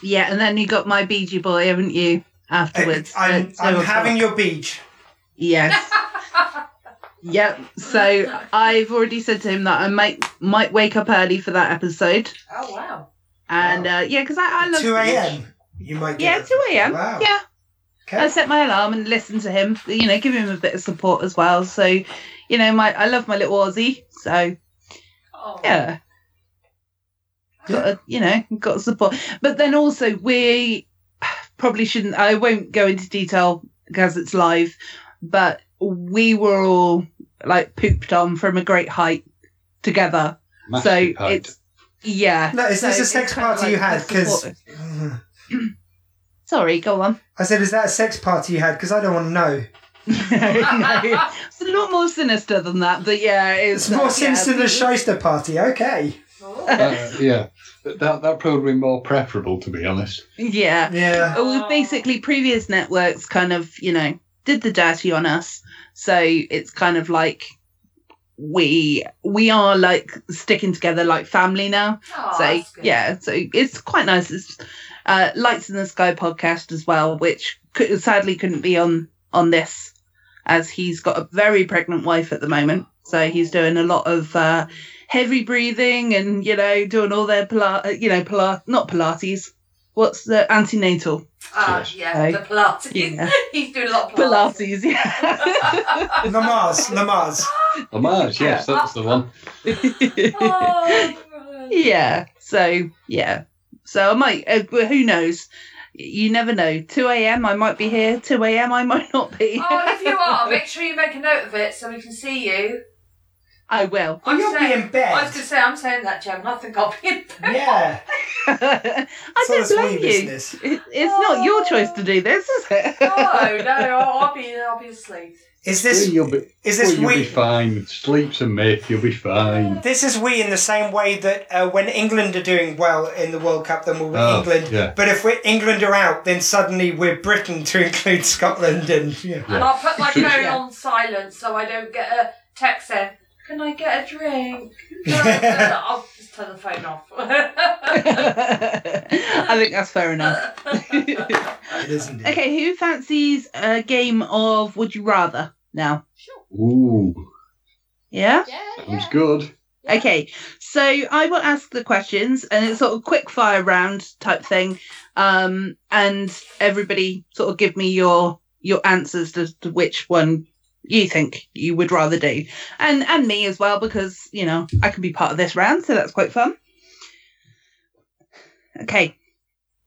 Speaker 2: Yeah, and then you got my BG boy, haven't you? Afterwards.
Speaker 4: I'm,
Speaker 2: at two
Speaker 4: I'm
Speaker 2: o'clock.
Speaker 4: having your beach.
Speaker 2: Yes. yep. So I've already said to him that I might might wake up early for that episode,
Speaker 5: Oh wow.
Speaker 2: and uh, yeah, because I, I love
Speaker 4: 2 a.m. You might get
Speaker 2: Yeah,
Speaker 4: it.
Speaker 2: two a.m.
Speaker 4: Wow.
Speaker 2: Yeah. I
Speaker 4: Okay.
Speaker 2: set my alarm and listened to him. You know, give him a bit of support as well. So, you know, my I love my little Aussie. So
Speaker 5: Oh.
Speaker 2: yeah, got to, you know got to support. But then also we probably shouldn't. I won't go into detail because it's live. But we were all like pooped on from a great height together.
Speaker 3: Massive
Speaker 2: so
Speaker 3: height.
Speaker 2: it's yeah.
Speaker 4: No, is
Speaker 2: So
Speaker 4: this a
Speaker 2: it's
Speaker 4: sex
Speaker 2: kind of
Speaker 4: party you
Speaker 2: like
Speaker 4: had?
Speaker 2: the
Speaker 4: Because
Speaker 2: support. sorry, go on.
Speaker 4: I said, is that a sex party you had? Because I don't want to know.
Speaker 2: it's a lot more sinister than that, but yeah, it's, uh,
Speaker 4: It's more
Speaker 2: yeah,
Speaker 4: sinister than a
Speaker 2: we-
Speaker 4: shyster party. Okay.
Speaker 5: Oh.
Speaker 3: Uh, yeah, that that probably would be more preferable to be honest.
Speaker 2: Yeah.
Speaker 4: Yeah.
Speaker 2: Uh,
Speaker 5: Oh.
Speaker 2: Well, basically, previous networks kind of, you know, did the dirty on us. So it's kind of like we we are like sticking together like family now.
Speaker 5: Oh,
Speaker 2: so
Speaker 5: that's good.
Speaker 2: yeah, so it's quite nice. It's uh, Lights in the Sky podcast as well, which could, sadly couldn't be on on this as he's got a very pregnant wife at the moment. So he's
Speaker 5: Oh.
Speaker 2: doing a lot of uh, heavy breathing and you know doing all their pila- you know pila- not Pilates. What's the antenatal?
Speaker 5: Ah, yeah.
Speaker 2: Hey.
Speaker 5: The Pilates.
Speaker 2: Yeah.
Speaker 5: He's doing a lot of Pilates.
Speaker 2: Pilates, yeah.
Speaker 4: Lamars, Lamars.
Speaker 3: Lamars, yes, that's the one.
Speaker 5: Oh,
Speaker 2: yeah. So yeah. So I might. Uh, well, who knows? You never know. Two a.m. I might be here. Two a.m. I might not be.
Speaker 5: Oh, and if you are, make sure you make a note of it so we can see you.
Speaker 2: I will.
Speaker 4: Well,
Speaker 5: I'm
Speaker 4: you'll be
Speaker 5: saying-
Speaker 4: in bed.
Speaker 5: I was going to say, I'm saying that, Jem. and I think I'll be in bed.
Speaker 4: Yeah.
Speaker 2: I
Speaker 4: So
Speaker 2: don't
Speaker 4: it's me
Speaker 2: blame you.
Speaker 4: business.
Speaker 2: It, it's not your choice to do this, is it?
Speaker 5: No, no, I'll, I'll be, I'll be asleep.
Speaker 4: Is this
Speaker 3: you'll be,
Speaker 4: is this
Speaker 3: you'll be
Speaker 4: we?
Speaker 3: fine. Sleep's a myth. You'll be fine.
Speaker 4: This is we in the same way that uh, when England are doing well in the World Cup, then we'll be
Speaker 3: Oh,
Speaker 4: England.
Speaker 3: yeah.
Speaker 4: But if we're England are out, then suddenly we're Britain to include Scotland and yeah.
Speaker 5: And I'll put my phone
Speaker 2: Yeah.
Speaker 5: on silent so I don't get a text saying, Can I get a drink? I'll just turn the phone off.
Speaker 2: I think that's fair enough.
Speaker 4: It isn't. It?
Speaker 2: okay, who fancies a game of Would You Rather now?
Speaker 3: Ooh,
Speaker 2: Yeah?
Speaker 7: Yeah,
Speaker 3: sounds
Speaker 7: yeah.
Speaker 3: good.
Speaker 2: Okay, so I will ask the questions, and it's sort of quick fire round type thing, um, and everybody sort of give me your your answers to, to which one you think you would rather do, and and me as well because you know I can be part of this round, so that's quite fun. Okay,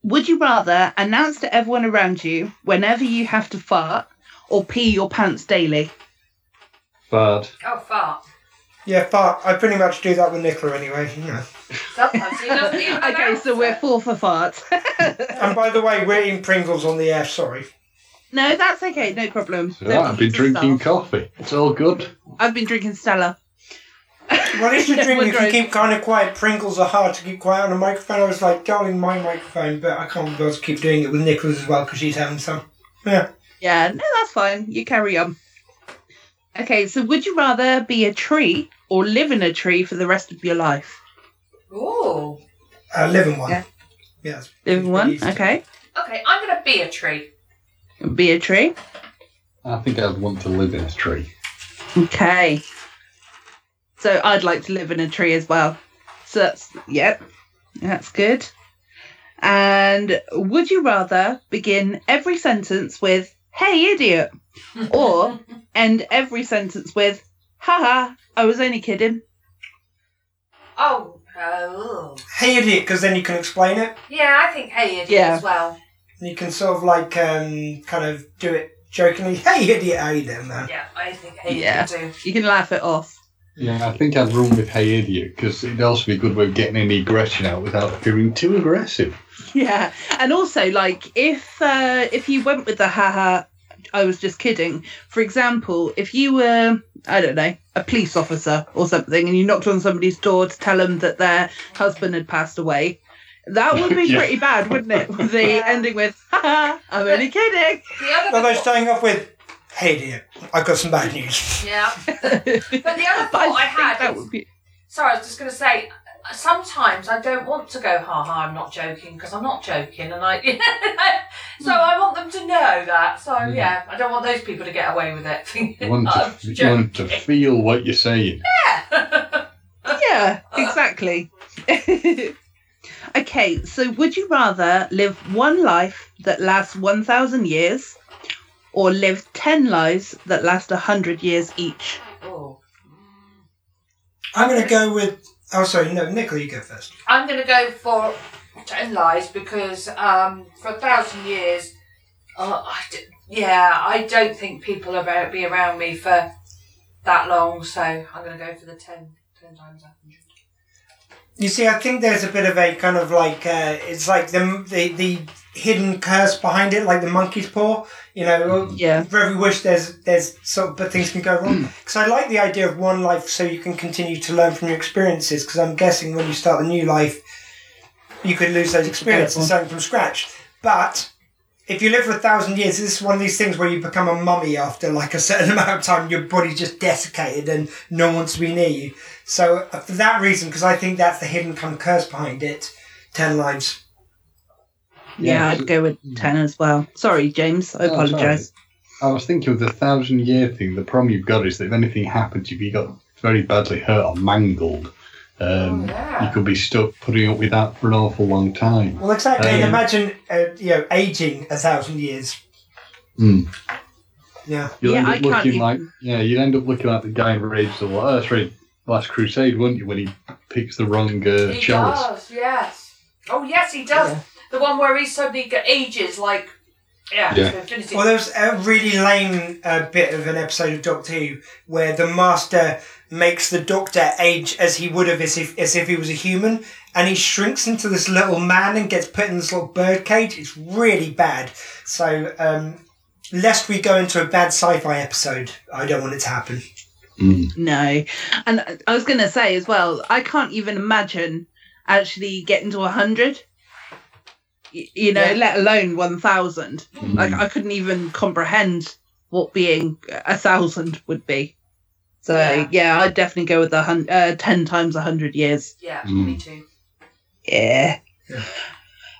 Speaker 2: would you rather announce to everyone around you whenever you have to fart or pee your pants daily?
Speaker 3: Fart.
Speaker 5: Oh, fart.
Speaker 4: Yeah, fart. I pretty much do that with Nicola anyway. You know.
Speaker 5: Sometimes he doesn't even
Speaker 2: Okay, so we're four for farts.
Speaker 4: And by the way, we're eating Pringles on the air. Sorry.
Speaker 2: no, that's okay, no problem.
Speaker 3: Right, I've been drinking coffee. It's all good.
Speaker 2: I've been drinking Stella.
Speaker 4: What is your drink?
Speaker 2: We're
Speaker 4: if you
Speaker 2: great.
Speaker 4: keep kind of quiet, Pringles are hard to keep quiet on a microphone. I was like, darling, my microphone, but I can't be bothered to keep doing it with Nicholas as well because she's having some. Yeah.
Speaker 2: Yeah, no, that's fine. You carry on. Okay, so would you rather be a tree or live in a tree for the rest of your life?
Speaker 5: Ooh.
Speaker 4: Uh, live in one.
Speaker 2: Yeah.
Speaker 4: Yeah. that's
Speaker 2: Live in one,
Speaker 4: pretty easy.
Speaker 2: okay.
Speaker 5: Okay, I'm gonna be a tree.
Speaker 2: Be a tree.
Speaker 3: I think I'd want to live in a tree.
Speaker 2: Okay. So I'd like to live in a tree as well. So that's yep, that's good. And would you rather begin every sentence with "Hey, idiot," or end every sentence with "Haha, I was only kidding."
Speaker 5: Oh, oh.
Speaker 4: Hey, idiot, because then you can explain it.
Speaker 5: Yeah, I think hey idiot
Speaker 2: Yeah.
Speaker 5: as well.
Speaker 4: And you can sort of like um, kind of do it jokingly. Hey, idiot, how you doing, man?
Speaker 5: Yeah, I think hey
Speaker 2: Yeah.
Speaker 5: idiot too.
Speaker 2: You can laugh it off.
Speaker 3: Yeah, I think I'd run with Hey Idiot because it'd also be a good way of getting any aggression out without appearing too aggressive.
Speaker 2: Yeah, and also like if uh, if you went with the haha, I was just kidding. For example, if you were I don't know a police officer or something, and you knocked on somebody's door to tell them that their husband had passed away, that would be
Speaker 3: Yeah.
Speaker 2: pretty bad, wouldn't it? With the ending with haha, I'm only kidding.
Speaker 5: The other
Speaker 4: Although starting off with, hey, idiot, I've got some bad news.
Speaker 5: Yeah.
Speaker 2: but
Speaker 5: the other thought I had
Speaker 2: that
Speaker 5: is-
Speaker 2: would be
Speaker 5: Sorry, I was just going to say. Sometimes I don't want to go, ha ha, I'm not joking, because I'm not joking, and I. so I want them to know that. So
Speaker 3: Mm.
Speaker 5: yeah, I don't want those people to get away with it.
Speaker 3: You want,
Speaker 5: I'm
Speaker 3: to, you want to
Speaker 5: joking.
Speaker 3: feel what you're saying.
Speaker 5: Yeah.
Speaker 2: yeah, exactly. okay, so would you rather live one life that lasts 1,000 years or live 10 lives that last 100 years each?
Speaker 5: Ooh.
Speaker 4: I'm going to go with. Oh, sorry, no, Nicola, you go first.
Speaker 5: I'm going to go for ten lies because um, for a thousand years, uh, I d- yeah, I don't think people are going to be around me for that long. So I'm going to go for the ten, ten times a hundred.
Speaker 4: You see, I think there's a bit of a kind of like uh, it's like the, the the hidden curse behind it, like the monkey's paw. You know,
Speaker 2: Yeah.
Speaker 4: for every wish, there's there's sort of but things can go wrong. Because I like the idea of one life, so you can continue to learn from your experiences. Because I'm guessing when you start a new life, you could lose those experiences and starting from scratch. But if you live for a thousand years, this is one of these things where you become a mummy after like a certain amount of time. Your body's just desiccated and no one wants to be near you. So uh, for that reason, because I think that's the hidden kind of curse behind it, ten lives.
Speaker 3: Yeah.
Speaker 2: Yeah, I'd go with 10 as well. Sorry, James, I
Speaker 3: Oh, it's
Speaker 2: apologise.
Speaker 3: I was thinking of the thousand year thing. The problem you've got is that if anything happens, if you got very badly hurt or mangled,
Speaker 5: Oh,
Speaker 3: um,
Speaker 5: yeah.
Speaker 3: you could be stuck putting up with that for an awful long time.
Speaker 4: Well, exactly.
Speaker 3: Um,
Speaker 4: and imagine uh, you know aging a thousand years.
Speaker 3: Hmm.
Speaker 4: Yeah.
Speaker 3: You'll
Speaker 2: Yeah,
Speaker 3: end
Speaker 2: I
Speaker 3: up
Speaker 2: can't
Speaker 3: looking
Speaker 2: even-
Speaker 3: like yeah, you'd end up looking like the guy in Rage of the Last, uh, sorry, Last Crusade, wouldn't you? When he picks the wrong uh,
Speaker 5: He
Speaker 3: chalice.
Speaker 5: does, yes. Oh, yes, he does. The one where he suddenly get ages, like, yeah,
Speaker 3: Yeah.
Speaker 5: to infinity.
Speaker 4: Well, there was a really lame uh, bit of an episode of Doctor Who where the Master makes the Doctor age as he would have as if, as if he was a human, and he shrinks into this little man and gets put in this little bird cage. It's really bad. So, um, lest we go into a bad sci-fi episode, I don't want it to happen.
Speaker 3: Mm.
Speaker 2: No. And I- I was going to say as well, I can't even imagine actually getting to 100. y- You know,
Speaker 4: Yeah.
Speaker 2: let alone 1,000. Like I couldn't even comprehend what being a thousand would be. So yeah,
Speaker 5: Yeah.
Speaker 2: I'd definitely go with the hun- uh, ten times a hundred years.
Speaker 5: yeah,
Speaker 3: Mm.
Speaker 5: me too.
Speaker 2: Yeah.
Speaker 4: Yeah.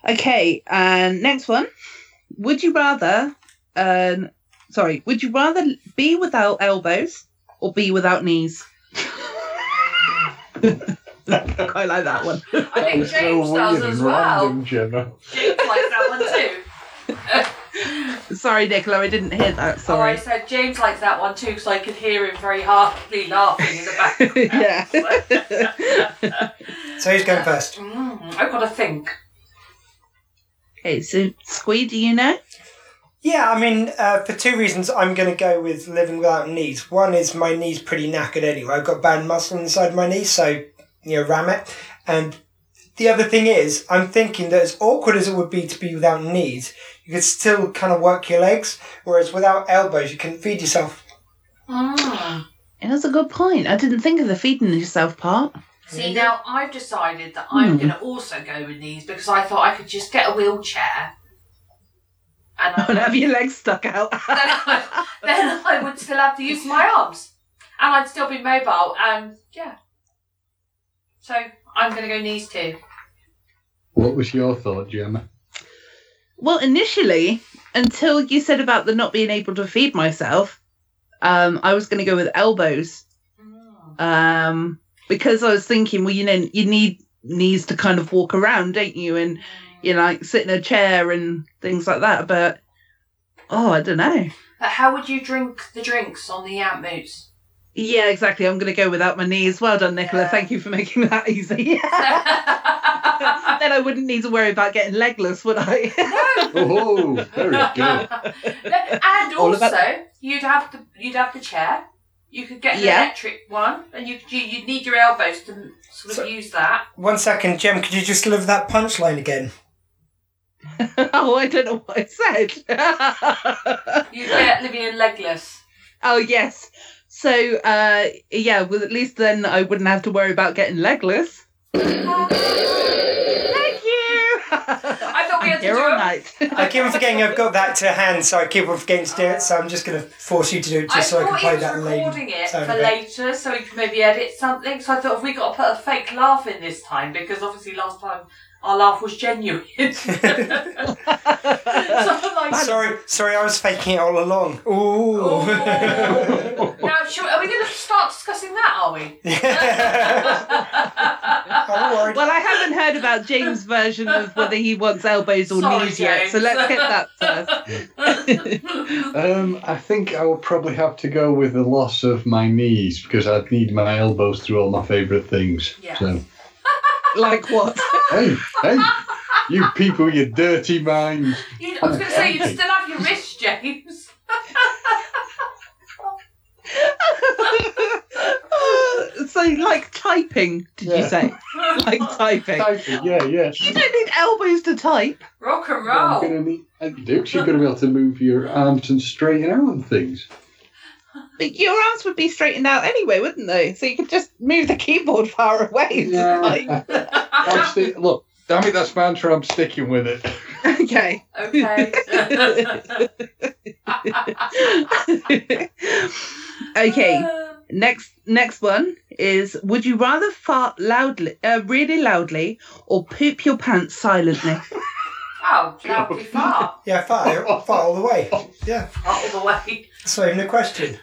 Speaker 2: Okay, and next one. Would you rather? Um, sorry. Would you rather be without elbows or be without knees? Quite like that one.
Speaker 5: I think James does as well.
Speaker 3: random, Gemma.
Speaker 5: James likes that one too.
Speaker 2: Sorry, Nicola, I didn't hear that.
Speaker 5: Oh, I
Speaker 2: Sorry.
Speaker 5: said James likes that one too because I could hear him very heartily laughing in the background.
Speaker 2: yeah.
Speaker 4: So who's going first?
Speaker 5: Mm, I've got to think.
Speaker 2: okay, so Squee, do you know?
Speaker 4: Yeah, I mean, uh, for two reasons, I'm going to go with living without knees. One is my knee's pretty knackered anyway. I've got bad muscle inside my knee, so, you know, ram it. And the other thing is, I'm thinking that as awkward as it would be to be without knees, you could still kind of work your legs, whereas without elbows, you can feed yourself.
Speaker 5: Mm.
Speaker 2: Yeah, that's a good point. I didn't think of the feeding yourself part.
Speaker 5: See, now I've decided that I'm going to also go with these because I thought I could just get a wheelchair. And I,
Speaker 2: I'll have your legs stuck out.
Speaker 5: then, I, then I would still have to use my arms. And I'd still be mobile. And yeah. So I'm going to go knees too.
Speaker 3: What was your thought, Gemma?
Speaker 2: Well, initially, until you said about the not being able to feed myself, um, I was going to go with elbows um, because I was thinking, well, you know, you need knees to kind of walk around, don't you? And you know, like sit in a chair and things like that. But oh, I don't know.
Speaker 5: But how would you drink the drinks on the ant moots?
Speaker 2: Yeah, exactly. I'm going to go without my knees. Well done, Nicola.
Speaker 5: Yeah.
Speaker 2: Thank you for making that easy. then I wouldn't need to worry about getting legless, would I?
Speaker 3: Oh, very good.
Speaker 5: and
Speaker 2: All about-
Speaker 5: also, you'd have the you'd have the chair. You could get the
Speaker 2: Yeah.
Speaker 5: electric one, and you you you'd need your elbows to sort of
Speaker 4: So-
Speaker 5: use that.
Speaker 4: One second, Jim, could you just deliver that punchline again?
Speaker 2: oh, I don't know what I said.
Speaker 5: You get living in legless.
Speaker 2: oh, yes. So, uh, yeah, well, at least then I wouldn't have to worry about getting legless. Thank you.
Speaker 5: I thought we had to
Speaker 2: You're
Speaker 5: do
Speaker 2: all
Speaker 5: it.
Speaker 2: night.
Speaker 4: I keep on forgetting I've got that to hand, so I keep on forgetting to do it, so I'm just going to force you to do it just
Speaker 5: I
Speaker 4: so I can
Speaker 5: thought he
Speaker 4: play
Speaker 5: was
Speaker 4: that lame
Speaker 5: recording it
Speaker 4: sound
Speaker 5: for
Speaker 4: effect.
Speaker 5: later, so we could maybe edit something. So I thought, have we got to put a fake laugh in this time? Because obviously last time our laugh was genuine. so I'm like,
Speaker 4: Sorry, sorry, I was faking it all along. Ooh.
Speaker 5: Oh. now, should, are we going to start discussing that? Are we?
Speaker 4: I'm worried.
Speaker 2: Well, I haven't heard about James' version of whether he wants elbows or
Speaker 5: Sorry,
Speaker 2: knees yet, so
Speaker 5: James.
Speaker 2: let's get that first.
Speaker 3: Um, I think I will probably have to go with the loss of my knees because I'd need my elbows through all my favourite things.
Speaker 5: Yes.
Speaker 3: So,
Speaker 2: Like what?
Speaker 3: hey, hey, you people, you dirty minds.
Speaker 5: You, I was going to say you'd still have your wrist, James.
Speaker 2: so, like typing, did you
Speaker 3: Yeah.
Speaker 2: say? Like typing.
Speaker 3: Yeah, yeah.
Speaker 2: You don't need elbows to type.
Speaker 5: Rock and
Speaker 3: I'm
Speaker 5: roll.
Speaker 3: gonna need, and you do, 'cause you're going to be able to move your arms and straighten out and things.
Speaker 2: But your arms would be straightened out anyway, wouldn't they? So you could just move the keyboard far away.
Speaker 3: Yeah.
Speaker 2: Like,
Speaker 3: I'm sti- look, damn it, that's mantra. I'm sticking with it.
Speaker 2: okay.
Speaker 5: Okay. Uh,
Speaker 2: okay. Next, next one is: Would you rather fart loudly, uh, really loudly, or poop your pants silently?
Speaker 5: Oh, that'd be far.
Speaker 4: Yeah, far, far all the way. Yeah,
Speaker 5: All the way.
Speaker 4: that's not even a question.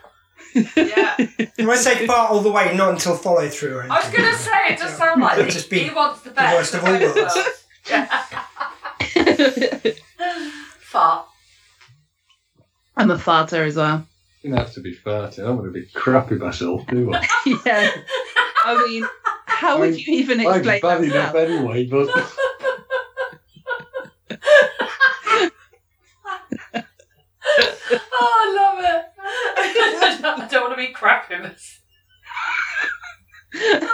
Speaker 5: Yeah.
Speaker 4: And when I say far all the way, not until follow through or anything.
Speaker 5: I was going to say it just sounds like
Speaker 4: It'd just
Speaker 5: he,
Speaker 4: be
Speaker 5: he wants the
Speaker 4: the
Speaker 5: best.
Speaker 4: worst of all
Speaker 5: both
Speaker 4: worlds.
Speaker 5: worlds. Yeah. Far.
Speaker 2: I'm a farter as well.
Speaker 3: You're going to have to be farting. I'm going to be crappy myself, do I?
Speaker 2: yeah. I mean, how would
Speaker 3: I'm-
Speaker 2: you even
Speaker 3: I'm
Speaker 2: explain
Speaker 3: bad
Speaker 2: that?
Speaker 3: enough anyway, but
Speaker 5: Oh, I love it. I don't want to be crapping this.
Speaker 2: eh?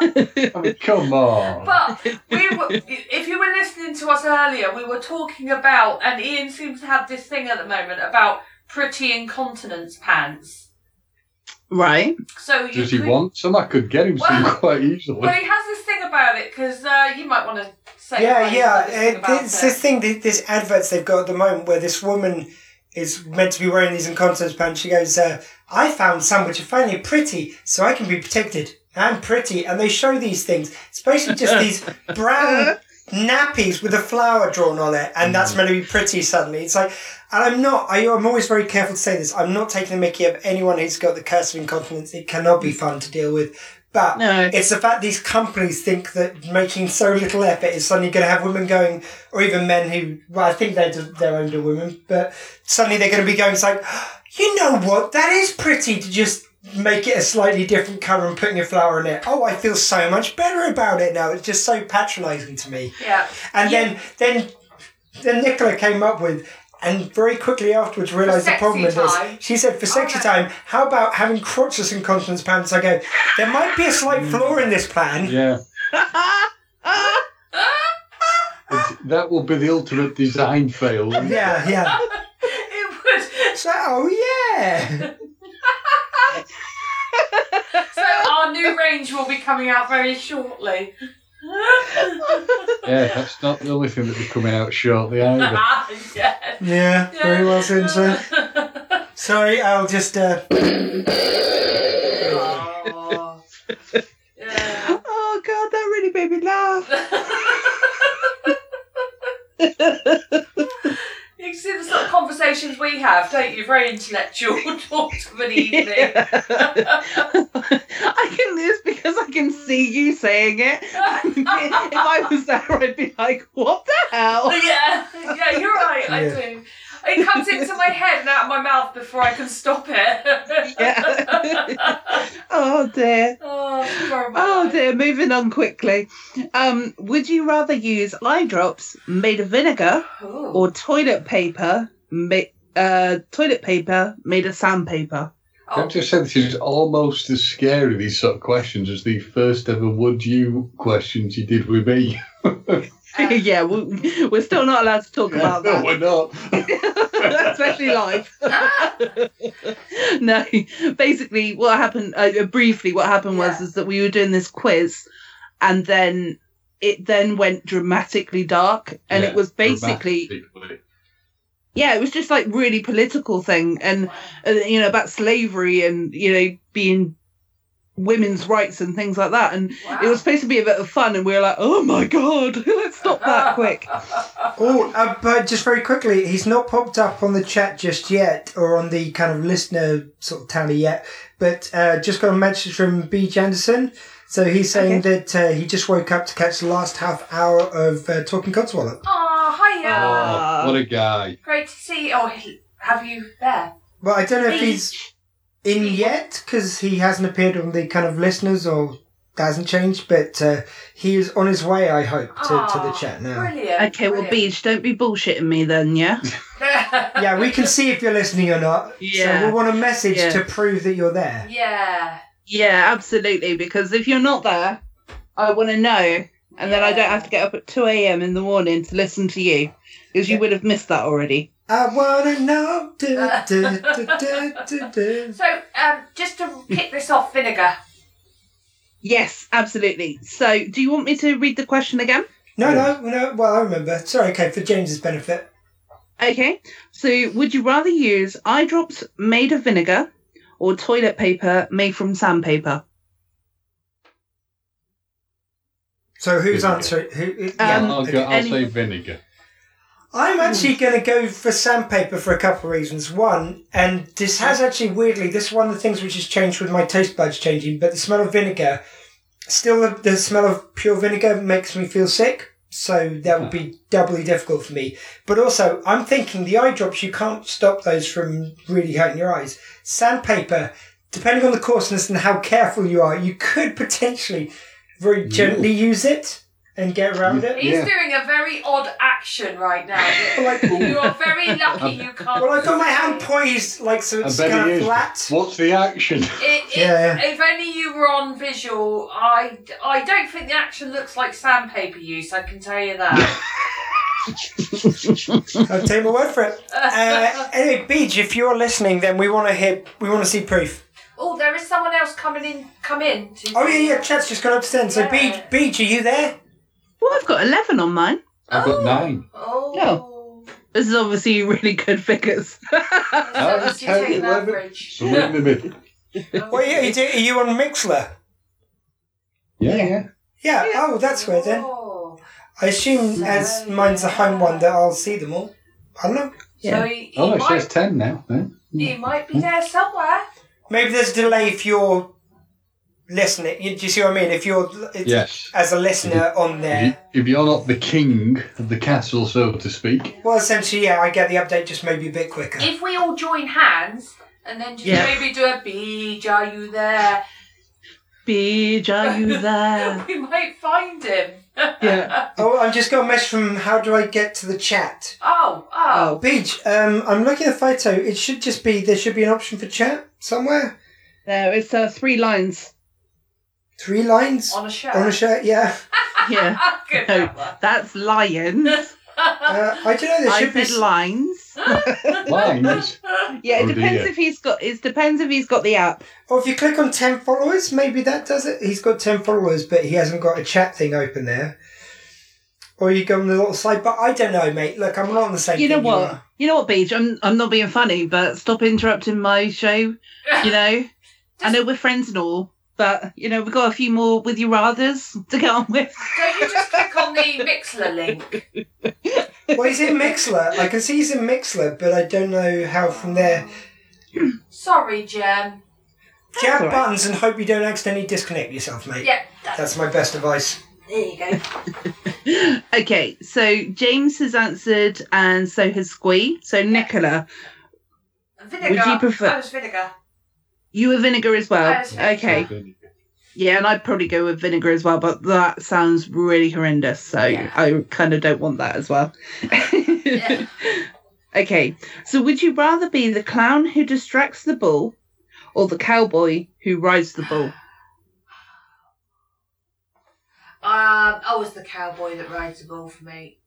Speaker 3: I mean, come on.
Speaker 5: But we were, if you were listening to us earlier, we were talking about, and Ian seems to have this thing at the moment about pretty incontinence pants.
Speaker 2: Right.
Speaker 5: So you
Speaker 3: Does he
Speaker 5: could-
Speaker 3: want some? I could get him some
Speaker 5: Well-
Speaker 3: quite easily.
Speaker 5: Well, he has this thing about it because uh, you might want to say.
Speaker 4: Yeah,
Speaker 5: why he's got this thing
Speaker 4: yeah.
Speaker 5: about
Speaker 4: It, it's this thing, th- this adverts they've got at the moment where this woman is meant to be wearing these incontinence pants. She goes, uh, I found some which are finally pretty, so I can be protected. I'm pretty. And they show these things. It's basically just these brown nappies with a flower drawn on it, and that's meant to be pretty suddenly. It's like, and I'm not, I, I'm always very careful to say this, I'm not taking the mickey of anyone who's got the curse of incontinence. It cannot be fun to deal with. But
Speaker 2: No.
Speaker 4: it's the fact these companies think that making so little effort is suddenly going to have women going, or even men who, well, I think they're, just, they're older women, but suddenly they're going to be going, it's like, you know what, that is pretty to just make it a slightly different colour and putting a flower in it. Oh, I feel so much better about it now. It's just so patronising to me.
Speaker 5: Yeah.
Speaker 4: And then, then, then Nicola came up with, and very quickly afterwards realised the
Speaker 5: sexy
Speaker 4: problem with this.
Speaker 5: time.
Speaker 4: She said, for sexy
Speaker 5: Okay.
Speaker 4: time, how about having crotchless and continence pants? I go, there might be a slight flaw in this plan.
Speaker 3: Yeah. It's- that will be the ultimate design fail. wouldn't it?
Speaker 4: Yeah, yeah.
Speaker 5: It would.
Speaker 4: So, oh yeah.
Speaker 5: So our new range will be coming out very shortly.
Speaker 3: Yeah, that's not the only thing that'll be coming out shortly either.
Speaker 5: Ah, yeah.
Speaker 4: Yeah, very well said, sir. Sorry, I'll just, uh,
Speaker 5: Aw. Yeah.
Speaker 2: Oh god, that really made me laugh.
Speaker 5: You can see the sort of conversations we have, don't you? Very intellectual talks of an evening.
Speaker 2: I can do this because I can see you saying it. if I was there, I'd be like, what the hell?
Speaker 5: yeah, yeah, you're right. I
Speaker 4: Yeah.
Speaker 5: do. It comes into my head and out of my mouth before I can stop it.
Speaker 2: Yeah. Oh dear.
Speaker 5: oh, horrible.
Speaker 2: Oh dear, moving on quickly. Um, would you rather use eye drops made of vinegar
Speaker 5: Ooh.
Speaker 2: or toilet paper made uh, toilet paper made of sandpaper?
Speaker 5: Oh,
Speaker 3: I have to say, this is almost as scary, these sort of questions, as the first ever would you questions you did with me.
Speaker 5: um,
Speaker 2: yeah, we, we're still not allowed to talk about
Speaker 3: no,
Speaker 2: that.
Speaker 3: we're not.
Speaker 2: especially live.
Speaker 5: Ah,
Speaker 2: no, basically, what happened uh, briefly? What happened was
Speaker 5: Yeah.
Speaker 2: is that we were doing this quiz, and then it then went dramatically dark, and
Speaker 3: Yeah,
Speaker 2: it was basically
Speaker 3: Dramatically.
Speaker 2: yeah, it was just like really political thing, and uh, you know about slavery and you know being women's rights and things like that, and
Speaker 5: wow.
Speaker 2: it was supposed to be a bit of fun, and we were like, oh my god, let's stop that quick.
Speaker 4: oh, uh, but just very quickly, he's not popped up on the chat just yet, or on the kind of listener sort of tally yet. But uh, just got a message from B. Janderson. So he's saying that uh, he just woke up to catch the last half hour of uh, Talking Codswallop.
Speaker 5: Aw, hiya.
Speaker 4: uh,
Speaker 3: Oh, what a guy.
Speaker 5: Great to see you. Oh, he- have you there?
Speaker 4: Well, I don't know if
Speaker 5: Hey.
Speaker 4: he's in yet because he hasn't appeared on the kind of listeners or hasn't changed. But uh, he is on his way, I hope, to, to the
Speaker 5: Aw,
Speaker 4: chat now.
Speaker 5: Brilliant.
Speaker 2: Okay, well, Beach, don't be bullshitting me then, yeah.
Speaker 5: yeah.
Speaker 4: yeah, we can see if you're listening or not.
Speaker 2: Yeah.
Speaker 4: So we'll want a message
Speaker 2: Yeah.
Speaker 4: to prove that you're there.
Speaker 5: Yeah.
Speaker 2: Yeah, absolutely. Because if you're not there, I want to know, and then I don't have to get up at two a.m. in the morning to listen to you, because you would have missed that already.
Speaker 4: I wanna know. Du- du- du- du- du- du.
Speaker 5: So, um, just to kick this off, vinegar.
Speaker 2: Yes, absolutely. So, do you want me to read the question again?
Speaker 4: No, no, no. Well, I remember. Sorry, okay, for James's benefit.
Speaker 2: Okay. So, would you rather use eye drops made of vinegar or toilet paper made from sandpaper?
Speaker 4: So who's
Speaker 3: Vinegar.
Speaker 4: answering? Who?
Speaker 2: Um,
Speaker 3: I'll, go, I'll
Speaker 2: any-
Speaker 3: say vinegar.
Speaker 4: I'm actually going to go for sandpaper for a couple of reasons. One, and this has actually weirdly, this is one of the things which has changed with my taste buds changing, but the smell of vinegar, still the, the smell of pure vinegar makes me feel sick. So that would be doubly difficult for me. But also, I'm thinking the eye drops, you can't stop those from really hurting your eyes. Sandpaper, depending on the coarseness and how careful you are, you could potentially very gently use it and get around it.
Speaker 5: He's
Speaker 3: Yeah.
Speaker 5: doing a very odd action right now.
Speaker 4: Like, Um,
Speaker 5: you are very lucky you can't.
Speaker 4: Well, I've got my hand poised, like, so
Speaker 3: I
Speaker 4: it's
Speaker 3: bet
Speaker 4: kind
Speaker 3: it
Speaker 4: of
Speaker 3: is.
Speaker 4: flat.
Speaker 3: What's the action?
Speaker 5: It, it,
Speaker 4: Yeah, yeah.
Speaker 5: If only you were on visual, I, I don't think the action looks like sandpaper use, I can tell you that.
Speaker 4: I'll take my word for it. Uh, anyway, Beach, if you're listening, then we want to hear, we want to see proof.
Speaker 5: oh, there is someone else coming in. Come in. to-
Speaker 4: Oh, yeah, yeah, chat's just gone upstairs. So,
Speaker 5: Yeah.
Speaker 4: Beach, Beach, are you there?
Speaker 2: Well, I've got eleven on mine.
Speaker 3: I've got nine.
Speaker 5: Oh.
Speaker 2: This is obviously really good figures.
Speaker 4: Oh,
Speaker 5: So this is
Speaker 3: I'll tell
Speaker 5: taking
Speaker 3: you whether-
Speaker 5: average.
Speaker 3: So we're in the middle.
Speaker 4: Well, yeah, you do, are you on Mixler?
Speaker 3: Yeah, yeah.
Speaker 4: Yeah, oh, that's weird then.
Speaker 5: Oh.
Speaker 4: I assume as
Speaker 5: Yeah.
Speaker 4: mine's a home one that I'll see them all. I don't know.
Speaker 5: So he, he
Speaker 3: Oh, it
Speaker 5: might,
Speaker 3: says ten now. huh?
Speaker 5: he might be there somewhere.
Speaker 4: Maybe there's a delay for your listening. You, do you see what I mean? If you're it's,
Speaker 3: Yes.
Speaker 4: as a listener on
Speaker 3: If
Speaker 4: there,
Speaker 3: if you're not the king of the castle, so to speak,
Speaker 4: well, essentially, yeah, I get the update just maybe a bit quicker.
Speaker 5: If we all join hands and then just
Speaker 2: Yeah.
Speaker 5: maybe do a beach, are you there?
Speaker 2: Beej, are you there?
Speaker 5: we might find him.
Speaker 2: Yeah.
Speaker 4: Oh, I've just got a message from how do I get to the chat?
Speaker 5: Oh, oh.
Speaker 2: Oh.
Speaker 4: Beach, um, I'm looking at Photo. It should just be there should be an option for chat somewhere.
Speaker 2: There, it's uh, three lines.
Speaker 4: Three lines
Speaker 5: On a shirt.
Speaker 4: on a shirt. Yeah,
Speaker 2: Yeah.
Speaker 5: Good
Speaker 2: No,
Speaker 5: that one.
Speaker 2: that's lions.
Speaker 5: Oh.
Speaker 4: uh, I don't know. There
Speaker 2: I
Speaker 4: should be.
Speaker 2: said lines.
Speaker 3: lines.
Speaker 2: Yeah, it
Speaker 3: Oh,
Speaker 2: depends
Speaker 3: dear.
Speaker 2: if he's got. It depends if he's got the app.
Speaker 4: Or if you click on 10 followers, maybe that does it. He's got 10 followers, but he hasn't got a chat thing open there. Or you go on the little side, but I don't know, mate. Look, I'm not on the same
Speaker 2: You know
Speaker 4: thing
Speaker 2: what?
Speaker 4: are.
Speaker 2: You know what, Beej? I'm I'm not being funny, but stop interrupting my show. You know, I know we're friends and all, but you know we've got a few more with you rathers to get on with.
Speaker 5: Don't you just click on the Mixler link?
Speaker 4: well, he's in Mixler. I can see he's in Mixler, but I don't know how from there.
Speaker 5: Sorry, Jem.
Speaker 4: Jab
Speaker 2: all right.
Speaker 4: buttons and hope you don't accidentally disconnect yourself, mate.
Speaker 5: Yeah, that-
Speaker 4: That's my best advice.
Speaker 5: there you go.
Speaker 2: Okay, so James has answered, and so has Squee. So Nicola,
Speaker 5: Vinegar.
Speaker 2: Would you prefer-
Speaker 5: I was vinegar.
Speaker 2: you were vinegar as well.
Speaker 5: Yes.
Speaker 2: Okay, yeah, and I'd probably go with vinegar as well, but that sounds really horrendous. So
Speaker 5: Yeah.
Speaker 2: I kind of don't want that as well. Okay, so would you rather be the clown who distracts the bull, or the cowboy who rides the bull?
Speaker 5: Um, I was the cowboy that rides the ball for me.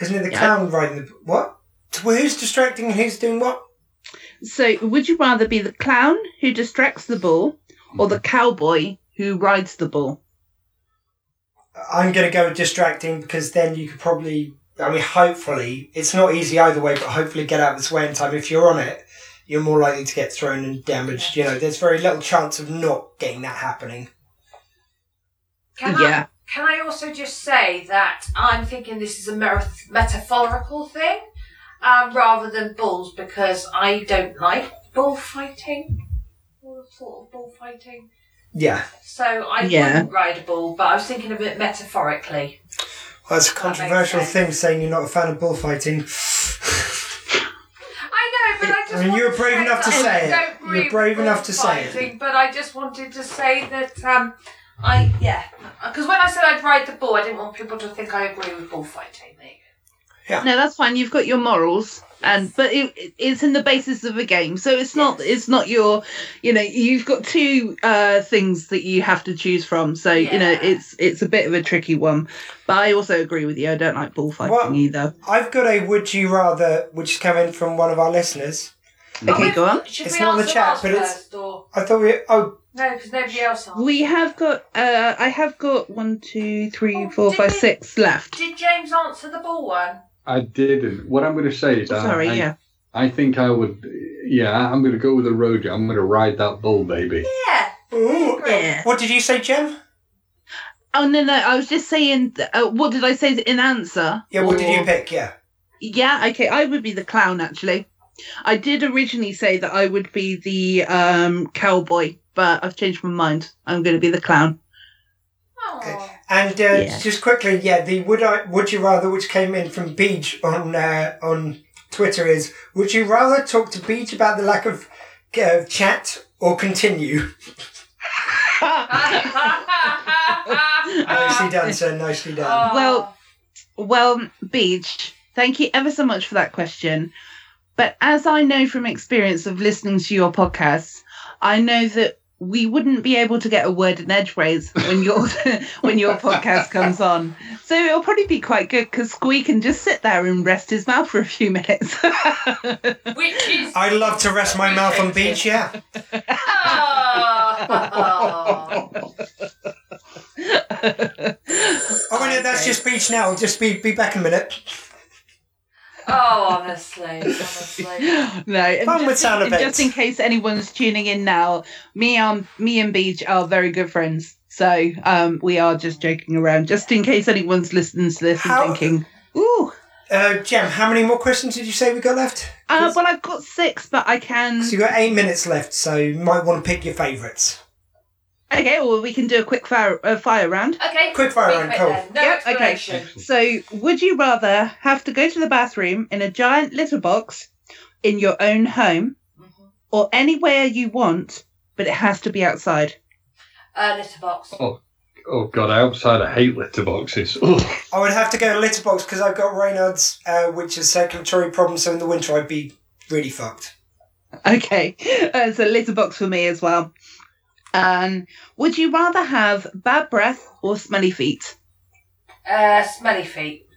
Speaker 4: Isn't it the
Speaker 2: Yeah.
Speaker 4: clown riding the. What? Well, who's distracting and who's doing what?
Speaker 2: So, would you rather be the clown who distracts the bull or the cowboy who rides the bull?
Speaker 4: I'm going to go with distracting because then you could probably, I mean, hopefully, it's not easy either way, but hopefully get out of its way in time. If you're on it, you're more likely to get thrown and damaged. You know, there's very little chance of not getting that happening.
Speaker 5: Can
Speaker 2: Yeah.
Speaker 5: I, can I also just say that I'm thinking this is a mer- metaphorical thing um, rather than bulls because I don't like bullfighting. All sort of bullfighting.
Speaker 4: Yeah.
Speaker 5: So I
Speaker 2: Yeah.
Speaker 5: wouldn't ride a bull, but I was thinking of it metaphorically.
Speaker 4: Well, that's a
Speaker 5: That makes
Speaker 4: controversial
Speaker 5: sense.
Speaker 4: thing saying you're not a fan of bullfighting.
Speaker 5: I know, but I just.
Speaker 4: I mean, you were
Speaker 5: wanted
Speaker 4: brave
Speaker 5: say
Speaker 4: enough to
Speaker 5: that I
Speaker 4: say it.
Speaker 5: don't
Speaker 4: You were
Speaker 5: really
Speaker 4: brave enough to say it.
Speaker 5: fighting, But I just wanted to say that, um, I, yeah. Because when I said I'd ride the bull, I didn't want people to think I agree with bullfighting. There you
Speaker 2: No, that's fine. You've got your morals, and but it, it- it's in the basis of a game, so it's not it's not your, you know, you've got two uh, things that you have to choose from. So you know,
Speaker 5: Yeah.
Speaker 2: it's it's a bit of a tricky one. But I also agree with you. I don't like bullfighting
Speaker 4: Well-
Speaker 2: either.
Speaker 4: I've got a would you rather, which is coming from one of our listeners.
Speaker 5: go.
Speaker 2: Okay,
Speaker 5: But
Speaker 2: go on.
Speaker 5: we- Should
Speaker 4: It's
Speaker 5: we
Speaker 4: not on the
Speaker 5: answer
Speaker 4: chat,
Speaker 5: ours
Speaker 4: but it's-
Speaker 5: first, Or...
Speaker 4: I thought we, oh,
Speaker 5: No, because nobody else asked.
Speaker 2: We have got. Uh, I have got one, two, three,
Speaker 5: Oh,
Speaker 2: four,
Speaker 5: did
Speaker 2: five,
Speaker 5: we-
Speaker 2: six left.
Speaker 5: Did James answer the bull one?
Speaker 3: I didn't. What I'm going to say is, I-
Speaker 2: Sorry,
Speaker 3: I,
Speaker 2: yeah.
Speaker 3: I think I would. Yeah, I'm going to go with the road. I'm going to ride that bull, baby.
Speaker 5: Yeah.
Speaker 4: ooh,
Speaker 2: Yeah.
Speaker 4: what did you say, Jem?
Speaker 2: Oh no, no. I was just saying. Uh, what did I say in answer?
Speaker 4: Yeah, what did you
Speaker 2: Or-
Speaker 4: pick? Yeah.
Speaker 2: Yeah. Okay. I would be the clown actually. I did originally say that I would be the um, cowboy, but I've changed my mind. I'm going to be the clown.
Speaker 5: Oh.
Speaker 4: Okay. And uh,
Speaker 2: Yeah.
Speaker 4: just quickly, yeah, the would I would you rather, which came in from Beach on uh, on Twitter, is would you rather talk to Beach about the lack of uh, chat or continue? nicely done, sir. Nicely done.
Speaker 5: Oh.
Speaker 2: Well- Well, Beach, thank you ever so much for that question. But as I know from experience of listening to your podcasts, I know that we wouldn't be able to get a word in edgeways when your when your podcast comes on. So it'll probably be quite good because Squee can just sit there and rest his mouth for a few minutes.
Speaker 5: which is.
Speaker 4: I love to rest my mouth on Beach. Yeah.
Speaker 5: Oh.
Speaker 4: Oh no, that's
Speaker 2: Okay.
Speaker 4: just Beach now. Just be be back in a minute.
Speaker 5: Oh, honestly, honestly.
Speaker 2: no, and
Speaker 4: Fun with
Speaker 2: just,
Speaker 4: sound
Speaker 2: and just
Speaker 4: effects.
Speaker 2: in case anyone's tuning in now, me um me and Beach are very good friends. So um we are just joking around, just in case anyone's listening to this
Speaker 4: How-
Speaker 2: and thinking, ooh.
Speaker 4: Uh, Jem, how many more questions did you say we got left?
Speaker 2: Uh, well, I've got six, but I can.
Speaker 4: So you got eight minutes left, so you might want to pick your favourites.
Speaker 2: Okay, well, we can do a quick fire, uh, fire round.
Speaker 7: Okay.
Speaker 4: Quick fire round, cool.
Speaker 7: then. No
Speaker 2: Yep, okay.
Speaker 7: explanation.
Speaker 2: So, would you rather have to go to the bathroom in a giant litter box in your own home or anywhere you want, but it has to be outside?
Speaker 7: Uh, litter box.
Speaker 3: Oh god, outside I hate litter boxes. Ugh.
Speaker 4: I would have to go to Litterbox because I've got Raynaud's, uh, which is circulatory problem. So in the winter, I'd be really fucked.
Speaker 2: Okay, uh, so litter box for me as well. Um, would you rather have bad breath or smelly feet?
Speaker 7: Uh, smelly feet.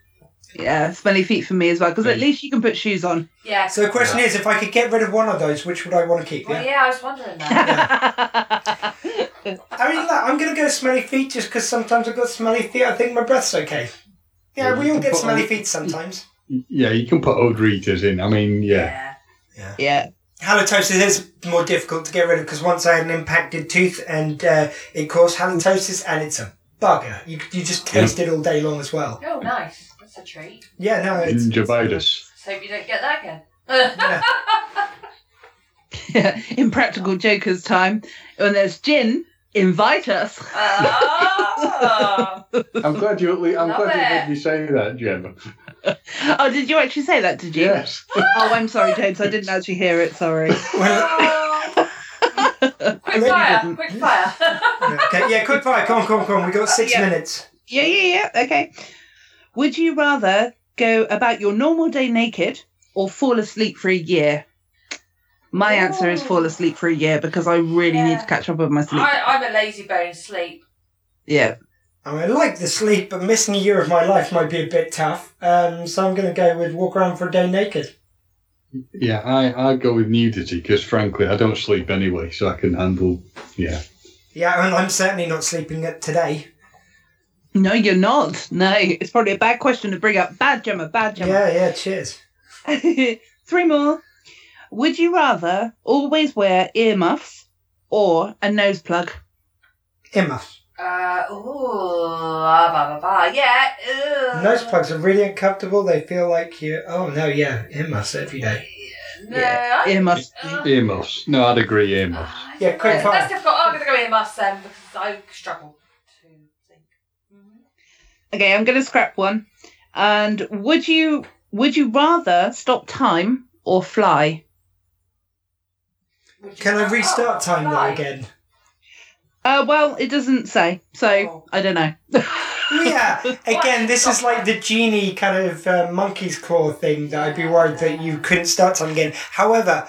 Speaker 2: Yeah, smelly feet for me as well, because at least you can put shoes on.
Speaker 7: Yeah.
Speaker 4: So the question is, if I could get rid of one of those, which would I want to keep?
Speaker 7: Well,
Speaker 5: Oh,
Speaker 4: Yeah.
Speaker 7: yeah, I was wondering that.
Speaker 4: I mean, look, I'm going to go smelly feet just because sometimes I've got smelly feet. I think my breath's okay. Yeah,
Speaker 3: Yeah,
Speaker 4: we all
Speaker 3: you can
Speaker 4: get
Speaker 3: put
Speaker 4: smelly
Speaker 3: on-
Speaker 4: feet sometimes.
Speaker 3: yeah, you can put old readers in. I mean, yeah.
Speaker 2: yeah.
Speaker 4: Halitosis is more difficult to get rid of because once I had an impacted tooth and uh, it caused halitosis and it's a bugger. You, you just taste it all day long as well.
Speaker 7: Oh, nice. That's a treat.
Speaker 4: Yeah, no, it's.
Speaker 3: Gingivitis.
Speaker 7: Let's hope you don't get that again.
Speaker 4: Yeah.
Speaker 2: Impractical Joker's time. When there's gin, invite us.
Speaker 7: oh.
Speaker 3: I'm glad you at least, I'm
Speaker 7: Love
Speaker 3: glad you
Speaker 7: it.
Speaker 3: made me say that, Gemma.
Speaker 2: Oh, did you actually say that? Did you?
Speaker 3: Yes.
Speaker 2: Oh, I'm sorry, James. I didn't actually hear it. Sorry.
Speaker 4: Well,
Speaker 7: quick fire, quick fire.
Speaker 4: okay, yeah, quick fire. Come on, come on, come on. we got six
Speaker 2: Yeah.
Speaker 4: minutes.
Speaker 2: Yeah, yeah, yeah. Okay. Would you rather go about your normal day naked or fall asleep for a year? My answer is fall asleep for a year because I really need to catch up with my
Speaker 4: Hmm.
Speaker 2: sleep.
Speaker 7: I, I'm a lazy bone sleep.
Speaker 2: Yeah.
Speaker 4: I, mean, I like the sleep, but missing a year of my life might be a bit tough. Um, so I'm going to go with walk around for a day naked.
Speaker 3: Yeah, I, I go with nudity because frankly, I don't sleep anyway, so I can handle. Yeah.
Speaker 4: Yeah, and I'm certainly not sleeping it today.
Speaker 2: No, you're not. No, it's probably a bad question to bring up. Bad Gemma, bad Gemma.
Speaker 4: Yeah, yeah, cheers.
Speaker 2: Three more. Would you rather always wear earmuffs or a nose plug?
Speaker 4: Emma,
Speaker 7: Uh, ooh, ah, bah, bah, bah. yeah. Ugh.
Speaker 4: nose plugs are really uncomfortable. They feel like you. Oh no, yeah, Emma every day.
Speaker 7: No,
Speaker 2: Yeah,
Speaker 7: I-
Speaker 2: earmuffs.
Speaker 7: Ugh.
Speaker 3: Earmuffs. No, I'd agree, earmuffs.
Speaker 4: Yeah, quick
Speaker 7: That's
Speaker 4: fire.
Speaker 7: difficult. I'm going to go in must then because I struggle to think. Mm-hmm.
Speaker 2: Okay, I'm going to scrap one. And would you would you rather stop time or fly?
Speaker 7: Would you
Speaker 4: Can I
Speaker 7: rather-
Speaker 4: restart
Speaker 7: oh,
Speaker 4: time though
Speaker 7: right.
Speaker 4: again?
Speaker 2: Uh, well, it doesn't say, so I don't know.
Speaker 4: Oh. Yeah, again, this is like the genie kind of uh, monkey's claw thing that I'd be worried that you couldn't start time again. However,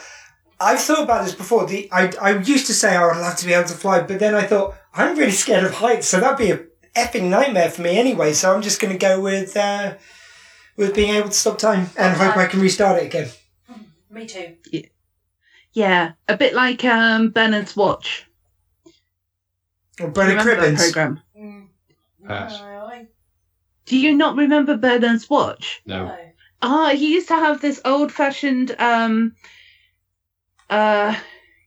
Speaker 4: I've thought about this before. The I, I used to say I would love to be able to fly, but then I thought I'm really scared of heights, so that'd be a effing nightmare for me anyway. So I'm just going to go with uh, with being able to stop time and hope I can restart it again.
Speaker 7: Me too.
Speaker 2: yeah, a bit like um, Bernard's watch.
Speaker 4: Or Bernard
Speaker 2: Remember that
Speaker 4: Cribbins.
Speaker 2: program.
Speaker 7: Mm.
Speaker 3: Pass.
Speaker 7: No, I-
Speaker 2: Do you not remember Bernard's watch?
Speaker 3: No.
Speaker 7: no.
Speaker 2: Ah, he used to have this old-fashioned, um, uh,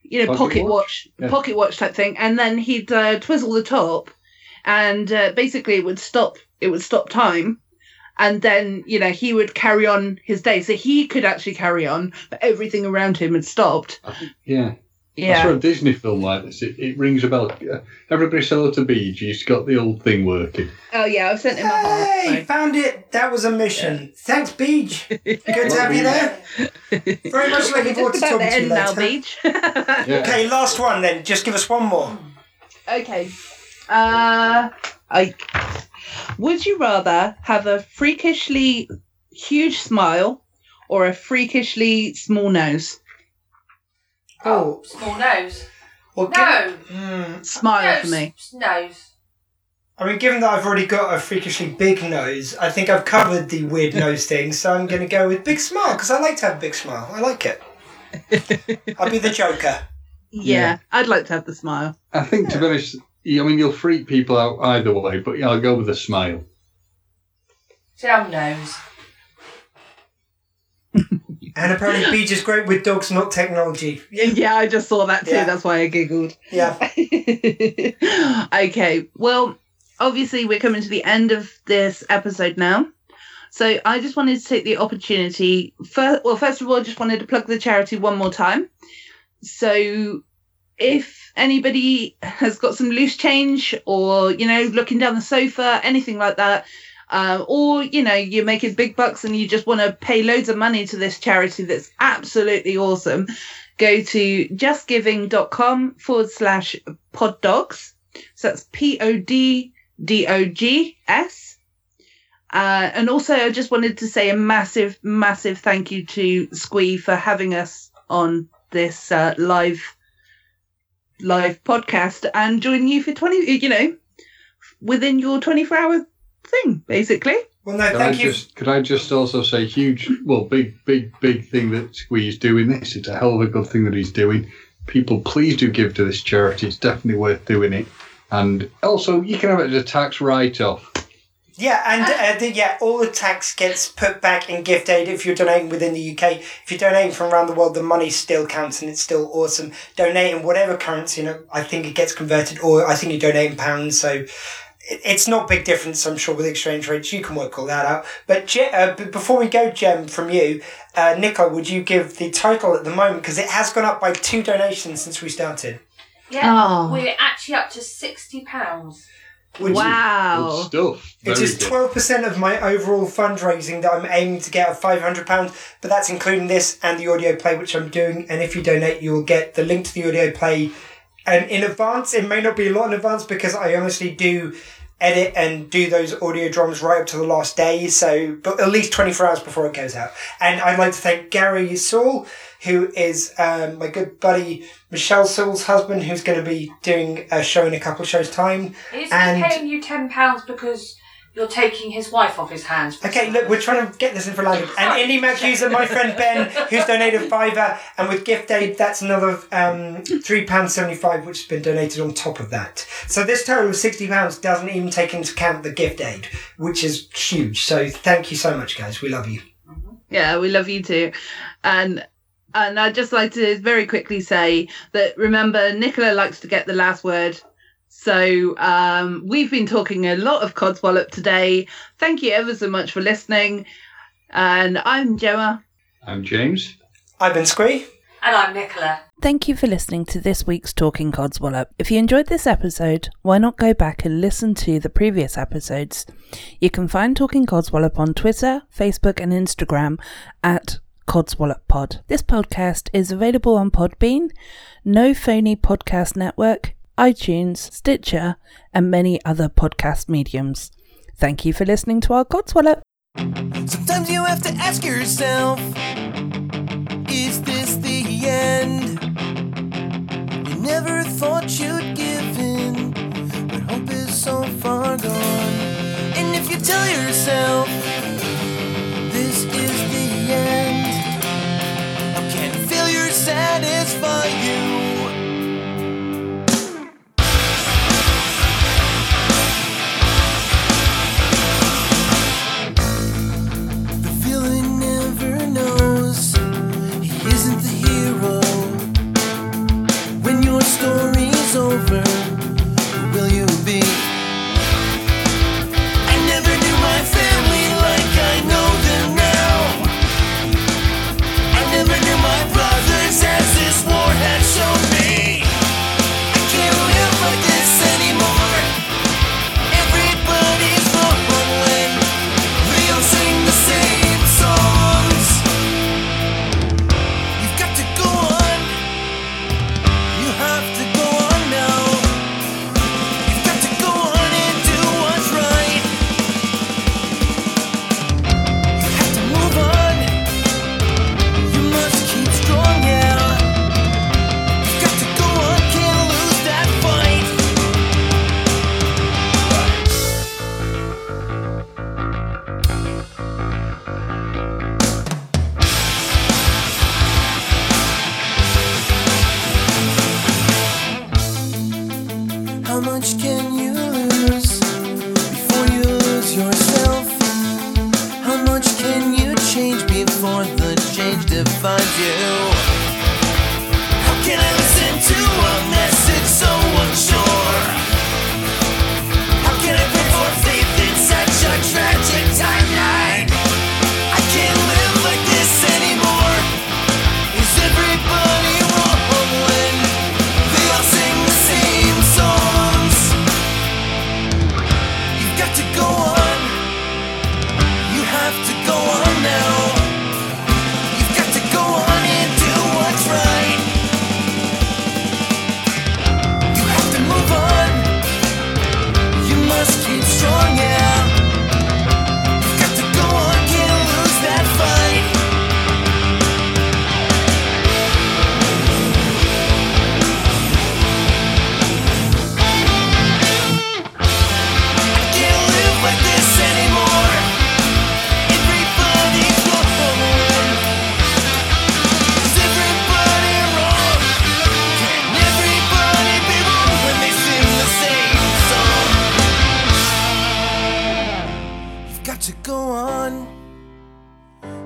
Speaker 2: you know,
Speaker 3: Pocket
Speaker 2: pocket, watch,
Speaker 3: Yeah.
Speaker 2: pocket watch type thing, and then he'd uh, twizzle the top, and uh, basically it would stop. It would stop time. And then, you know, he would carry on his day. So he could actually carry on, but everything around him had stopped.
Speaker 3: I think, yeah. I saw
Speaker 2: Yeah.
Speaker 3: a Disney film like this. It, it rings a bell. Uh, Everybody sell it to Beej. He's got the old thing working.
Speaker 2: Oh, yeah. I've sent him a heart.
Speaker 4: Hey, found it. That was a mission. Thanks, Beej. Good to have you there. Very much looking
Speaker 2: We're
Speaker 4: forward to
Speaker 2: just about
Speaker 4: talking
Speaker 2: to
Speaker 4: to you
Speaker 2: end now,
Speaker 4: later.
Speaker 2: Beach.
Speaker 3: Yeah.
Speaker 4: Okay, last one then. Just give us one more.
Speaker 2: okay. Uh, I would you rather have a freakishly huge smile or a freakishly small nose?
Speaker 4: Oh,
Speaker 7: Small nose.
Speaker 4: well, given-
Speaker 7: No.
Speaker 4: Hmm.
Speaker 2: Smile
Speaker 7: no,
Speaker 2: for me.
Speaker 7: s- Nose.
Speaker 4: I mean, given that I've already got a freakishly big nose, I think I've covered the weird nose thing, so I'm going to go with big smile because I like to have a big smile. I like it. I'll be the Joker.
Speaker 2: Yeah,
Speaker 3: Yeah.
Speaker 2: I'd like to have the smile.
Speaker 3: I think, to be honest, I mean, you'll freak people out either way, but yeah, I'll go with a smile.
Speaker 7: Down nose.
Speaker 4: And apparently, Beej is great with dogs, not technology.
Speaker 2: Yeah, I just saw that too.
Speaker 4: Yeah.
Speaker 2: That's why I giggled.
Speaker 4: Yeah.
Speaker 2: okay, well, obviously, we're coming to the end of this episode now. So I just wanted to take the opportunity. First, well, first of all, I just wanted to plug the charity one more time. So if anybody has got some loose change or you know looking down the sofa anything like that uh, or you know you're making big bucks and you just want to pay loads of money to this charity that's absolutely awesome go to justgiving.com forwad slash pod dogs so that's p-o-d-d-o-g-s uh, and also, I just wanted to say a massive, massive thank you to Squee for having us on this uh, live live podcast and joining you for 20, you know, within your 24 hour thing, basically.
Speaker 4: Well, no,
Speaker 3: Could I,
Speaker 4: thank you.
Speaker 3: just, could I just also say, huge, well, big, big, big thing that Squee's doing this. It's a hell of a good thing that he's doing. People, please do give to this charity. It's definitely worth doing it. And also, you can have it as a tax write off.
Speaker 4: Yeah, and uh, the, yeah, all the tax gets put back in gift aid if you're donating within the UK. If you're donating from around the world, the money still counts and it's still awesome. Donate in whatever currency, you know, I think it gets converted, or I think you donate in pounds, so it, it's not big difference, I'm sure, with exchange rates. You can work all that out. But Je- uh, b- before we go, Jem, from you, uh, Nicola, would you give the total at the moment? Because it has gone up by two donations since we started.
Speaker 7: Yeah,
Speaker 2: Oh.
Speaker 7: we're actually up to sixty pounds.
Speaker 4: Would you-
Speaker 2: wow.
Speaker 3: Good stuff.
Speaker 4: It
Speaker 3: Very
Speaker 4: is
Speaker 3: good.
Speaker 4: twelve percent of my overall fundraising that I'm aiming to get of five hundred pounds, but that's including this and the audio play which I'm doing. And if you donate, you'll get the link to the audio play, and in advance. It may not be a lot in advance because I honestly do edit and do those audio dramas right up to the last day. So, but at least twenty four hours before it goes out. And I'd like to thank Gary Saul, who is um, my good buddy Michelle Saul's husband, who's going to be doing a show in a couple of shows' time.
Speaker 7: Is
Speaker 4: And-
Speaker 7: he paying you ten pounds because you're taking his wife off his hands? for
Speaker 4: Okay,
Speaker 7: some
Speaker 4: look, we're
Speaker 7: reason?
Speaker 4: trying to get this in for London. And Indy Matthews and my friend Ben, who's donated fiver, and with gift aid, that's another um, three pounds seventy-five, which has been donated on top of that. So this total of sixty pounds doesn't even take into account the gift aid, which is huge. So thank you so much, guys. We love you.
Speaker 2: Yeah, we love you too. And and I'd just like to very quickly say that remember Nicola likes to get the last word. So um, we've been talking a lot of codswallop today. Thank you ever so much for listening. And I'm Gemma.
Speaker 3: I'm James.
Speaker 4: I've been Squee.
Speaker 5: And I'm Nicola.
Speaker 8: Thank you for listening to this week's Talking Codswallop. If you enjoyed this episode, why not go back and listen to the previous episodes? You can find Talking Codswallop on Twitter, Facebook, and Instagram at Codswallop Pod. This podcast is available on Podbean, No Phony Podcast Network, iTunes, Stitcher, and many other podcast mediums. Thank you for listening to our Codswallop.
Speaker 9: Sometimes you have to ask yourself, is this the end? You never thought you'd give in, but hope is so far gone. And if you tell yourself, this is the end, how can failure satisfy you? The villain never knows he isn't the hero. When your story's over, who will you be? I never knew my family like I know them now. I never knew my brothers as this war had shown me. I can't live like this anymore. Everybody's rolling. We all sing the same songs. You've got to go on. You have to go on now. You've got to go on and do what's right. You have to move on. You must keep strong, yeah. You've got to go on, can't lose that fight. How much can you lose before you lose yourself? How much can you change before the change defines you? How can I listen to a message so unsure? How can I pray for faith in such a tragic timeline? I can't live like this anymore. Is everybody rolling? to go on.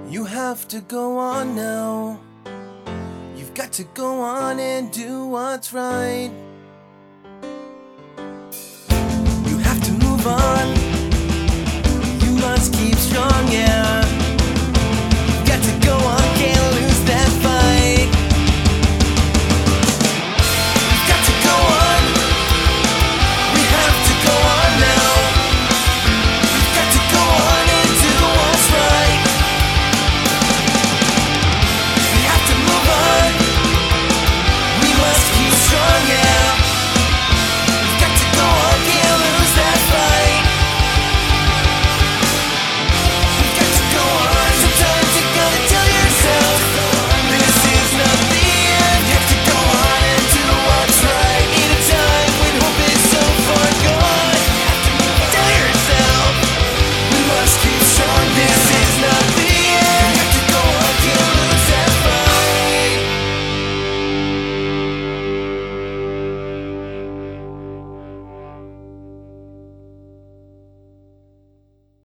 Speaker 9: You have to go on now. You've got to go on and do what's right.